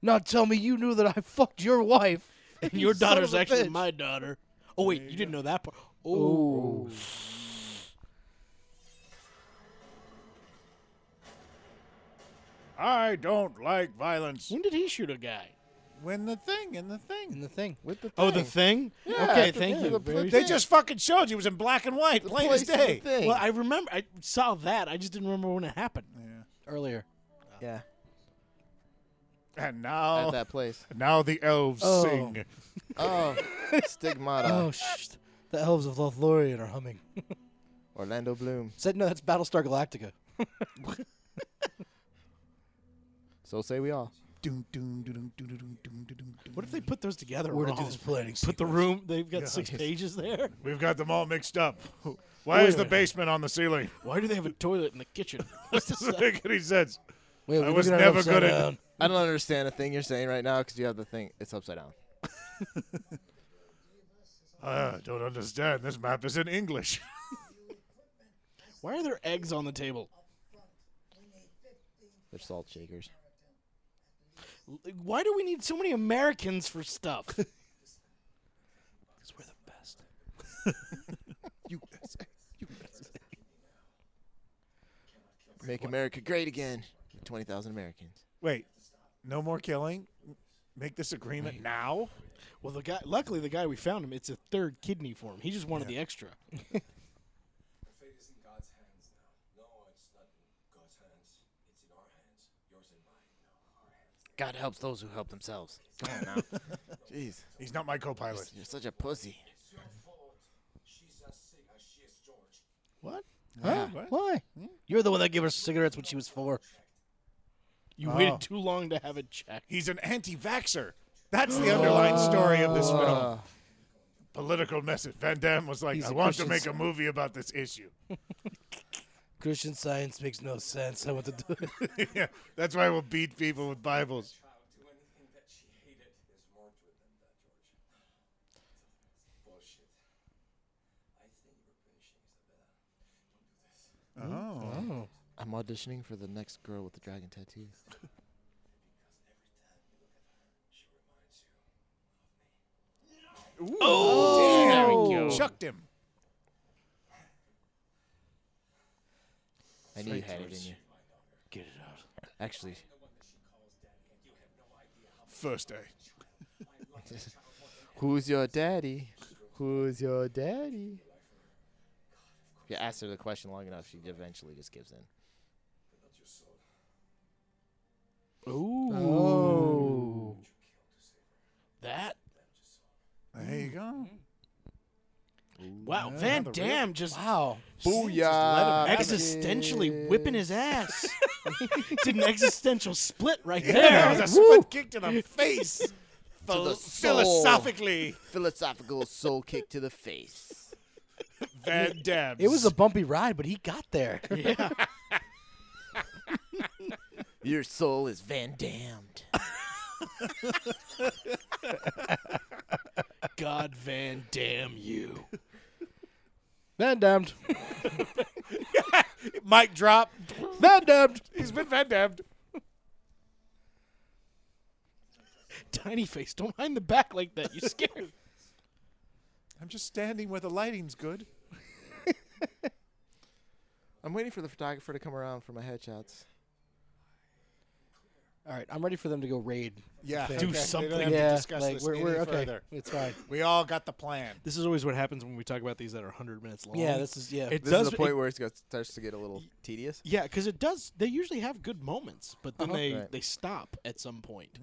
[SPEAKER 2] Not tell me you knew that I fucked your wife.
[SPEAKER 3] And
[SPEAKER 2] You
[SPEAKER 3] your
[SPEAKER 2] son
[SPEAKER 3] daughter's
[SPEAKER 2] of a
[SPEAKER 3] actually
[SPEAKER 2] bitch.
[SPEAKER 3] my daughter. Oh wait, you didn't know that part. Oh,
[SPEAKER 2] Ooh.
[SPEAKER 1] I don't like violence.
[SPEAKER 3] when did he shoot a guy?
[SPEAKER 1] When the thing and the
[SPEAKER 2] In
[SPEAKER 1] thing.
[SPEAKER 2] the thing.
[SPEAKER 5] With the
[SPEAKER 3] Oh, the thing.
[SPEAKER 5] Yeah,
[SPEAKER 3] okay,
[SPEAKER 5] the
[SPEAKER 3] thank
[SPEAKER 5] thing,
[SPEAKER 3] you.
[SPEAKER 5] the
[SPEAKER 3] Very-
[SPEAKER 1] They
[SPEAKER 5] thing.
[SPEAKER 1] just fucking showed you it was in black and white, plain as
[SPEAKER 5] place of the
[SPEAKER 1] day.
[SPEAKER 5] thing.
[SPEAKER 3] well, I remember. I saw that. I just didn't remember when it happened.
[SPEAKER 2] Earlier.
[SPEAKER 5] yeah,
[SPEAKER 1] And
[SPEAKER 5] at
[SPEAKER 1] now,
[SPEAKER 5] that place.
[SPEAKER 1] now the elves
[SPEAKER 2] Oh.
[SPEAKER 1] sing.
[SPEAKER 5] Oh, stigmata.
[SPEAKER 2] Oh, shh. The elves of Lothlorien are humming.
[SPEAKER 5] Orlando Bloom.
[SPEAKER 2] Said no, that's Battlestar Galactica.
[SPEAKER 5] So say we all.
[SPEAKER 1] Doom, doom, doom, doom, doom, doom, doom, doom, doom.
[SPEAKER 3] What if they put those together?
[SPEAKER 2] We're gonna do
[SPEAKER 3] wrong?
[SPEAKER 2] this planning
[SPEAKER 3] Put the room. They've got six pages there.
[SPEAKER 1] We've got them all mixed up. Why is the basement on the ceiling?
[SPEAKER 3] Why do they have a toilet in the kitchen?
[SPEAKER 1] Doesn't make any sense.
[SPEAKER 2] Wait,
[SPEAKER 1] I
[SPEAKER 2] we're
[SPEAKER 1] was
[SPEAKER 2] looking at it
[SPEAKER 1] never
[SPEAKER 2] upside
[SPEAKER 1] good at-
[SPEAKER 2] down.
[SPEAKER 5] I don't understand a thing you're saying right now because you have the thing. It's upside down.
[SPEAKER 1] I "Uh, don't understand. This map is in English.
[SPEAKER 3] Why are there eggs on the table?
[SPEAKER 5] They're salt shakers.
[SPEAKER 3] L- Why do we need so many Americans for stuff?
[SPEAKER 2] We're the best.
[SPEAKER 5] Make America great again. Twenty thousand Americans.
[SPEAKER 1] Wait, no more killing? Make this agreement now?
[SPEAKER 3] well, the guy. Luckily, the guy we found him. It's a third kidney for him. He just wanted the extra.
[SPEAKER 9] The fate is in God's hands now. No, it's not in God's hands. It's in our hands. Yours and mine. No, our hands.
[SPEAKER 5] God helps those who help themselves. Come on now. Jeez,
[SPEAKER 1] He's not my co pilot.
[SPEAKER 5] you're such a pussy.
[SPEAKER 9] It's your fault. She's as sick as she is, George.
[SPEAKER 3] What?
[SPEAKER 2] Why? You're the one that gave her cigarettes when she was four.
[SPEAKER 3] You
[SPEAKER 1] Oh.
[SPEAKER 3] waited too long to have it checked.
[SPEAKER 1] He's an anti vaxxer. That's the underlying story of this film. Political message. Van Damme was like,
[SPEAKER 2] He's
[SPEAKER 1] I
[SPEAKER 2] a
[SPEAKER 1] want to make
[SPEAKER 2] Christian
[SPEAKER 1] a movie about this issue.
[SPEAKER 2] Christian science makes no sense. I want to do it.
[SPEAKER 1] yeah, that's why we'll beat people with Bibles.
[SPEAKER 9] Child, do anything that she hated. There's more to it than that, George. It's bullshit. I think we're finishing Isabella. Don't do this.
[SPEAKER 1] Oh.
[SPEAKER 5] I'm auditioning for the next girl with the dragon tattoo.
[SPEAKER 9] Every time you look at her, she reminds you of me.
[SPEAKER 5] Oh.
[SPEAKER 1] Chucked him.
[SPEAKER 5] I knew you had it in you.
[SPEAKER 3] Get it out.
[SPEAKER 5] Actually,
[SPEAKER 1] First day.
[SPEAKER 5] who's your daddy? Who's your daddy? If you ask her the question long enough, she eventually just gives in.
[SPEAKER 3] Ooh. That.
[SPEAKER 1] There you go.
[SPEAKER 3] Mm-hmm. Wow. Van Damme just wow.
[SPEAKER 5] Oh, Booyah!
[SPEAKER 3] Existentially whipping his ass. Did an existential split right
[SPEAKER 1] That
[SPEAKER 3] there.
[SPEAKER 1] was a split kick to the face.
[SPEAKER 5] To the soul.
[SPEAKER 1] Philosophically,
[SPEAKER 5] Philosophical soul kick to the face.
[SPEAKER 1] Van Damme.
[SPEAKER 2] It was a bumpy ride, but he got there.
[SPEAKER 3] Yeah.
[SPEAKER 5] Your soul is Van Damned.
[SPEAKER 3] God Van Dam you.
[SPEAKER 2] Van damned.
[SPEAKER 1] Mic drop.
[SPEAKER 2] Van Damned.
[SPEAKER 1] He's been Van Damned.
[SPEAKER 3] Tiny face, don't mind the back like that. You scared.
[SPEAKER 1] I'm just standing where the lighting's good.
[SPEAKER 5] I'm waiting for the photographer to come around for my headshots.
[SPEAKER 2] All right, I'm ready for them to go raid.
[SPEAKER 1] Yeah.
[SPEAKER 2] Do
[SPEAKER 1] We don't
[SPEAKER 3] something.
[SPEAKER 1] have to
[SPEAKER 2] yeah,
[SPEAKER 1] discuss
[SPEAKER 2] like
[SPEAKER 1] this
[SPEAKER 2] we're,
[SPEAKER 1] any
[SPEAKER 2] we're okay.
[SPEAKER 1] further.
[SPEAKER 2] It's fine.
[SPEAKER 1] We all got the plan.
[SPEAKER 3] this is always what happens when we talk about these that are hundred minutes long.
[SPEAKER 2] Yeah, this is yeah.
[SPEAKER 3] it
[SPEAKER 5] This
[SPEAKER 3] does
[SPEAKER 5] is the point
[SPEAKER 3] it,
[SPEAKER 5] where it gets- starts to get a little tedious.
[SPEAKER 3] yeah, because it does. They usually have good moments, but
[SPEAKER 2] Uh-huh.
[SPEAKER 3] then they
[SPEAKER 5] Right.
[SPEAKER 3] they stop at some point.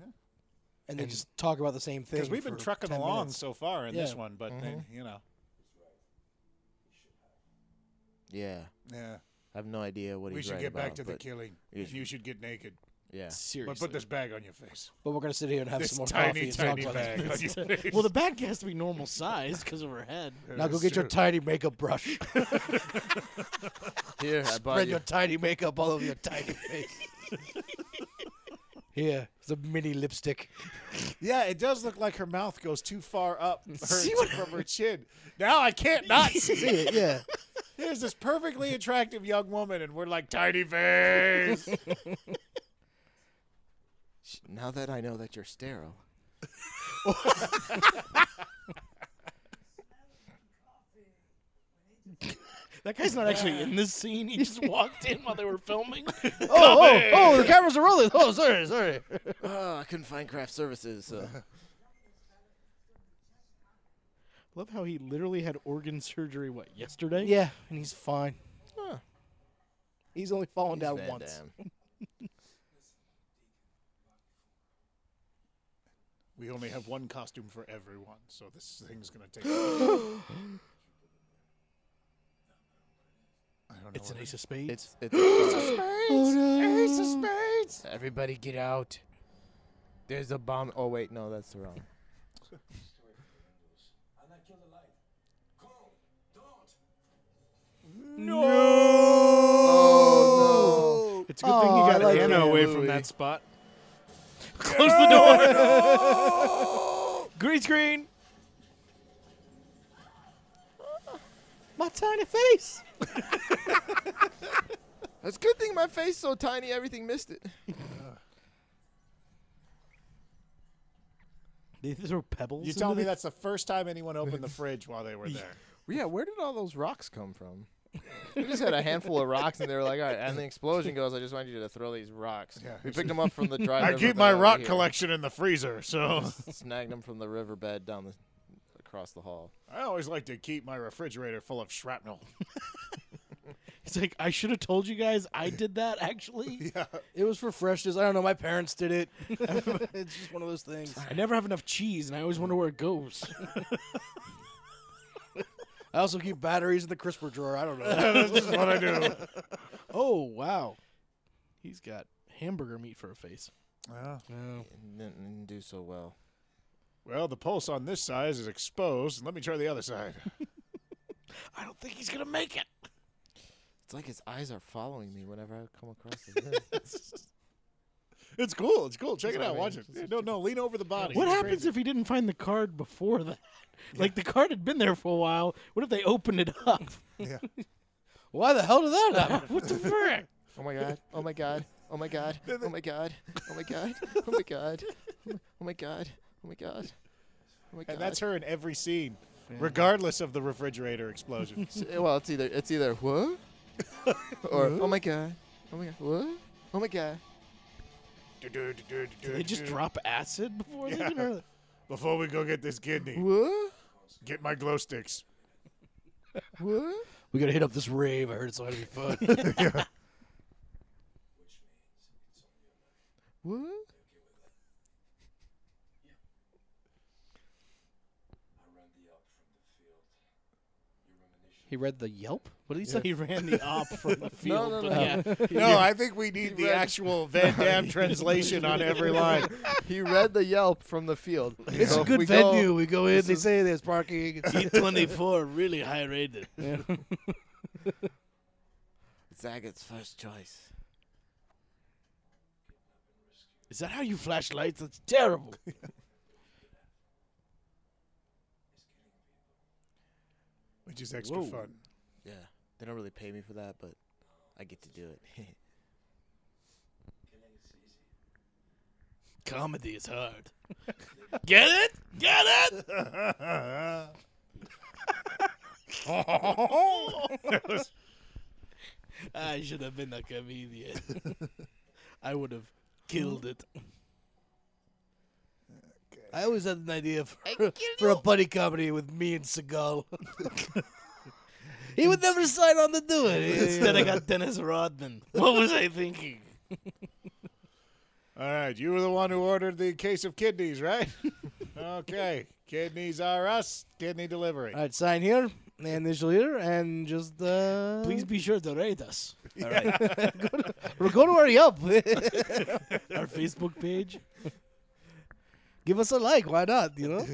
[SPEAKER 2] and they
[SPEAKER 3] and-
[SPEAKER 2] just talk about the same thing.
[SPEAKER 1] Because we've been
[SPEAKER 2] for
[SPEAKER 1] trucking
[SPEAKER 2] 10
[SPEAKER 1] along
[SPEAKER 2] minutes.
[SPEAKER 1] so far in this
[SPEAKER 2] Yeah. Mm-hmm.
[SPEAKER 1] one, but then, you know,
[SPEAKER 5] Yeah.
[SPEAKER 1] yeah,
[SPEAKER 5] I have no idea what
[SPEAKER 1] we
[SPEAKER 5] he's
[SPEAKER 1] should
[SPEAKER 5] right
[SPEAKER 1] get back
[SPEAKER 5] about,
[SPEAKER 1] to the
[SPEAKER 5] but-
[SPEAKER 1] killing.
[SPEAKER 5] Yeah.
[SPEAKER 1] You should get naked,
[SPEAKER 5] Yeah.
[SPEAKER 1] but
[SPEAKER 3] Seriously.
[SPEAKER 1] put this bag on your face.
[SPEAKER 2] But we're gonna sit here and have
[SPEAKER 1] This
[SPEAKER 2] some more
[SPEAKER 1] tiny, tiny
[SPEAKER 2] coffee and talk about
[SPEAKER 1] bag on your face.
[SPEAKER 3] well, the bag has to be normal size because of her head.
[SPEAKER 2] this. Now go get your tiny makeup brush.
[SPEAKER 5] Here, I bought
[SPEAKER 2] Spread
[SPEAKER 5] you.
[SPEAKER 2] your tiny makeup all over your tiny face. Here, it's a mini lipstick.
[SPEAKER 1] Yeah, it does look like her mouth goes too far up her, from her chin. Now I can't not see.
[SPEAKER 2] See it? Yeah.
[SPEAKER 1] There's this perfectly attractive young woman, and we're like, tiny face.
[SPEAKER 5] Sh- Now that I know that you're sterile.
[SPEAKER 3] That guy's not actually in this scene. He just walked in while they were filming.
[SPEAKER 2] Oh, oh, oh, the cameras are rolling. Oh, sorry, sorry.
[SPEAKER 5] Oh, I couldn't find craft services. So.
[SPEAKER 3] Love how he literally had organ surgery. What yesterday?
[SPEAKER 2] Yeah, and he's fine.
[SPEAKER 5] Huh.
[SPEAKER 2] He's only fallen down
[SPEAKER 5] Van
[SPEAKER 2] once.
[SPEAKER 5] Damme.
[SPEAKER 1] we only have one costume for everyone, so this thing's gonna take. I don't know.
[SPEAKER 3] It's
[SPEAKER 1] what
[SPEAKER 3] an
[SPEAKER 1] it-
[SPEAKER 3] ace of spades.
[SPEAKER 5] It's it's.
[SPEAKER 1] Ace of spades.
[SPEAKER 5] Everybody, get out! There's a bomb. Oh wait, no, that's the wrong.
[SPEAKER 9] I'm not killed alive. Carl, don't.
[SPEAKER 3] It's a good thing you got
[SPEAKER 5] like
[SPEAKER 3] Anna
[SPEAKER 5] that.
[SPEAKER 3] away
[SPEAKER 5] Louis.
[SPEAKER 3] from that spot. Close the door. Green screen.
[SPEAKER 2] My tiny face.
[SPEAKER 5] That's a good thing my face so tiny, everything missed it.
[SPEAKER 3] They throw pebbles.
[SPEAKER 1] You
[SPEAKER 3] into
[SPEAKER 1] tell me
[SPEAKER 3] the-
[SPEAKER 1] that's the first time anyone opened the fridge while they were there.
[SPEAKER 5] Yeah, where did all those rocks come from? we just had a handful of rocks, and they were like, "All right." And the explosion goes. I just want you to throw these rocks.
[SPEAKER 1] Yeah.
[SPEAKER 5] we picked them up from the dry.
[SPEAKER 1] I keep
[SPEAKER 5] riverbed
[SPEAKER 1] my
[SPEAKER 5] over
[SPEAKER 1] rock
[SPEAKER 5] here.
[SPEAKER 1] collection in the freezer, so
[SPEAKER 5] Snagged them from the riverbed down the across the hall.
[SPEAKER 1] I always like to keep my refrigerator full of shrapnel.
[SPEAKER 3] It's like I should have told you guys I did that actually.
[SPEAKER 2] It was for freshness. I don't know. My parents did it. it's just one of those things.
[SPEAKER 3] I never have enough cheese, and I always wonder where it goes.
[SPEAKER 2] I also keep batteries in the crisper drawer. I don't know.
[SPEAKER 1] this is what I do.
[SPEAKER 3] oh wow, he's got hamburger meat for a face.
[SPEAKER 5] It didn't do so well.
[SPEAKER 1] Well, the pulse on this side is exposed. Let me try the other side.
[SPEAKER 3] I don't think he's gonna make it.
[SPEAKER 5] It's like his eyes are following me whenever I come across it.
[SPEAKER 1] It's cool. It's cool. Check it
[SPEAKER 5] what I
[SPEAKER 1] out.
[SPEAKER 5] mean.
[SPEAKER 1] Watch it. Yeah, No, no. Lean over the body.
[SPEAKER 3] What
[SPEAKER 1] It's
[SPEAKER 3] happens
[SPEAKER 1] crazy.
[SPEAKER 3] if he didn't find the card before that? Like the card had been there for a while. What if they opened it up?
[SPEAKER 2] Why the hell did that happen?
[SPEAKER 3] what the frick?
[SPEAKER 5] oh my god! Oh my god! Oh my god! Oh my god! Oh my god! Oh my god! Oh my god! Oh my god! Oh my god!
[SPEAKER 1] And that's her in every scene, regardless of the refrigerator explosion.
[SPEAKER 5] Uh, Well, it's either it's either what or oh my god, oh my god, what, oh my god.
[SPEAKER 1] they
[SPEAKER 3] They just drop acid before they
[SPEAKER 1] Yeah.
[SPEAKER 3] did her.
[SPEAKER 1] Before we go get this kidney,
[SPEAKER 5] What?
[SPEAKER 1] get my glow sticks.
[SPEAKER 5] What?
[SPEAKER 2] We gotta hit up this rave. I heard it's gonna be fun.
[SPEAKER 5] What?
[SPEAKER 2] he read the Yelp. What did he say?
[SPEAKER 3] He ran the op from the field.
[SPEAKER 5] no,
[SPEAKER 3] but
[SPEAKER 5] no.
[SPEAKER 3] yeah.
[SPEAKER 1] No, I think we need the
[SPEAKER 5] read-
[SPEAKER 1] actual Van Damme translation on every line.
[SPEAKER 5] He read the yelp from the field.
[SPEAKER 2] It's
[SPEAKER 5] So
[SPEAKER 2] a
[SPEAKER 5] if
[SPEAKER 2] good
[SPEAKER 5] we go-
[SPEAKER 2] venue. we go in. They say there's parking.
[SPEAKER 3] E24 really high rated.
[SPEAKER 5] Zagat's first choice.
[SPEAKER 3] Is that how you flash lights? That's terrible.
[SPEAKER 1] Which is extra fun.
[SPEAKER 5] Yeah, they don't really pay me for that, but I get to do it.
[SPEAKER 9] Killing is easy.
[SPEAKER 3] Comedy is hard. Get it? Get it? I should have been a comedian. I would have killed it.
[SPEAKER 6] I always had an idea for, for a buddy comedy with me and Seagal. he would never sign on to do it.
[SPEAKER 3] Instead, I got Dennis Rodman. What was I thinking?
[SPEAKER 1] All right, you were the one who ordered the case of kidneys, right? okay, kidneys are us. Kidney delivery.
[SPEAKER 6] All right, sign here, initial here, and just uh,
[SPEAKER 3] Please be sure to rate us.
[SPEAKER 6] We're going to hurry up.
[SPEAKER 3] Our Facebook page.
[SPEAKER 6] Give us a like. Why not? You know.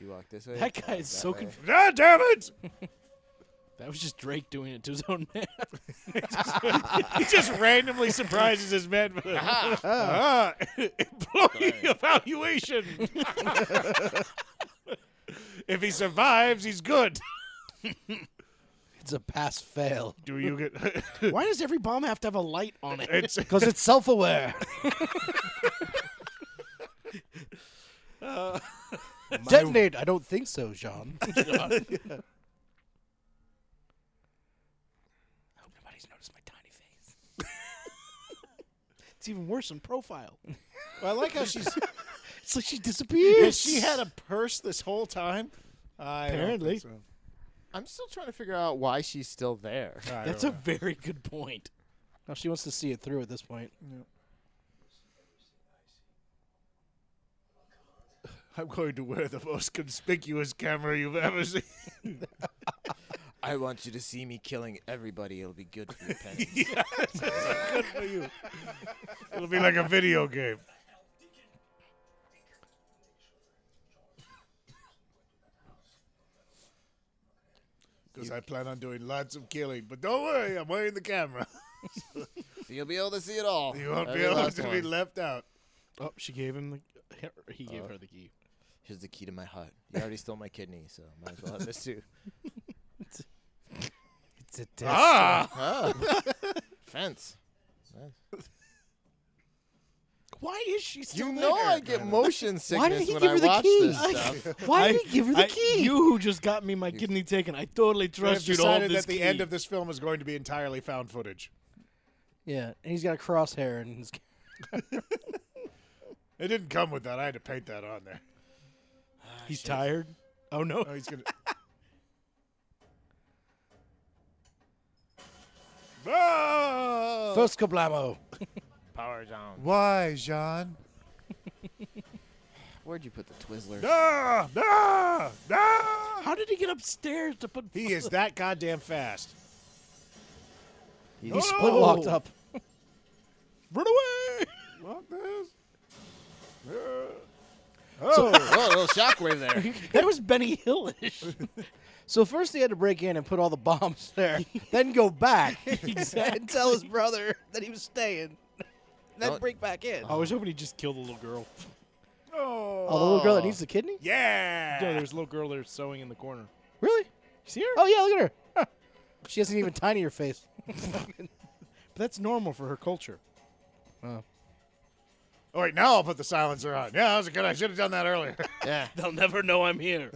[SPEAKER 5] you walk this way.
[SPEAKER 3] That
[SPEAKER 5] I
[SPEAKER 3] guy
[SPEAKER 5] walk
[SPEAKER 3] is so
[SPEAKER 5] way.
[SPEAKER 3] confused.
[SPEAKER 1] God Ah, damn it!
[SPEAKER 3] That was just Drake doing it to his own man.
[SPEAKER 1] He just randomly surprises his men with a ah, employee evaluation. if he survives, he's good.
[SPEAKER 6] It's a pass fail.
[SPEAKER 1] Do you get?
[SPEAKER 3] Why does every bomb have to have a light on it?
[SPEAKER 1] it's
[SPEAKER 6] Because it's self aware. Detonate. I don't think so, Jean.
[SPEAKER 3] I hope nobody's noticed my tiny face. it's even worse in profile.
[SPEAKER 1] I like how she's.
[SPEAKER 6] It's like she disappeared.
[SPEAKER 1] Has she had a purse this whole time? I don't
[SPEAKER 3] Apparently.
[SPEAKER 1] think so.
[SPEAKER 5] I'm still trying to figure out why she's still there.
[SPEAKER 1] I
[SPEAKER 3] That's a
[SPEAKER 1] don't
[SPEAKER 3] very good point.
[SPEAKER 2] No, she wants to see it through at this point.
[SPEAKER 1] know. I'm going to wear the most conspicuous camera you've ever seen.
[SPEAKER 5] I want you to see me killing everybody. It'll be good for your penance.
[SPEAKER 1] It'll be like a video game. Because I plan on doing lots of killing, but don't worry, I'm wearing the camera.
[SPEAKER 5] so you'll be able to see it all.
[SPEAKER 1] You won't be
[SPEAKER 5] Every
[SPEAKER 1] able
[SPEAKER 5] last
[SPEAKER 1] to be
[SPEAKER 5] one.
[SPEAKER 1] left out.
[SPEAKER 3] Oh, she gave him the. He gave her the key.
[SPEAKER 5] Here's the key to my hut. You already stole my kidney, so might as well have this too.
[SPEAKER 6] It's a
[SPEAKER 1] Ah!
[SPEAKER 5] Fence.
[SPEAKER 3] Why is she still
[SPEAKER 5] You know I get motion
[SPEAKER 6] Why did
[SPEAKER 5] sickness
[SPEAKER 6] he
[SPEAKER 5] when
[SPEAKER 6] give
[SPEAKER 5] I
[SPEAKER 6] her the
[SPEAKER 5] watch
[SPEAKER 6] key?
[SPEAKER 5] this stuff.
[SPEAKER 6] Why did he give her the key?
[SPEAKER 3] You who just got me my kidney taken. I totally
[SPEAKER 1] I've
[SPEAKER 3] trust you to hold
[SPEAKER 1] decided
[SPEAKER 3] this
[SPEAKER 1] that the
[SPEAKER 3] key.
[SPEAKER 1] end of this film is going to be entirely found footage.
[SPEAKER 2] Yeah, and he's got a crosshair and his.
[SPEAKER 1] It didn't come with that. I had to paint that on there.
[SPEAKER 3] He's tired. Oh no!
[SPEAKER 1] Oh, he's gonna. Ah!
[SPEAKER 6] First kablamo.
[SPEAKER 5] Power down.
[SPEAKER 1] Why, Jean?
[SPEAKER 5] Where'd you put the Twizzler?
[SPEAKER 1] Ah, ah, ah.
[SPEAKER 3] How did he get upstairs to put?
[SPEAKER 1] He is that goddamn fast.
[SPEAKER 5] He's
[SPEAKER 1] Oh!
[SPEAKER 6] Split locked up.
[SPEAKER 1] Run away! Lock this. Ah. Oh,
[SPEAKER 5] Oh, a little shockwave there.
[SPEAKER 2] That was Benny Hillish. so first they had to break in and put all the bombs there, then go back and tell his brother that he was staying. Then
[SPEAKER 5] Don't-
[SPEAKER 2] break back in.
[SPEAKER 3] I was hoping he just killed the little girl.
[SPEAKER 1] oh.
[SPEAKER 2] Oh, the little girl that needs the kidney?
[SPEAKER 1] yeah.
[SPEAKER 3] No, there's a little girl there sewing in the corner.
[SPEAKER 2] Really?
[SPEAKER 3] You see her?
[SPEAKER 2] Oh yeah, look at her. Huh. She hasn't even tiny her face.
[SPEAKER 3] But that's normal for her culture.
[SPEAKER 1] oh wait, now I'll put the silencer on. Yeah, that was a good. I should have done that earlier.
[SPEAKER 5] Yeah.
[SPEAKER 3] They'll never know I'm here.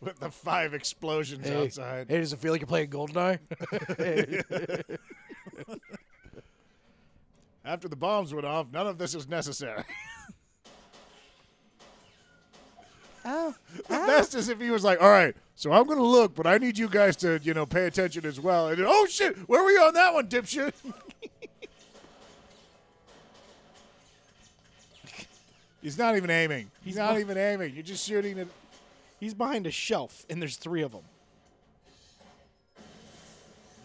[SPEAKER 1] With the five explosions outside.
[SPEAKER 6] Hey, does it feel like you're playing Goldeneye?
[SPEAKER 1] After the bombs went off, none of this is necessary. Oh, The best is if he was like, "All right, so I'm gonna look, but I need you guys to, you know, pay attention as well." And then, oh shit, where were you on that one, dipshit? He's not even aiming. He's
[SPEAKER 3] He's
[SPEAKER 1] not
[SPEAKER 3] not-
[SPEAKER 1] even aiming. You're just shooting it.
[SPEAKER 3] He's behind a shelf, and there's three of them.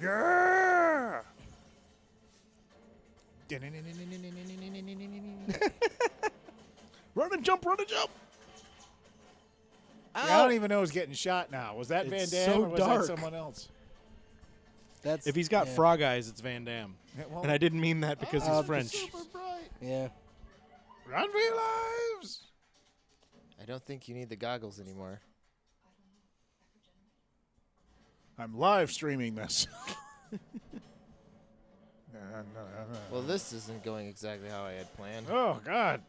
[SPEAKER 1] Yeah.
[SPEAKER 3] Run and jump, run and jump.
[SPEAKER 1] I don't even know who's getting shot now. Was that
[SPEAKER 3] It's
[SPEAKER 1] Van Damme
[SPEAKER 3] so
[SPEAKER 1] or was
[SPEAKER 3] dark.
[SPEAKER 1] that someone else?
[SPEAKER 2] That's
[SPEAKER 3] If he's got
[SPEAKER 2] yeah,
[SPEAKER 3] frog eyes, it's Van Damme.
[SPEAKER 1] Yeah, well-
[SPEAKER 3] And I didn't mean that because he's French.
[SPEAKER 2] yeah.
[SPEAKER 1] Run for your lives!
[SPEAKER 5] I don't think you need the goggles anymore.
[SPEAKER 1] I'm live streaming this.
[SPEAKER 5] Well, this isn't going exactly how I had planned.
[SPEAKER 1] Oh God.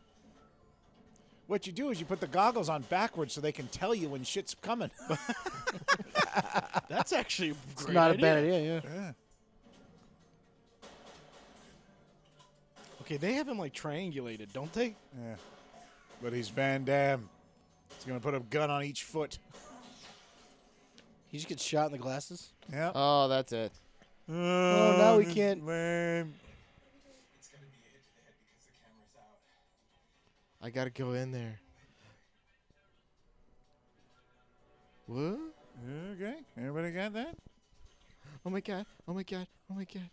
[SPEAKER 1] What you do is you put the goggles on backwards so they can tell you when shit's coming.
[SPEAKER 3] That's actually a great
[SPEAKER 2] Not a
[SPEAKER 3] idea.
[SPEAKER 2] bad idea. Yeah.
[SPEAKER 3] Okay, they have him like triangulated, don't they?
[SPEAKER 1] yeah. But he's Van Damme. He's gonna put a gun on each foot.
[SPEAKER 2] He just gets shot in the glasses.
[SPEAKER 1] Yeah.
[SPEAKER 5] Oh, that's it.
[SPEAKER 2] Oh, now we can't.
[SPEAKER 1] Lame.
[SPEAKER 9] It's gonna be a hit to the head because the camera's out.
[SPEAKER 5] I gotta go in there. What?
[SPEAKER 1] Okay. Everybody got that?
[SPEAKER 5] Oh my god! Oh my god! Oh my god!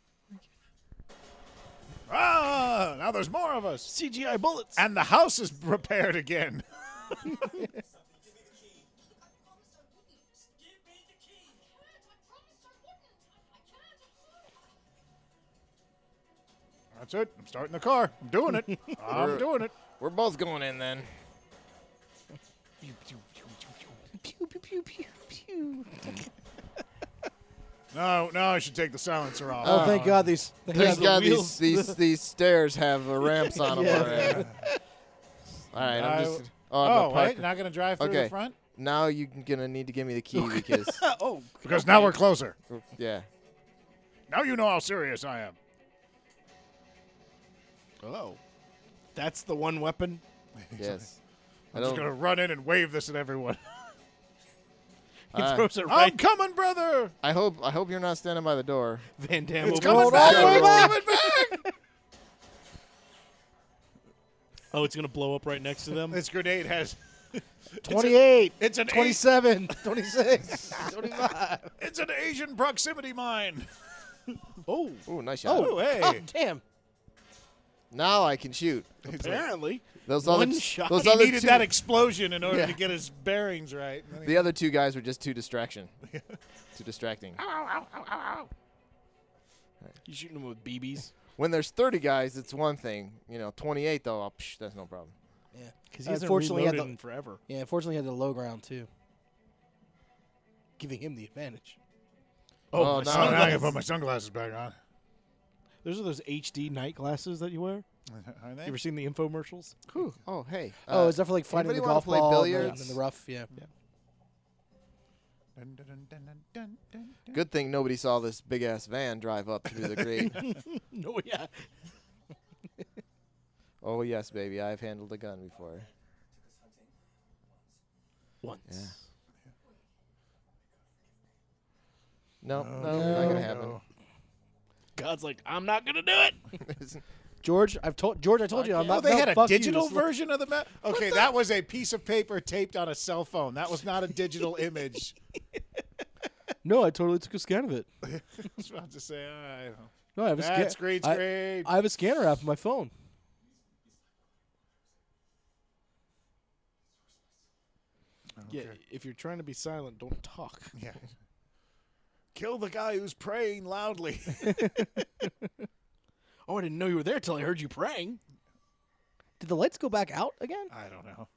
[SPEAKER 1] Ah! Now there's more of us.
[SPEAKER 3] CGI bullets.
[SPEAKER 1] And the house is repaired again.
[SPEAKER 9] Give me the key.
[SPEAKER 8] I promised I wouldn't.
[SPEAKER 9] Give me the
[SPEAKER 8] I
[SPEAKER 9] key.
[SPEAKER 8] can't. I promised I wouldn't. I, I can't. I'm sorry.
[SPEAKER 1] That's it. I'm starting the car. I'm doing it. I'm doing it.
[SPEAKER 5] We're both going in then.
[SPEAKER 2] Pew pew pew pew pew.
[SPEAKER 1] No, no, I should take the silencer off.
[SPEAKER 2] Oh, thank God these. Thank
[SPEAKER 5] Thank
[SPEAKER 2] God.
[SPEAKER 5] God
[SPEAKER 3] wheels-
[SPEAKER 5] these these these stairs have uh, ramps on them already. All
[SPEAKER 1] I-
[SPEAKER 5] right, I'm just. Oh, I'm
[SPEAKER 1] Oh,
[SPEAKER 5] a
[SPEAKER 1] wait,
[SPEAKER 5] parker.
[SPEAKER 1] not gonna drive through the
[SPEAKER 5] Okay.
[SPEAKER 1] front
[SPEAKER 5] Now you're gonna need to give me the key because
[SPEAKER 3] oh,
[SPEAKER 1] because now we're closer.
[SPEAKER 5] yeah.
[SPEAKER 1] Now you know how serious I am.
[SPEAKER 3] oh, that's the one weapon.
[SPEAKER 5] Yes. I
[SPEAKER 1] I'm just
[SPEAKER 5] don't.
[SPEAKER 1] gonna run in and wave this at everyone.
[SPEAKER 3] He
[SPEAKER 5] I-
[SPEAKER 3] throws it
[SPEAKER 1] I'm
[SPEAKER 3] right.
[SPEAKER 1] coming, brother.
[SPEAKER 5] uh, I hope I hope you're not standing by the door.
[SPEAKER 3] Van Damme.
[SPEAKER 1] It's coming
[SPEAKER 3] over the
[SPEAKER 1] back.
[SPEAKER 3] side.
[SPEAKER 1] It's coming back.
[SPEAKER 3] Oh, it's gonna blow up right next to them.
[SPEAKER 1] This grenade has.
[SPEAKER 2] 28,
[SPEAKER 1] It's an. Asian-
[SPEAKER 2] 27, 26, 25.
[SPEAKER 1] It's an Asian proximity mine.
[SPEAKER 3] oh,
[SPEAKER 5] Oh, nice shot.
[SPEAKER 1] Oh, hey.
[SPEAKER 2] Damn.
[SPEAKER 5] Now I can shoot.
[SPEAKER 3] apparently.
[SPEAKER 5] Those
[SPEAKER 3] One
[SPEAKER 5] other
[SPEAKER 3] shot.
[SPEAKER 5] those
[SPEAKER 1] He
[SPEAKER 5] other
[SPEAKER 1] needed
[SPEAKER 5] two,
[SPEAKER 1] that explosion in order
[SPEAKER 5] Yeah.
[SPEAKER 1] to get his bearings right. And then he-
[SPEAKER 5] the other two guys were just too distraction. too distracting.
[SPEAKER 3] You shooting them with BBs?
[SPEAKER 5] When there's 30 guys, it's one thing. You know, 28 though, oh, psh, that's no problem.
[SPEAKER 3] Because
[SPEAKER 2] he hasn't
[SPEAKER 3] unfortunately
[SPEAKER 2] reloaded
[SPEAKER 3] had
[SPEAKER 2] in
[SPEAKER 3] in forever.
[SPEAKER 2] Yeah, unfortunately, he had the low ground, too. Giving him the advantage.
[SPEAKER 5] Oh,
[SPEAKER 3] my
[SPEAKER 5] no.
[SPEAKER 1] Oh,
[SPEAKER 3] son.
[SPEAKER 1] now I gotta put my sunglasses back on.
[SPEAKER 3] those are those HD night glasses that you wear.
[SPEAKER 1] Are
[SPEAKER 3] You
[SPEAKER 1] they?
[SPEAKER 3] ever seen the infomercials?
[SPEAKER 5] Whew. Oh, hey.
[SPEAKER 2] oh,
[SPEAKER 5] uh,
[SPEAKER 2] is that for like fighting the
[SPEAKER 5] anybody wanna
[SPEAKER 2] golf
[SPEAKER 5] play
[SPEAKER 2] ball in the-
[SPEAKER 5] billiards?
[SPEAKER 2] in the rough? Yeah.
[SPEAKER 1] Dun, dun, dun, dun, dun, dun, dun, dun.
[SPEAKER 5] Good thing nobody saw this big ass van drive up through the grate.
[SPEAKER 3] No, yeah.
[SPEAKER 5] oh yes, baby, I've handled a gun before.
[SPEAKER 3] Once.
[SPEAKER 5] No, no, not gonna happen.
[SPEAKER 3] God's like, I'm not gonna do it.
[SPEAKER 2] George, I've told George, I told you, I'm
[SPEAKER 1] Oh,
[SPEAKER 2] not.
[SPEAKER 1] they
[SPEAKER 2] no,
[SPEAKER 1] had a
[SPEAKER 2] fuck you,
[SPEAKER 1] digital
[SPEAKER 2] this-
[SPEAKER 1] version of the map. Okay, that was a piece of paper taped on a cell phone. That was not a digital image.
[SPEAKER 2] No, I totally took a scan of it.
[SPEAKER 1] I was about to say, all right, well,
[SPEAKER 2] No, I have a scan.
[SPEAKER 1] that's green
[SPEAKER 2] I-
[SPEAKER 1] screen.
[SPEAKER 2] I have a scanner app on my phone.
[SPEAKER 3] Yeah, if you're trying to be silent, don't talk.
[SPEAKER 1] yeah. Kill the guy who's praying loudly.
[SPEAKER 3] Oh, I didn't know you were there till I heard you praying.
[SPEAKER 2] Did the lights go back out again?
[SPEAKER 1] I don't know.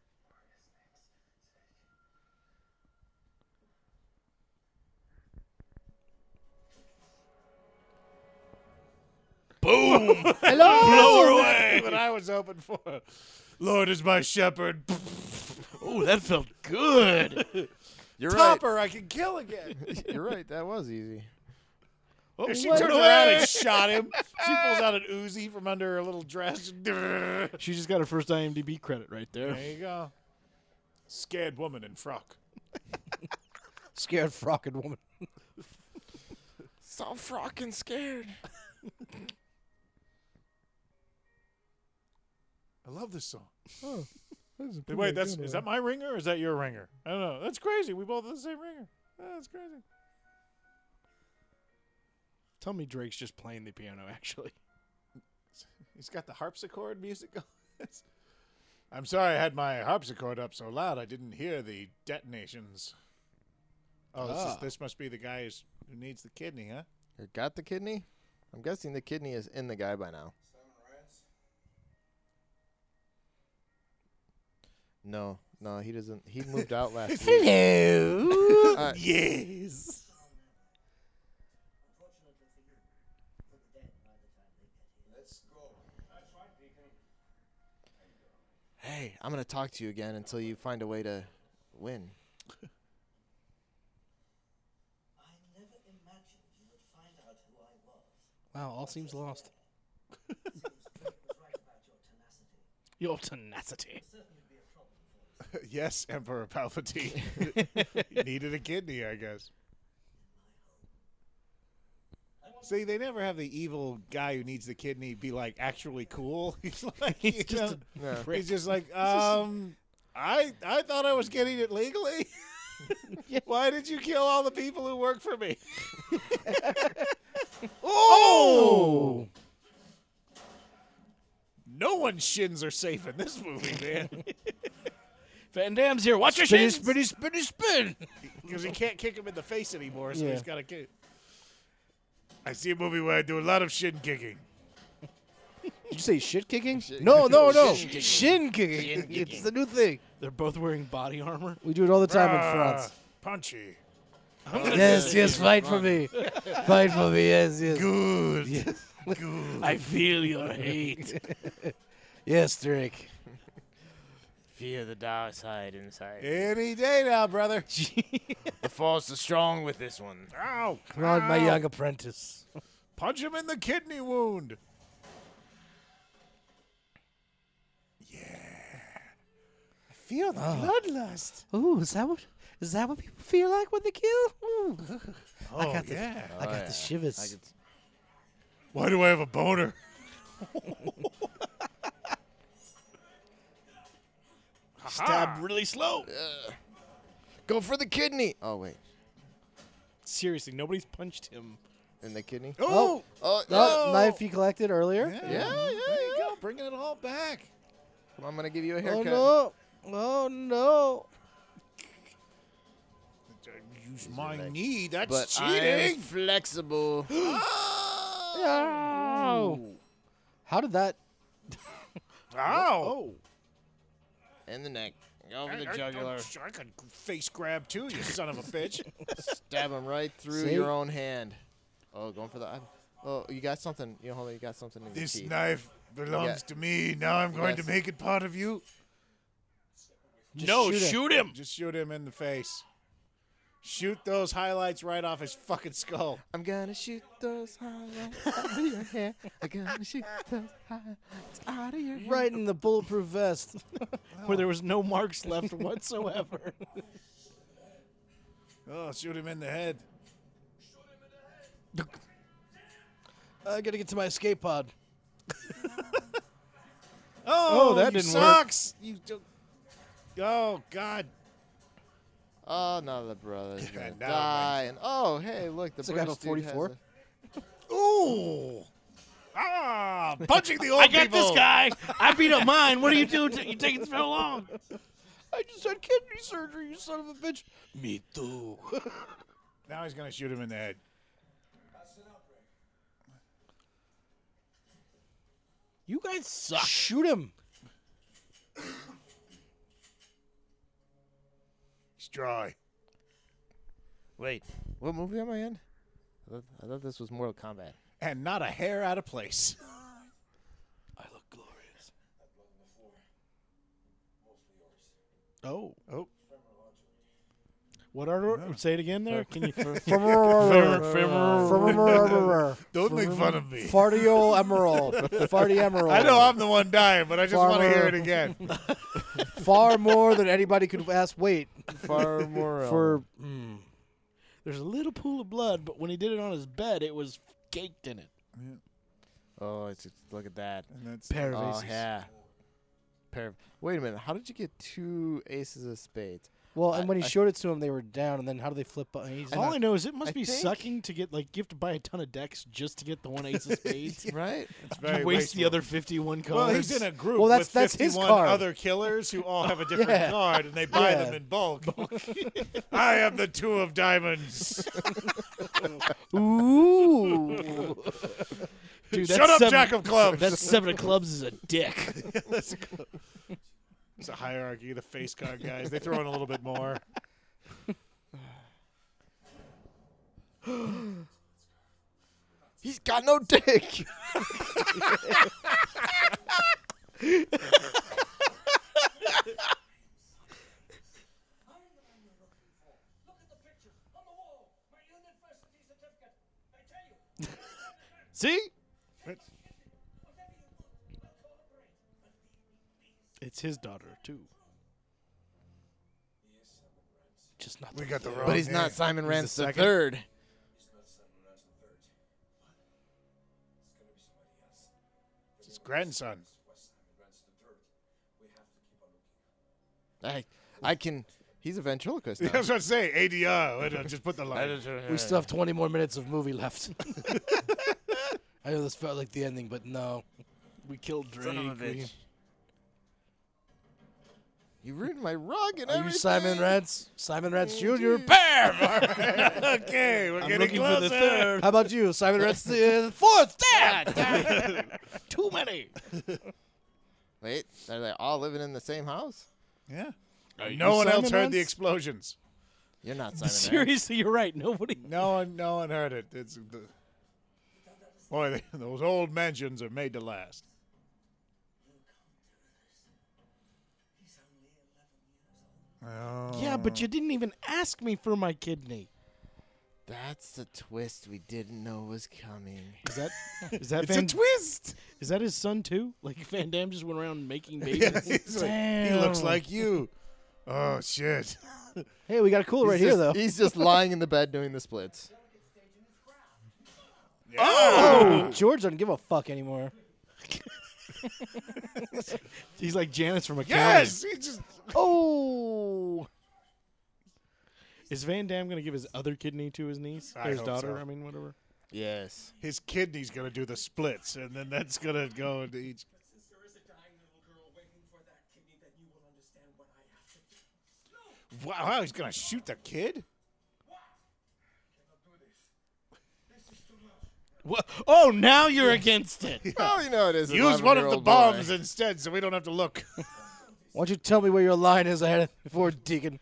[SPEAKER 2] Hello.
[SPEAKER 1] away. what I was hoping for. Lord is my shepherd.
[SPEAKER 3] Oh, that felt good.
[SPEAKER 5] You're
[SPEAKER 1] Topper, I can kill again.
[SPEAKER 5] right. You're right. That was easy.
[SPEAKER 3] Oh,
[SPEAKER 1] she
[SPEAKER 3] what?
[SPEAKER 1] turned around and shot him. She pulls out an Uzi from under her little dress. there
[SPEAKER 3] She just got her first IMDb credit right there.
[SPEAKER 1] you go. Scared woman in frock.
[SPEAKER 2] Scared frockin' woman.
[SPEAKER 5] So fucking scared.
[SPEAKER 1] I love this song. Wait, Oh, that's is that my ringer or is that your ringer? I don't know. That's crazy. We both have the same ringer. That's crazy.
[SPEAKER 3] Tell me Drake's just playing the piano, actually.
[SPEAKER 1] He's got the harpsichord music going. I'm sorry I had my harpsichord up so loud I didn't hear the detonations. Oh, this, is,
[SPEAKER 3] Ah.
[SPEAKER 1] this must be the guy who's, who needs the kidney, huh?
[SPEAKER 5] You got the kidney? I'm guessing the kidney is in the guy by now.
[SPEAKER 9] Simon Reyes.
[SPEAKER 5] No, no, he doesn't. He moved out last week.
[SPEAKER 2] Hello.
[SPEAKER 5] Uh,
[SPEAKER 1] Yes.
[SPEAKER 7] Unfortunately for you, he'll be dead by the time
[SPEAKER 5] hey, I'm gonna talk to you again until you find a way to win.
[SPEAKER 10] I never imagined you would find out who I was.
[SPEAKER 6] Wow, all seems lost.
[SPEAKER 10] Seems Drake was right about your tenacity.
[SPEAKER 3] Your tenacity.
[SPEAKER 10] Certainly be a problem for us.
[SPEAKER 1] yes, Emperor Palpatine. He Needed a kidney, I guess. See, they never have the evil guy who needs the kidney be like actually cool. He's like, you
[SPEAKER 3] just
[SPEAKER 1] know,
[SPEAKER 5] a
[SPEAKER 1] he's just like, um, I I thought I was getting it legally. Why did you kill all the people who work for me?
[SPEAKER 6] Oh!
[SPEAKER 1] No one's shins are safe in this movie, man,
[SPEAKER 3] Van Damme's here. Watch your shins.
[SPEAKER 6] spinny, spin.
[SPEAKER 1] because he can't kick him in the face anymore, so
[SPEAKER 6] Yeah.
[SPEAKER 1] he's got to kick. I see a movie where I do a lot of shin kicking.
[SPEAKER 6] Did you say shit kicking?
[SPEAKER 2] No, no, no.
[SPEAKER 5] Shin kicking.
[SPEAKER 2] Shin kicking. It's the new thing.
[SPEAKER 3] They're both wearing body armor.
[SPEAKER 2] We do it all the time in
[SPEAKER 1] Ah,
[SPEAKER 2] France.
[SPEAKER 1] Punchy.
[SPEAKER 2] Yes, yes, fight for me. Fight for me, yes, yes.
[SPEAKER 1] Good.
[SPEAKER 3] I feel your hate.
[SPEAKER 2] Yes, Drake.
[SPEAKER 5] Fear the dark side inside.
[SPEAKER 1] Any day now, brother.
[SPEAKER 5] The force is strong with this one.
[SPEAKER 1] Ow.
[SPEAKER 2] Come on, my
[SPEAKER 1] Ow.
[SPEAKER 2] young apprentice.
[SPEAKER 1] Punch him in the kidney wound. Yeah. I feel the
[SPEAKER 5] Oh.
[SPEAKER 1] bloodlust.
[SPEAKER 2] Ooh, is that what is that what people feel like when they kill? Ooh. I got the
[SPEAKER 1] yeah.
[SPEAKER 2] I got the shivers.
[SPEAKER 5] I could,
[SPEAKER 1] Why do I have a boner?
[SPEAKER 3] Stab really slow.
[SPEAKER 5] go for the kidney. Oh wait,
[SPEAKER 3] Seriously, nobody's punched him.
[SPEAKER 5] and the kidney.
[SPEAKER 1] Oh,
[SPEAKER 5] Oh,
[SPEAKER 2] Oh,
[SPEAKER 5] oh.
[SPEAKER 2] knife you collected earlier.
[SPEAKER 1] yeah,
[SPEAKER 5] yeah,
[SPEAKER 1] There you go, bringing it all back.
[SPEAKER 5] Come on, I'm gonna give you a
[SPEAKER 2] Oh
[SPEAKER 5] haircut.
[SPEAKER 2] no. Oh no.
[SPEAKER 1] Use my knee. That's
[SPEAKER 5] But I'm
[SPEAKER 1] cheating.
[SPEAKER 5] flexible.
[SPEAKER 2] Ow. How did that
[SPEAKER 1] Ow!
[SPEAKER 5] and the neck. Go
[SPEAKER 1] I,
[SPEAKER 5] for Oh. the
[SPEAKER 1] I-
[SPEAKER 5] jugular.
[SPEAKER 1] I could face grab too, you son of a bitch.
[SPEAKER 5] Stab him right through
[SPEAKER 2] See?
[SPEAKER 5] your own hand. Oh, going for the eye. Oh, you got something. You know, hold on, you got something in
[SPEAKER 1] This
[SPEAKER 5] your teeth.
[SPEAKER 1] knife belongs
[SPEAKER 5] Yeah.
[SPEAKER 1] to me. Now I'm going
[SPEAKER 5] Yes.
[SPEAKER 1] to make it part of you.
[SPEAKER 2] shoot him.
[SPEAKER 3] no, Oh, shoot him.
[SPEAKER 1] Just shoot him in the face. Shoot those highlights right off his fucking skull.
[SPEAKER 5] I'm gonna shoot those highlights out of your hair. I'm gonna shoot those highlights out of your hair.
[SPEAKER 2] right in the bulletproof vest?
[SPEAKER 3] Where there was no marks left whatsoever.
[SPEAKER 1] Oh, shoot him in the head.
[SPEAKER 2] I gotta get to my escape pod.
[SPEAKER 1] Oh,
[SPEAKER 3] that
[SPEAKER 1] you
[SPEAKER 3] didn't work.
[SPEAKER 1] sucks. You do- Oh God.
[SPEAKER 5] Oh, no, the brother's
[SPEAKER 1] Yeah,
[SPEAKER 5] gonna
[SPEAKER 1] now it
[SPEAKER 5] die. And oh, hey, look, the
[SPEAKER 2] like I
[SPEAKER 5] British
[SPEAKER 2] got
[SPEAKER 5] dude has
[SPEAKER 2] 44.
[SPEAKER 5] a-
[SPEAKER 1] Ooh. Ah, punching the old
[SPEAKER 3] I got
[SPEAKER 1] people.
[SPEAKER 3] this guy. I beat up mine. What are you doing? you taking so long?
[SPEAKER 2] I just had kidney surgery, you son of a bitch. Me too.
[SPEAKER 1] Now he's gonna shoot him in the head.
[SPEAKER 3] You guys suck.
[SPEAKER 2] Shoot him.
[SPEAKER 1] He's dry.
[SPEAKER 5] Wait, what movie am I in? I thought, I thought this was Mortal Kombat.
[SPEAKER 1] And not a hair out of place.
[SPEAKER 2] I look glorious.
[SPEAKER 3] Oh.
[SPEAKER 1] Oh.
[SPEAKER 3] What are say it again there? Can you
[SPEAKER 1] Don't make fun of me.
[SPEAKER 2] Fartio Emerald. Farty Emerald.
[SPEAKER 1] I know I'm the one dying, but I just want to hear
[SPEAKER 2] Farmer.
[SPEAKER 1] it again.
[SPEAKER 2] Far more than anybody could ask. Wait.
[SPEAKER 5] Far more.
[SPEAKER 2] For
[SPEAKER 3] There's a little pool of blood, but when he did it on his bed, it was caked in it.
[SPEAKER 5] Oh, it's, it's- look at that.
[SPEAKER 1] And that's
[SPEAKER 5] Oh yeah. Pair of, wait a minute. How did you get two aces of spades?
[SPEAKER 2] well, and when he
[SPEAKER 5] I- I-
[SPEAKER 2] showed it to him, they were down. And then how do they flip? bu- He's
[SPEAKER 3] All I know is it must
[SPEAKER 5] I
[SPEAKER 3] be
[SPEAKER 5] think-
[SPEAKER 3] sucking to get like you have to buy a ton of decks just to get the one ace of spades.
[SPEAKER 5] Right?
[SPEAKER 1] It's
[SPEAKER 3] You
[SPEAKER 1] very
[SPEAKER 3] waste the
[SPEAKER 1] wasteful.
[SPEAKER 3] other fifty-one
[SPEAKER 1] Well,
[SPEAKER 3] cards.
[SPEAKER 1] he's in a group
[SPEAKER 2] Well, that's-
[SPEAKER 1] with
[SPEAKER 2] that's his
[SPEAKER 1] 51
[SPEAKER 2] card.
[SPEAKER 1] other killers who all have a different
[SPEAKER 2] Yeah.
[SPEAKER 1] card, and they buy
[SPEAKER 2] Yeah.
[SPEAKER 1] them in bulk. I am the two of diamonds.
[SPEAKER 2] ooh.
[SPEAKER 3] Dude, that's
[SPEAKER 1] Shut up,
[SPEAKER 3] seven,
[SPEAKER 1] Jack of Clubs.
[SPEAKER 3] That seven of clubs is a dick.
[SPEAKER 1] it's a hierarchy. The face card guys, they throw in a little bit more.
[SPEAKER 5] He's got no dick.
[SPEAKER 3] See? It's his daughter too.
[SPEAKER 2] Just not.
[SPEAKER 1] We got the wrong.
[SPEAKER 5] But he's
[SPEAKER 1] name.
[SPEAKER 5] not Simon Rance
[SPEAKER 3] He's the
[SPEAKER 5] the
[SPEAKER 3] second.
[SPEAKER 5] third.
[SPEAKER 1] It's his grandson.
[SPEAKER 5] I, I can. He's a ventriloquist.
[SPEAKER 1] Yeah,
[SPEAKER 5] Now.
[SPEAKER 1] I was about to say ADR. Wait, no, Just put the line.
[SPEAKER 6] We still have 20 more minutes of movie left. I know this felt like the ending, but no.
[SPEAKER 3] We killed Drake. we-
[SPEAKER 5] You ruined my rug and
[SPEAKER 6] Are
[SPEAKER 5] everything.
[SPEAKER 6] you Simon Rance? Simon Rance Jr.
[SPEAKER 1] okay, we're
[SPEAKER 3] I'm
[SPEAKER 1] getting
[SPEAKER 3] looking
[SPEAKER 1] closer.
[SPEAKER 3] for the third.
[SPEAKER 6] How about you, Simon Rance the uh, fourth? Damn!
[SPEAKER 3] Too many.
[SPEAKER 5] Wait, are they all living in the same house?
[SPEAKER 1] Yeah.
[SPEAKER 3] you
[SPEAKER 1] No one else
[SPEAKER 3] Simon
[SPEAKER 1] heard the
[SPEAKER 3] Rance?
[SPEAKER 1] explosions.
[SPEAKER 5] You're not Simon Rance.
[SPEAKER 3] Seriously, you're right. Nobody.
[SPEAKER 1] No one, no one heard it. It's the, boy, they, those old mansions are made to last. Oh,
[SPEAKER 3] Yeah, but you didn't even ask me for my kidney.
[SPEAKER 5] That's the twist we didn't know was coming.
[SPEAKER 3] Is that? Is that?
[SPEAKER 5] It's
[SPEAKER 3] Van,
[SPEAKER 5] a twist.
[SPEAKER 3] Is that his son too? Like Van Damme just went around making babies.
[SPEAKER 1] he's like, he looks like you. Oh shit!
[SPEAKER 6] Hey, we got a cool right here,
[SPEAKER 5] Just-
[SPEAKER 6] though.
[SPEAKER 5] He's just lying in the bed doing the splits.
[SPEAKER 6] Oh, George doesn't give a fuck anymore.
[SPEAKER 3] He's like Janice from a
[SPEAKER 1] Yes, he just
[SPEAKER 6] Oh,
[SPEAKER 3] Is Van Damme gonna give his other kidney to his niece
[SPEAKER 1] I
[SPEAKER 3] or his
[SPEAKER 1] hope
[SPEAKER 3] daughter?
[SPEAKER 1] so.
[SPEAKER 3] I mean, whatever.
[SPEAKER 5] Yes.
[SPEAKER 1] his kidney's gonna do the splits, and then that's gonna go into each.
[SPEAKER 9] But since there is a dying little girl waiting for that kidney, then you will understand what I have to do.
[SPEAKER 1] Wow, wow, he's gonna shoot the kid.
[SPEAKER 3] What? Oh, now you're against it.
[SPEAKER 5] Oh, you know it is. an
[SPEAKER 1] Use one of the
[SPEAKER 5] 11-year-old
[SPEAKER 1] bombs
[SPEAKER 5] boy.
[SPEAKER 1] instead, so we don't have to look.
[SPEAKER 6] why don't you tell me where your line is ahead before digging?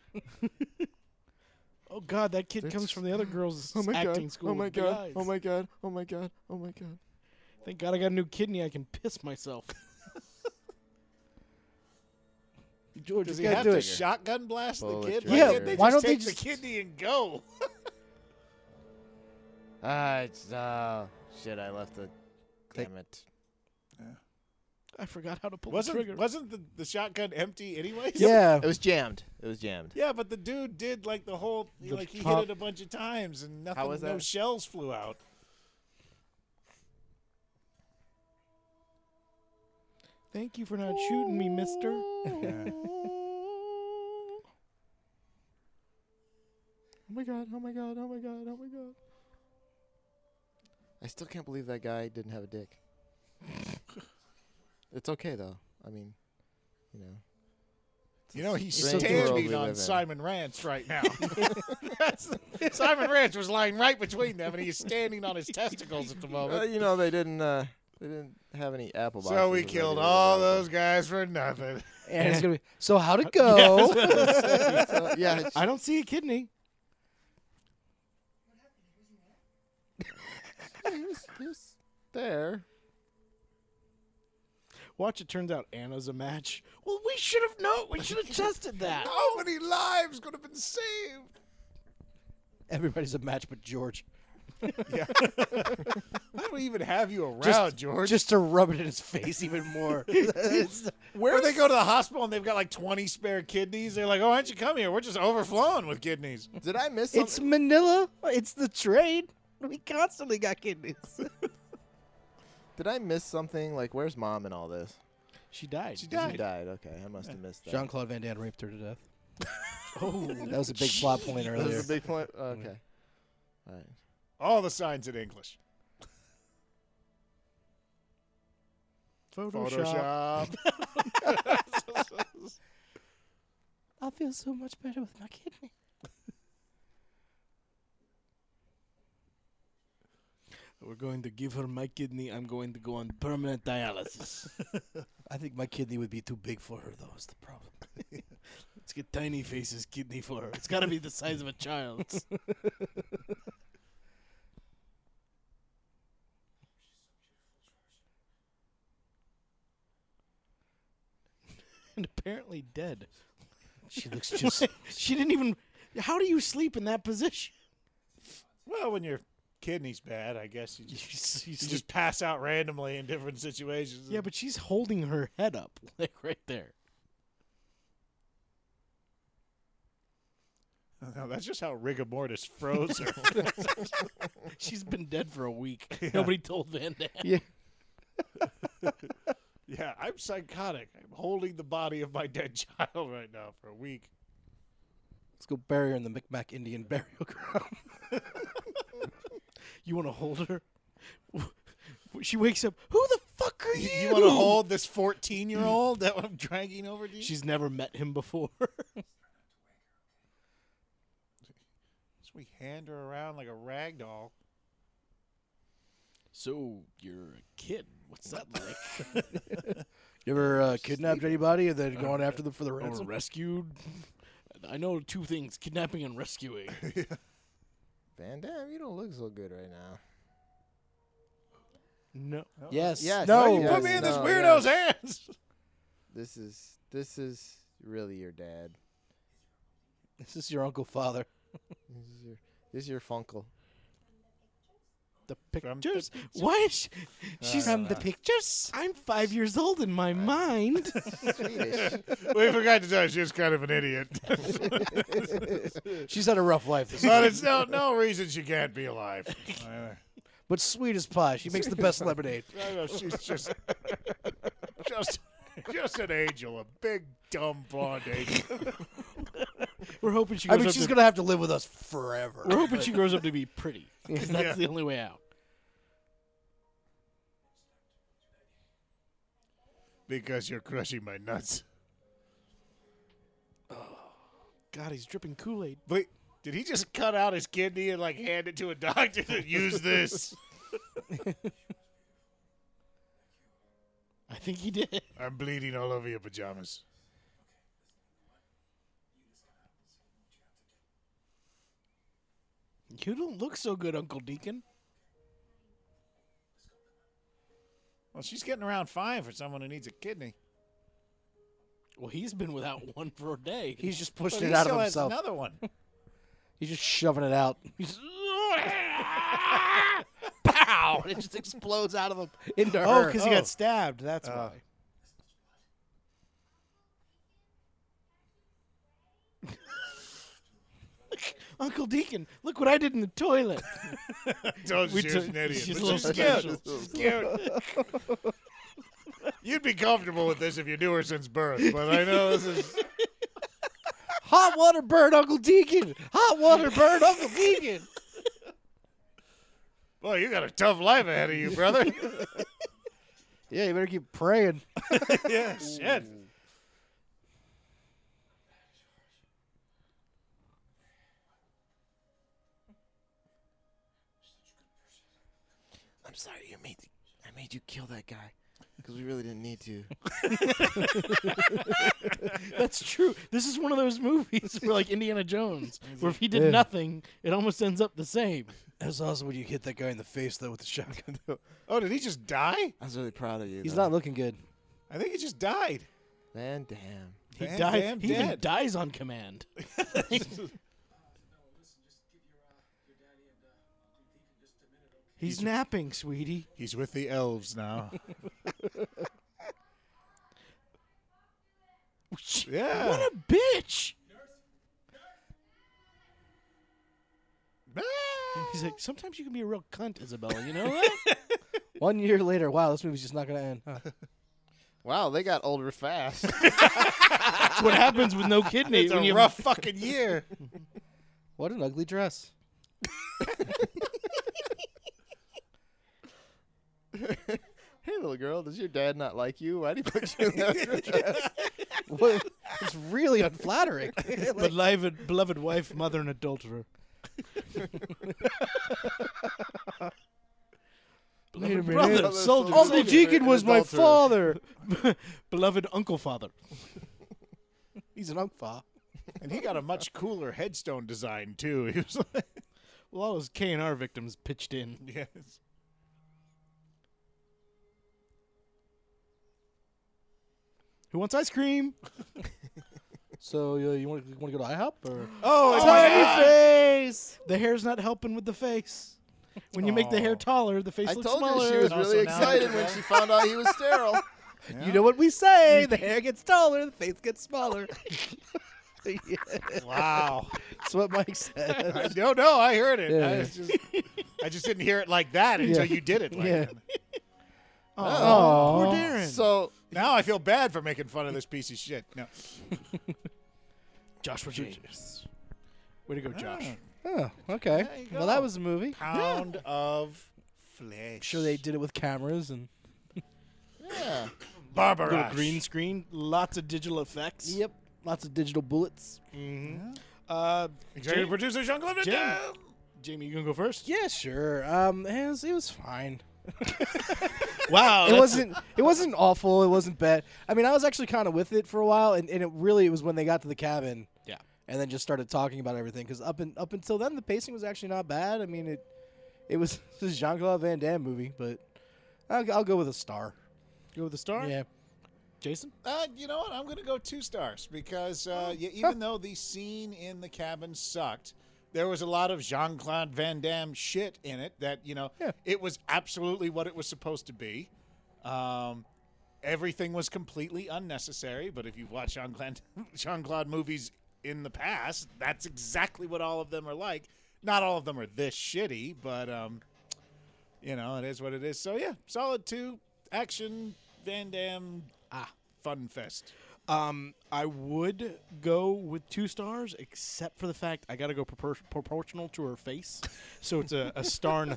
[SPEAKER 3] Oh God, that kid comes from the other girl's
[SPEAKER 5] Oh my
[SPEAKER 3] acting
[SPEAKER 5] god.
[SPEAKER 3] school.
[SPEAKER 5] Oh my
[SPEAKER 3] with big
[SPEAKER 5] god.
[SPEAKER 3] eyes.
[SPEAKER 5] Oh my god. Oh my god. Oh my god.
[SPEAKER 3] Thank God I got a new kidney. I can piss myself.
[SPEAKER 6] George,
[SPEAKER 1] Does
[SPEAKER 6] you
[SPEAKER 1] he
[SPEAKER 6] can't
[SPEAKER 1] have
[SPEAKER 6] do
[SPEAKER 1] to
[SPEAKER 6] it.
[SPEAKER 1] shotgun blast
[SPEAKER 5] Bullet
[SPEAKER 1] the kid?
[SPEAKER 5] trigger.
[SPEAKER 1] can't
[SPEAKER 5] Yeah,
[SPEAKER 1] they
[SPEAKER 6] why
[SPEAKER 1] just
[SPEAKER 6] don't they
[SPEAKER 1] take
[SPEAKER 6] just-
[SPEAKER 1] the kidney and go?
[SPEAKER 5] Ah, it's, oh, shit, I left the. Damn it.
[SPEAKER 3] I forgot how to pull the trigger.
[SPEAKER 1] Wasn't wasn't the, the shotgun empty anyways?
[SPEAKER 6] yeah,
[SPEAKER 5] It was jammed. It was jammed.
[SPEAKER 1] Yeah, but the dude did like the whole he, like he
[SPEAKER 6] pop-
[SPEAKER 1] hit it a bunch of times and nothing.
[SPEAKER 5] was
[SPEAKER 1] No
[SPEAKER 5] that?
[SPEAKER 1] shells flew out.
[SPEAKER 3] Thank you for not shooting me, Mister.
[SPEAKER 5] Oh my god. Oh my god. Oh my god. Oh my god. I still can't believe that guy didn't have a dick. it's okay though. I mean, you know.
[SPEAKER 1] You know he's
[SPEAKER 5] strange world
[SPEAKER 1] standing
[SPEAKER 5] we
[SPEAKER 1] on
[SPEAKER 5] live in.
[SPEAKER 1] Simon Rance right now. That's- Simon Rance was lying right between them, and he's standing on his testicles at the
[SPEAKER 5] Well,
[SPEAKER 1] moment.
[SPEAKER 5] you know they didn't. Uh, they didn't have any apple boxes.
[SPEAKER 1] So we
[SPEAKER 5] ready
[SPEAKER 1] killed
[SPEAKER 5] to
[SPEAKER 1] all
[SPEAKER 5] go.
[SPEAKER 1] those guys for nothing.
[SPEAKER 6] and it's gonna be. So how'd it go?
[SPEAKER 5] So, yeah. it's-
[SPEAKER 3] I don't see a kidney.
[SPEAKER 5] he was- he was there.
[SPEAKER 3] Watch, it turns out Anna's a match. Well, we should have known. We should have tested that.
[SPEAKER 1] How many lives could have been saved?
[SPEAKER 6] Everybody's a match, but George,
[SPEAKER 1] Why do we even have you around, George?
[SPEAKER 6] just to rub it in his face even more. It's-
[SPEAKER 1] Where they go to the hospital and they've got like 20 spare kidneys. They're like, oh, why don't you come here? We're just overflowing with kidneys.
[SPEAKER 5] Did I miss
[SPEAKER 6] it's
[SPEAKER 5] something?
[SPEAKER 6] Manila. It's the trade. We constantly got kidneys.
[SPEAKER 5] Did I miss something? Like, where's mom in all this?
[SPEAKER 3] She died. She
[SPEAKER 5] She died. Okay, I must have missed that.
[SPEAKER 6] Jean Claude Van Damme raped her to death. oh, that was a big plot point
[SPEAKER 5] That
[SPEAKER 6] earlier.
[SPEAKER 5] was a big point. Okay. All right.
[SPEAKER 1] All the signs in English.
[SPEAKER 3] Photoshop.
[SPEAKER 1] Photoshop.
[SPEAKER 6] I feel so much better with my kidney.
[SPEAKER 3] We're going to give her my kidney. I'm going to go on permanent dialysis.
[SPEAKER 6] I think my kidney would be too big for her, though. Is the problem?
[SPEAKER 3] Let's get Tiny Face's kidney for her. It's got to be the size of a child's. and apparently dead.
[SPEAKER 6] She looks just.
[SPEAKER 3] she didn't even. How do you sleep in that position?
[SPEAKER 1] well, when you're kidney's bad, I guess you just,
[SPEAKER 3] She's-
[SPEAKER 1] you
[SPEAKER 3] she's-
[SPEAKER 1] just pass out randomly in different situations.
[SPEAKER 3] yeah, but she's holding her head up, like right there.
[SPEAKER 1] No, that's just how rigor mortis froze her.
[SPEAKER 3] She's been dead for a week. Nobody told Van Dam.
[SPEAKER 1] yeah, I'm psychotic. I'm holding the body of my dead child right now for a week.
[SPEAKER 2] Let's go bury her in the Micmac Indian burial ground.
[SPEAKER 3] You want to hold her? She wakes up. Who the fuck are you?
[SPEAKER 1] You want to hold this 14 year old that I'm dragging over to you?
[SPEAKER 3] She's never met him before.
[SPEAKER 1] Just we hand her around like a rag doll.
[SPEAKER 3] so you're a kid. What's that like? Uh,
[SPEAKER 6] You ever uh, kidnapped anybody and then gone after them for the
[SPEAKER 3] or
[SPEAKER 6] ransom?
[SPEAKER 3] rescued? I know two things: kidnapping and rescuing.
[SPEAKER 5] Van Damme, you don't look so good right now.
[SPEAKER 3] no.
[SPEAKER 2] yes.
[SPEAKER 5] Yes.
[SPEAKER 6] No.
[SPEAKER 5] yes,
[SPEAKER 6] You
[SPEAKER 1] Put me in this
[SPEAKER 5] no,
[SPEAKER 1] weirdo's
[SPEAKER 5] yes.
[SPEAKER 1] hands.
[SPEAKER 5] This is this is really your dad.
[SPEAKER 2] This is your uncle father.
[SPEAKER 5] This is your this is your funkle.
[SPEAKER 3] The Uh,
[SPEAKER 1] From the
[SPEAKER 3] pictures. Why is she? She's
[SPEAKER 2] From the pictures?
[SPEAKER 3] I'm five years old in my mind.
[SPEAKER 5] Swedish.
[SPEAKER 1] We forgot to tell you, she's kind of an idiot.
[SPEAKER 6] She's had a rough life. This
[SPEAKER 1] but it's no, no reason she can't be alive. Uh,
[SPEAKER 6] but sweet as pie. She makes the best lemonade.
[SPEAKER 1] I know, she's just, just, just an angel, a big dumb blonde angel.
[SPEAKER 3] We're hoping she.
[SPEAKER 6] I
[SPEAKER 3] Grows
[SPEAKER 6] mean,
[SPEAKER 3] up
[SPEAKER 6] she's
[SPEAKER 3] to,
[SPEAKER 6] going to have to live with us forever.
[SPEAKER 3] We're hoping she grows up to be pretty. 'cause that's
[SPEAKER 1] Yeah.
[SPEAKER 3] the only way out.
[SPEAKER 1] Because you're crushing my nuts.
[SPEAKER 3] God, he's dripping Kool Aid.
[SPEAKER 1] Wait, did he just cut out his kidney and like hand it to a doctor to use this?
[SPEAKER 3] I think he did.
[SPEAKER 1] I'm bleeding all over your pajamas.
[SPEAKER 3] You don't look so good, Uncle Deacon.
[SPEAKER 1] Well, she's getting around fine for someone who needs a kidney.
[SPEAKER 3] Well, he's been without one for a day.
[SPEAKER 6] He's just pushing
[SPEAKER 1] But
[SPEAKER 6] it
[SPEAKER 1] he
[SPEAKER 6] out
[SPEAKER 1] still
[SPEAKER 6] of
[SPEAKER 1] has
[SPEAKER 6] himself.
[SPEAKER 1] another one.
[SPEAKER 6] He's just shoving it out.
[SPEAKER 2] Pow! And it just explodes out of him into
[SPEAKER 3] oh,
[SPEAKER 2] her. Uh.
[SPEAKER 3] because he got stabbed. That's why. Uncle Deacon, look what I did in the toilet.
[SPEAKER 1] Told you
[SPEAKER 3] We
[SPEAKER 1] she was
[SPEAKER 3] took-
[SPEAKER 1] an idiot.
[SPEAKER 3] she's a
[SPEAKER 1] but
[SPEAKER 3] little
[SPEAKER 1] she's cute.
[SPEAKER 3] special.
[SPEAKER 1] She's cute. You'd be comfortable with this if you knew her since birth, but I know this is.
[SPEAKER 6] Hot water bird, Uncle Deacon. Hot water bird, Uncle Deacon.
[SPEAKER 1] Well, you got a tough life ahead of you, brother.
[SPEAKER 6] Yeah, you better keep praying.
[SPEAKER 1] yeah, shit.
[SPEAKER 5] I'm sorry you made I made you kill that guy because we really didn't need to.
[SPEAKER 3] That's true. This is one of those movies where, like Indiana Jones, where if he did nothing, it almost ends up the same.
[SPEAKER 6] That was awesome when you hit that guy in the face, though, with the shotgun.
[SPEAKER 1] Oh, did he just die?
[SPEAKER 5] I was really proud of you.
[SPEAKER 2] He's
[SPEAKER 5] though.
[SPEAKER 2] not looking good.
[SPEAKER 1] I think he just died.
[SPEAKER 5] Man, damn.
[SPEAKER 3] He
[SPEAKER 1] Van
[SPEAKER 3] died.
[SPEAKER 1] Damme
[SPEAKER 3] he even
[SPEAKER 1] dead.
[SPEAKER 3] dies on command. He's napping, sweetie.
[SPEAKER 1] He's with the elves now. yeah.
[SPEAKER 3] What a bitch! He's like, sometimes you can be a real cunt, Isabella. You know that?
[SPEAKER 2] One year later, wow, this movie's just not going to end. huh?
[SPEAKER 5] Wow, they got older fast.
[SPEAKER 3] That's what happens with no kidney.
[SPEAKER 1] it's
[SPEAKER 3] when
[SPEAKER 1] a
[SPEAKER 3] you-
[SPEAKER 1] rough fucking year.
[SPEAKER 2] What an ugly dress.
[SPEAKER 5] hey, little girl, does your dad not like you? Why did he put you in that
[SPEAKER 2] What? it's really unflattering.
[SPEAKER 3] beloved, beloved wife, mother, and adulterer.
[SPEAKER 6] Wait
[SPEAKER 3] Brother,
[SPEAKER 6] a
[SPEAKER 5] Brother,
[SPEAKER 3] soldier,
[SPEAKER 5] soldier,
[SPEAKER 6] Uncle
[SPEAKER 5] soldier.
[SPEAKER 6] Deacon was my
[SPEAKER 5] Adulterer.
[SPEAKER 6] father.
[SPEAKER 3] beloved uncle, father.
[SPEAKER 6] He's an umpha.
[SPEAKER 1] And he got a much cooler headstone design too. He was like,
[SPEAKER 3] Well, all his K and R victims pitched in.
[SPEAKER 1] yes.
[SPEAKER 3] Who wants ice cream?
[SPEAKER 2] So uh, you, you want to want to go to IHOP or
[SPEAKER 1] Oh, it's
[SPEAKER 3] Tiny face. The hair's not helping with the face. When you make the hair taller, the face
[SPEAKER 5] I
[SPEAKER 3] looks
[SPEAKER 5] told
[SPEAKER 3] smaller.
[SPEAKER 5] you she was
[SPEAKER 1] Also
[SPEAKER 5] really
[SPEAKER 1] now-
[SPEAKER 5] excited when she found out he was sterile.
[SPEAKER 2] You know what we say: the hair gets taller, the face gets smaller.
[SPEAKER 1] Wow.
[SPEAKER 2] That's what Mike said.
[SPEAKER 1] I, no, no, I heard it. I,
[SPEAKER 2] Yeah.
[SPEAKER 1] was just, I just didn't hear it like that until
[SPEAKER 2] Yeah.
[SPEAKER 1] you did it. Like
[SPEAKER 2] Yeah.
[SPEAKER 1] that.
[SPEAKER 2] Oh,
[SPEAKER 3] Poor Darren.
[SPEAKER 5] So
[SPEAKER 1] Now I feel bad for making fun of this piece of shit. No.
[SPEAKER 3] Joshua James. Way to go, Josh. Ah.
[SPEAKER 2] okay.
[SPEAKER 1] There you
[SPEAKER 2] Well, that
[SPEAKER 1] go.
[SPEAKER 2] was a movie.
[SPEAKER 1] Ah. Pound of flesh.
[SPEAKER 2] I'm sure they did it with cameras and.
[SPEAKER 5] yeah,
[SPEAKER 1] Barbara.
[SPEAKER 3] green screen, lots of digital effects.
[SPEAKER 2] Yep. Lots of digital bullets.
[SPEAKER 3] Uh,
[SPEAKER 1] Executive
[SPEAKER 3] Jamie,
[SPEAKER 1] producer Jean Claude
[SPEAKER 3] Jim.
[SPEAKER 1] Van Damme.
[SPEAKER 3] Jamie, you gonna go first?
[SPEAKER 2] Yeah, sure. Um, it was, it was fine.
[SPEAKER 1] Oh,
[SPEAKER 3] Wow,
[SPEAKER 2] it wasn't. It wasn't awful. It wasn't bad. I mean, I was actually kind of with it for a while, and, and it really it was when they got to the cabin.
[SPEAKER 3] Yeah.
[SPEAKER 2] And then just started talking about everything because up and up until then the pacing was actually not bad. I mean it, it was this Jean Claude Van Damme movie, but I'll, I'll go with a star.
[SPEAKER 3] go with the star.
[SPEAKER 2] Yeah.
[SPEAKER 3] Jason.
[SPEAKER 1] Uh, you know what? I'm going to go two stars because
[SPEAKER 3] Oh.
[SPEAKER 1] uh, yeah, even though the scene in the cabin sucked, there was a lot of Jean Claude Van Damme shit in it that, you know,
[SPEAKER 2] Yeah.
[SPEAKER 1] it was absolutely what it was supposed to be. Um, everything was completely unnecessary, but if you've watched Jean Claude, Jean Claude movies in the past, that's exactly what all of them are like. Not all of them are this shitty, but, um, you know, it is what it is. So, yeah, solid two, action, Van Damme, ah, fun fest.
[SPEAKER 3] Um, I would go with two stars, except for the fact I gotta go propor- proportional to her face, so it's a, a star and a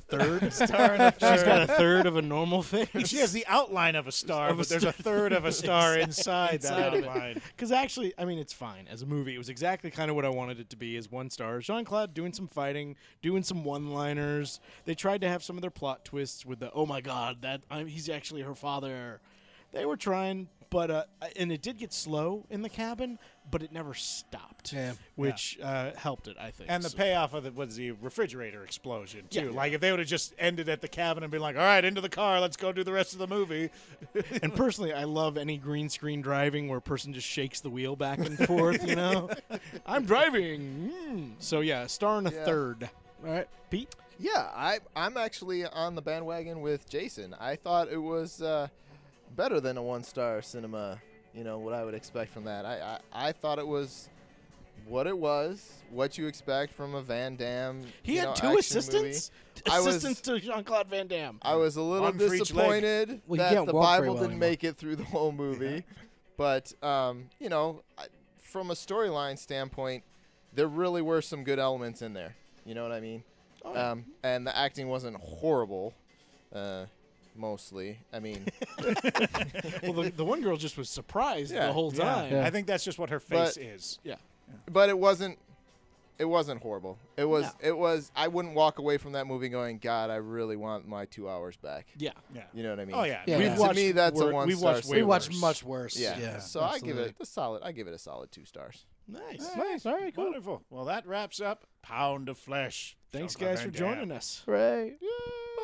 [SPEAKER 3] third.
[SPEAKER 1] star and a
[SPEAKER 3] She's
[SPEAKER 1] third.
[SPEAKER 3] got a third of a normal face.
[SPEAKER 1] She has the outline of a star,
[SPEAKER 3] Of a
[SPEAKER 1] but there's a third of a star inside,
[SPEAKER 3] inside of
[SPEAKER 1] that
[SPEAKER 3] it.
[SPEAKER 1] outline.
[SPEAKER 3] Because actually, I mean, it's fine as a movie. It was exactly kind of what I wanted it to be. Is one star Jean Claude doing some fighting, doing some one-liners. They tried to have some of their plot twists with the oh my god that I'm, he's actually her father. They were trying, but uh, and it did get slow in the cabin, but it never stopped,
[SPEAKER 2] Yeah.
[SPEAKER 3] which Uh, helped it, I think.
[SPEAKER 1] And the
[SPEAKER 3] So-
[SPEAKER 1] payoff of it was the refrigerator explosion too.
[SPEAKER 3] Yeah.
[SPEAKER 1] Like if they would have just ended at the cabin and been like, "All right, into the car, let's go do the rest of the movie."
[SPEAKER 3] and personally, I love any green screen driving where a person just shakes the wheel back and forth. You know, I'm driving. Mm. So yeah, a star and a
[SPEAKER 5] Yeah.
[SPEAKER 3] third. All right, Pete.
[SPEAKER 5] yeah. I I'm actually on the bandwagon with Jason. I thought it was uh, better than a one star cinema. You know what I would expect from that. I, I I thought it was what it was, what you expect from a Van Damme.
[SPEAKER 3] He
[SPEAKER 5] you
[SPEAKER 3] had
[SPEAKER 5] know,
[SPEAKER 3] two
[SPEAKER 5] action movie.
[SPEAKER 3] assistants.
[SPEAKER 5] I was-
[SPEAKER 3] Assistants to Jean Claude Van Damme.
[SPEAKER 5] I was a little
[SPEAKER 1] One for each leg.
[SPEAKER 5] disappointed
[SPEAKER 2] Well, you
[SPEAKER 5] that
[SPEAKER 2] can't
[SPEAKER 5] the
[SPEAKER 2] walk very
[SPEAKER 5] Bible
[SPEAKER 2] well
[SPEAKER 5] didn't
[SPEAKER 2] anymore.
[SPEAKER 5] make it through the whole movie, but um, you know, I, from a storyline standpoint, there really were some good elements in there. You know what I mean?
[SPEAKER 1] Oh,
[SPEAKER 5] um, and the acting wasn't horrible, uh, mostly. I mean,
[SPEAKER 3] well, the, the one girl just was surprised
[SPEAKER 5] Yeah.
[SPEAKER 3] the whole
[SPEAKER 1] Yeah.
[SPEAKER 3] time.
[SPEAKER 1] I think that's just what her face
[SPEAKER 5] But-
[SPEAKER 1] is.
[SPEAKER 5] but it wasn't. It wasn't horrible. It was. It was. I wouldn't walk away from that movie going, "God, I really want my two hours back."
[SPEAKER 3] Yeah.
[SPEAKER 1] Yeah.
[SPEAKER 5] You know what I mean?
[SPEAKER 1] Oh yeah.
[SPEAKER 2] Yeah.
[SPEAKER 5] We've
[SPEAKER 2] To
[SPEAKER 5] watched me, that's a
[SPEAKER 3] wor-
[SPEAKER 5] one
[SPEAKER 3] We've
[SPEAKER 5] star.
[SPEAKER 3] watched
[SPEAKER 2] We
[SPEAKER 3] way
[SPEAKER 2] watched
[SPEAKER 3] worse.
[SPEAKER 2] much worse.
[SPEAKER 5] Yeah.
[SPEAKER 2] Yeah.
[SPEAKER 5] so I give it a solid. I give it a solid two stars.
[SPEAKER 3] Nice.
[SPEAKER 2] Nice. All right. Cool.
[SPEAKER 1] Wonderful. Well, that wraps up Pound of Flesh.
[SPEAKER 3] Thanks,
[SPEAKER 1] Jean-Claude
[SPEAKER 3] guys, for
[SPEAKER 1] Van Damme.
[SPEAKER 3] joining us.
[SPEAKER 5] Right.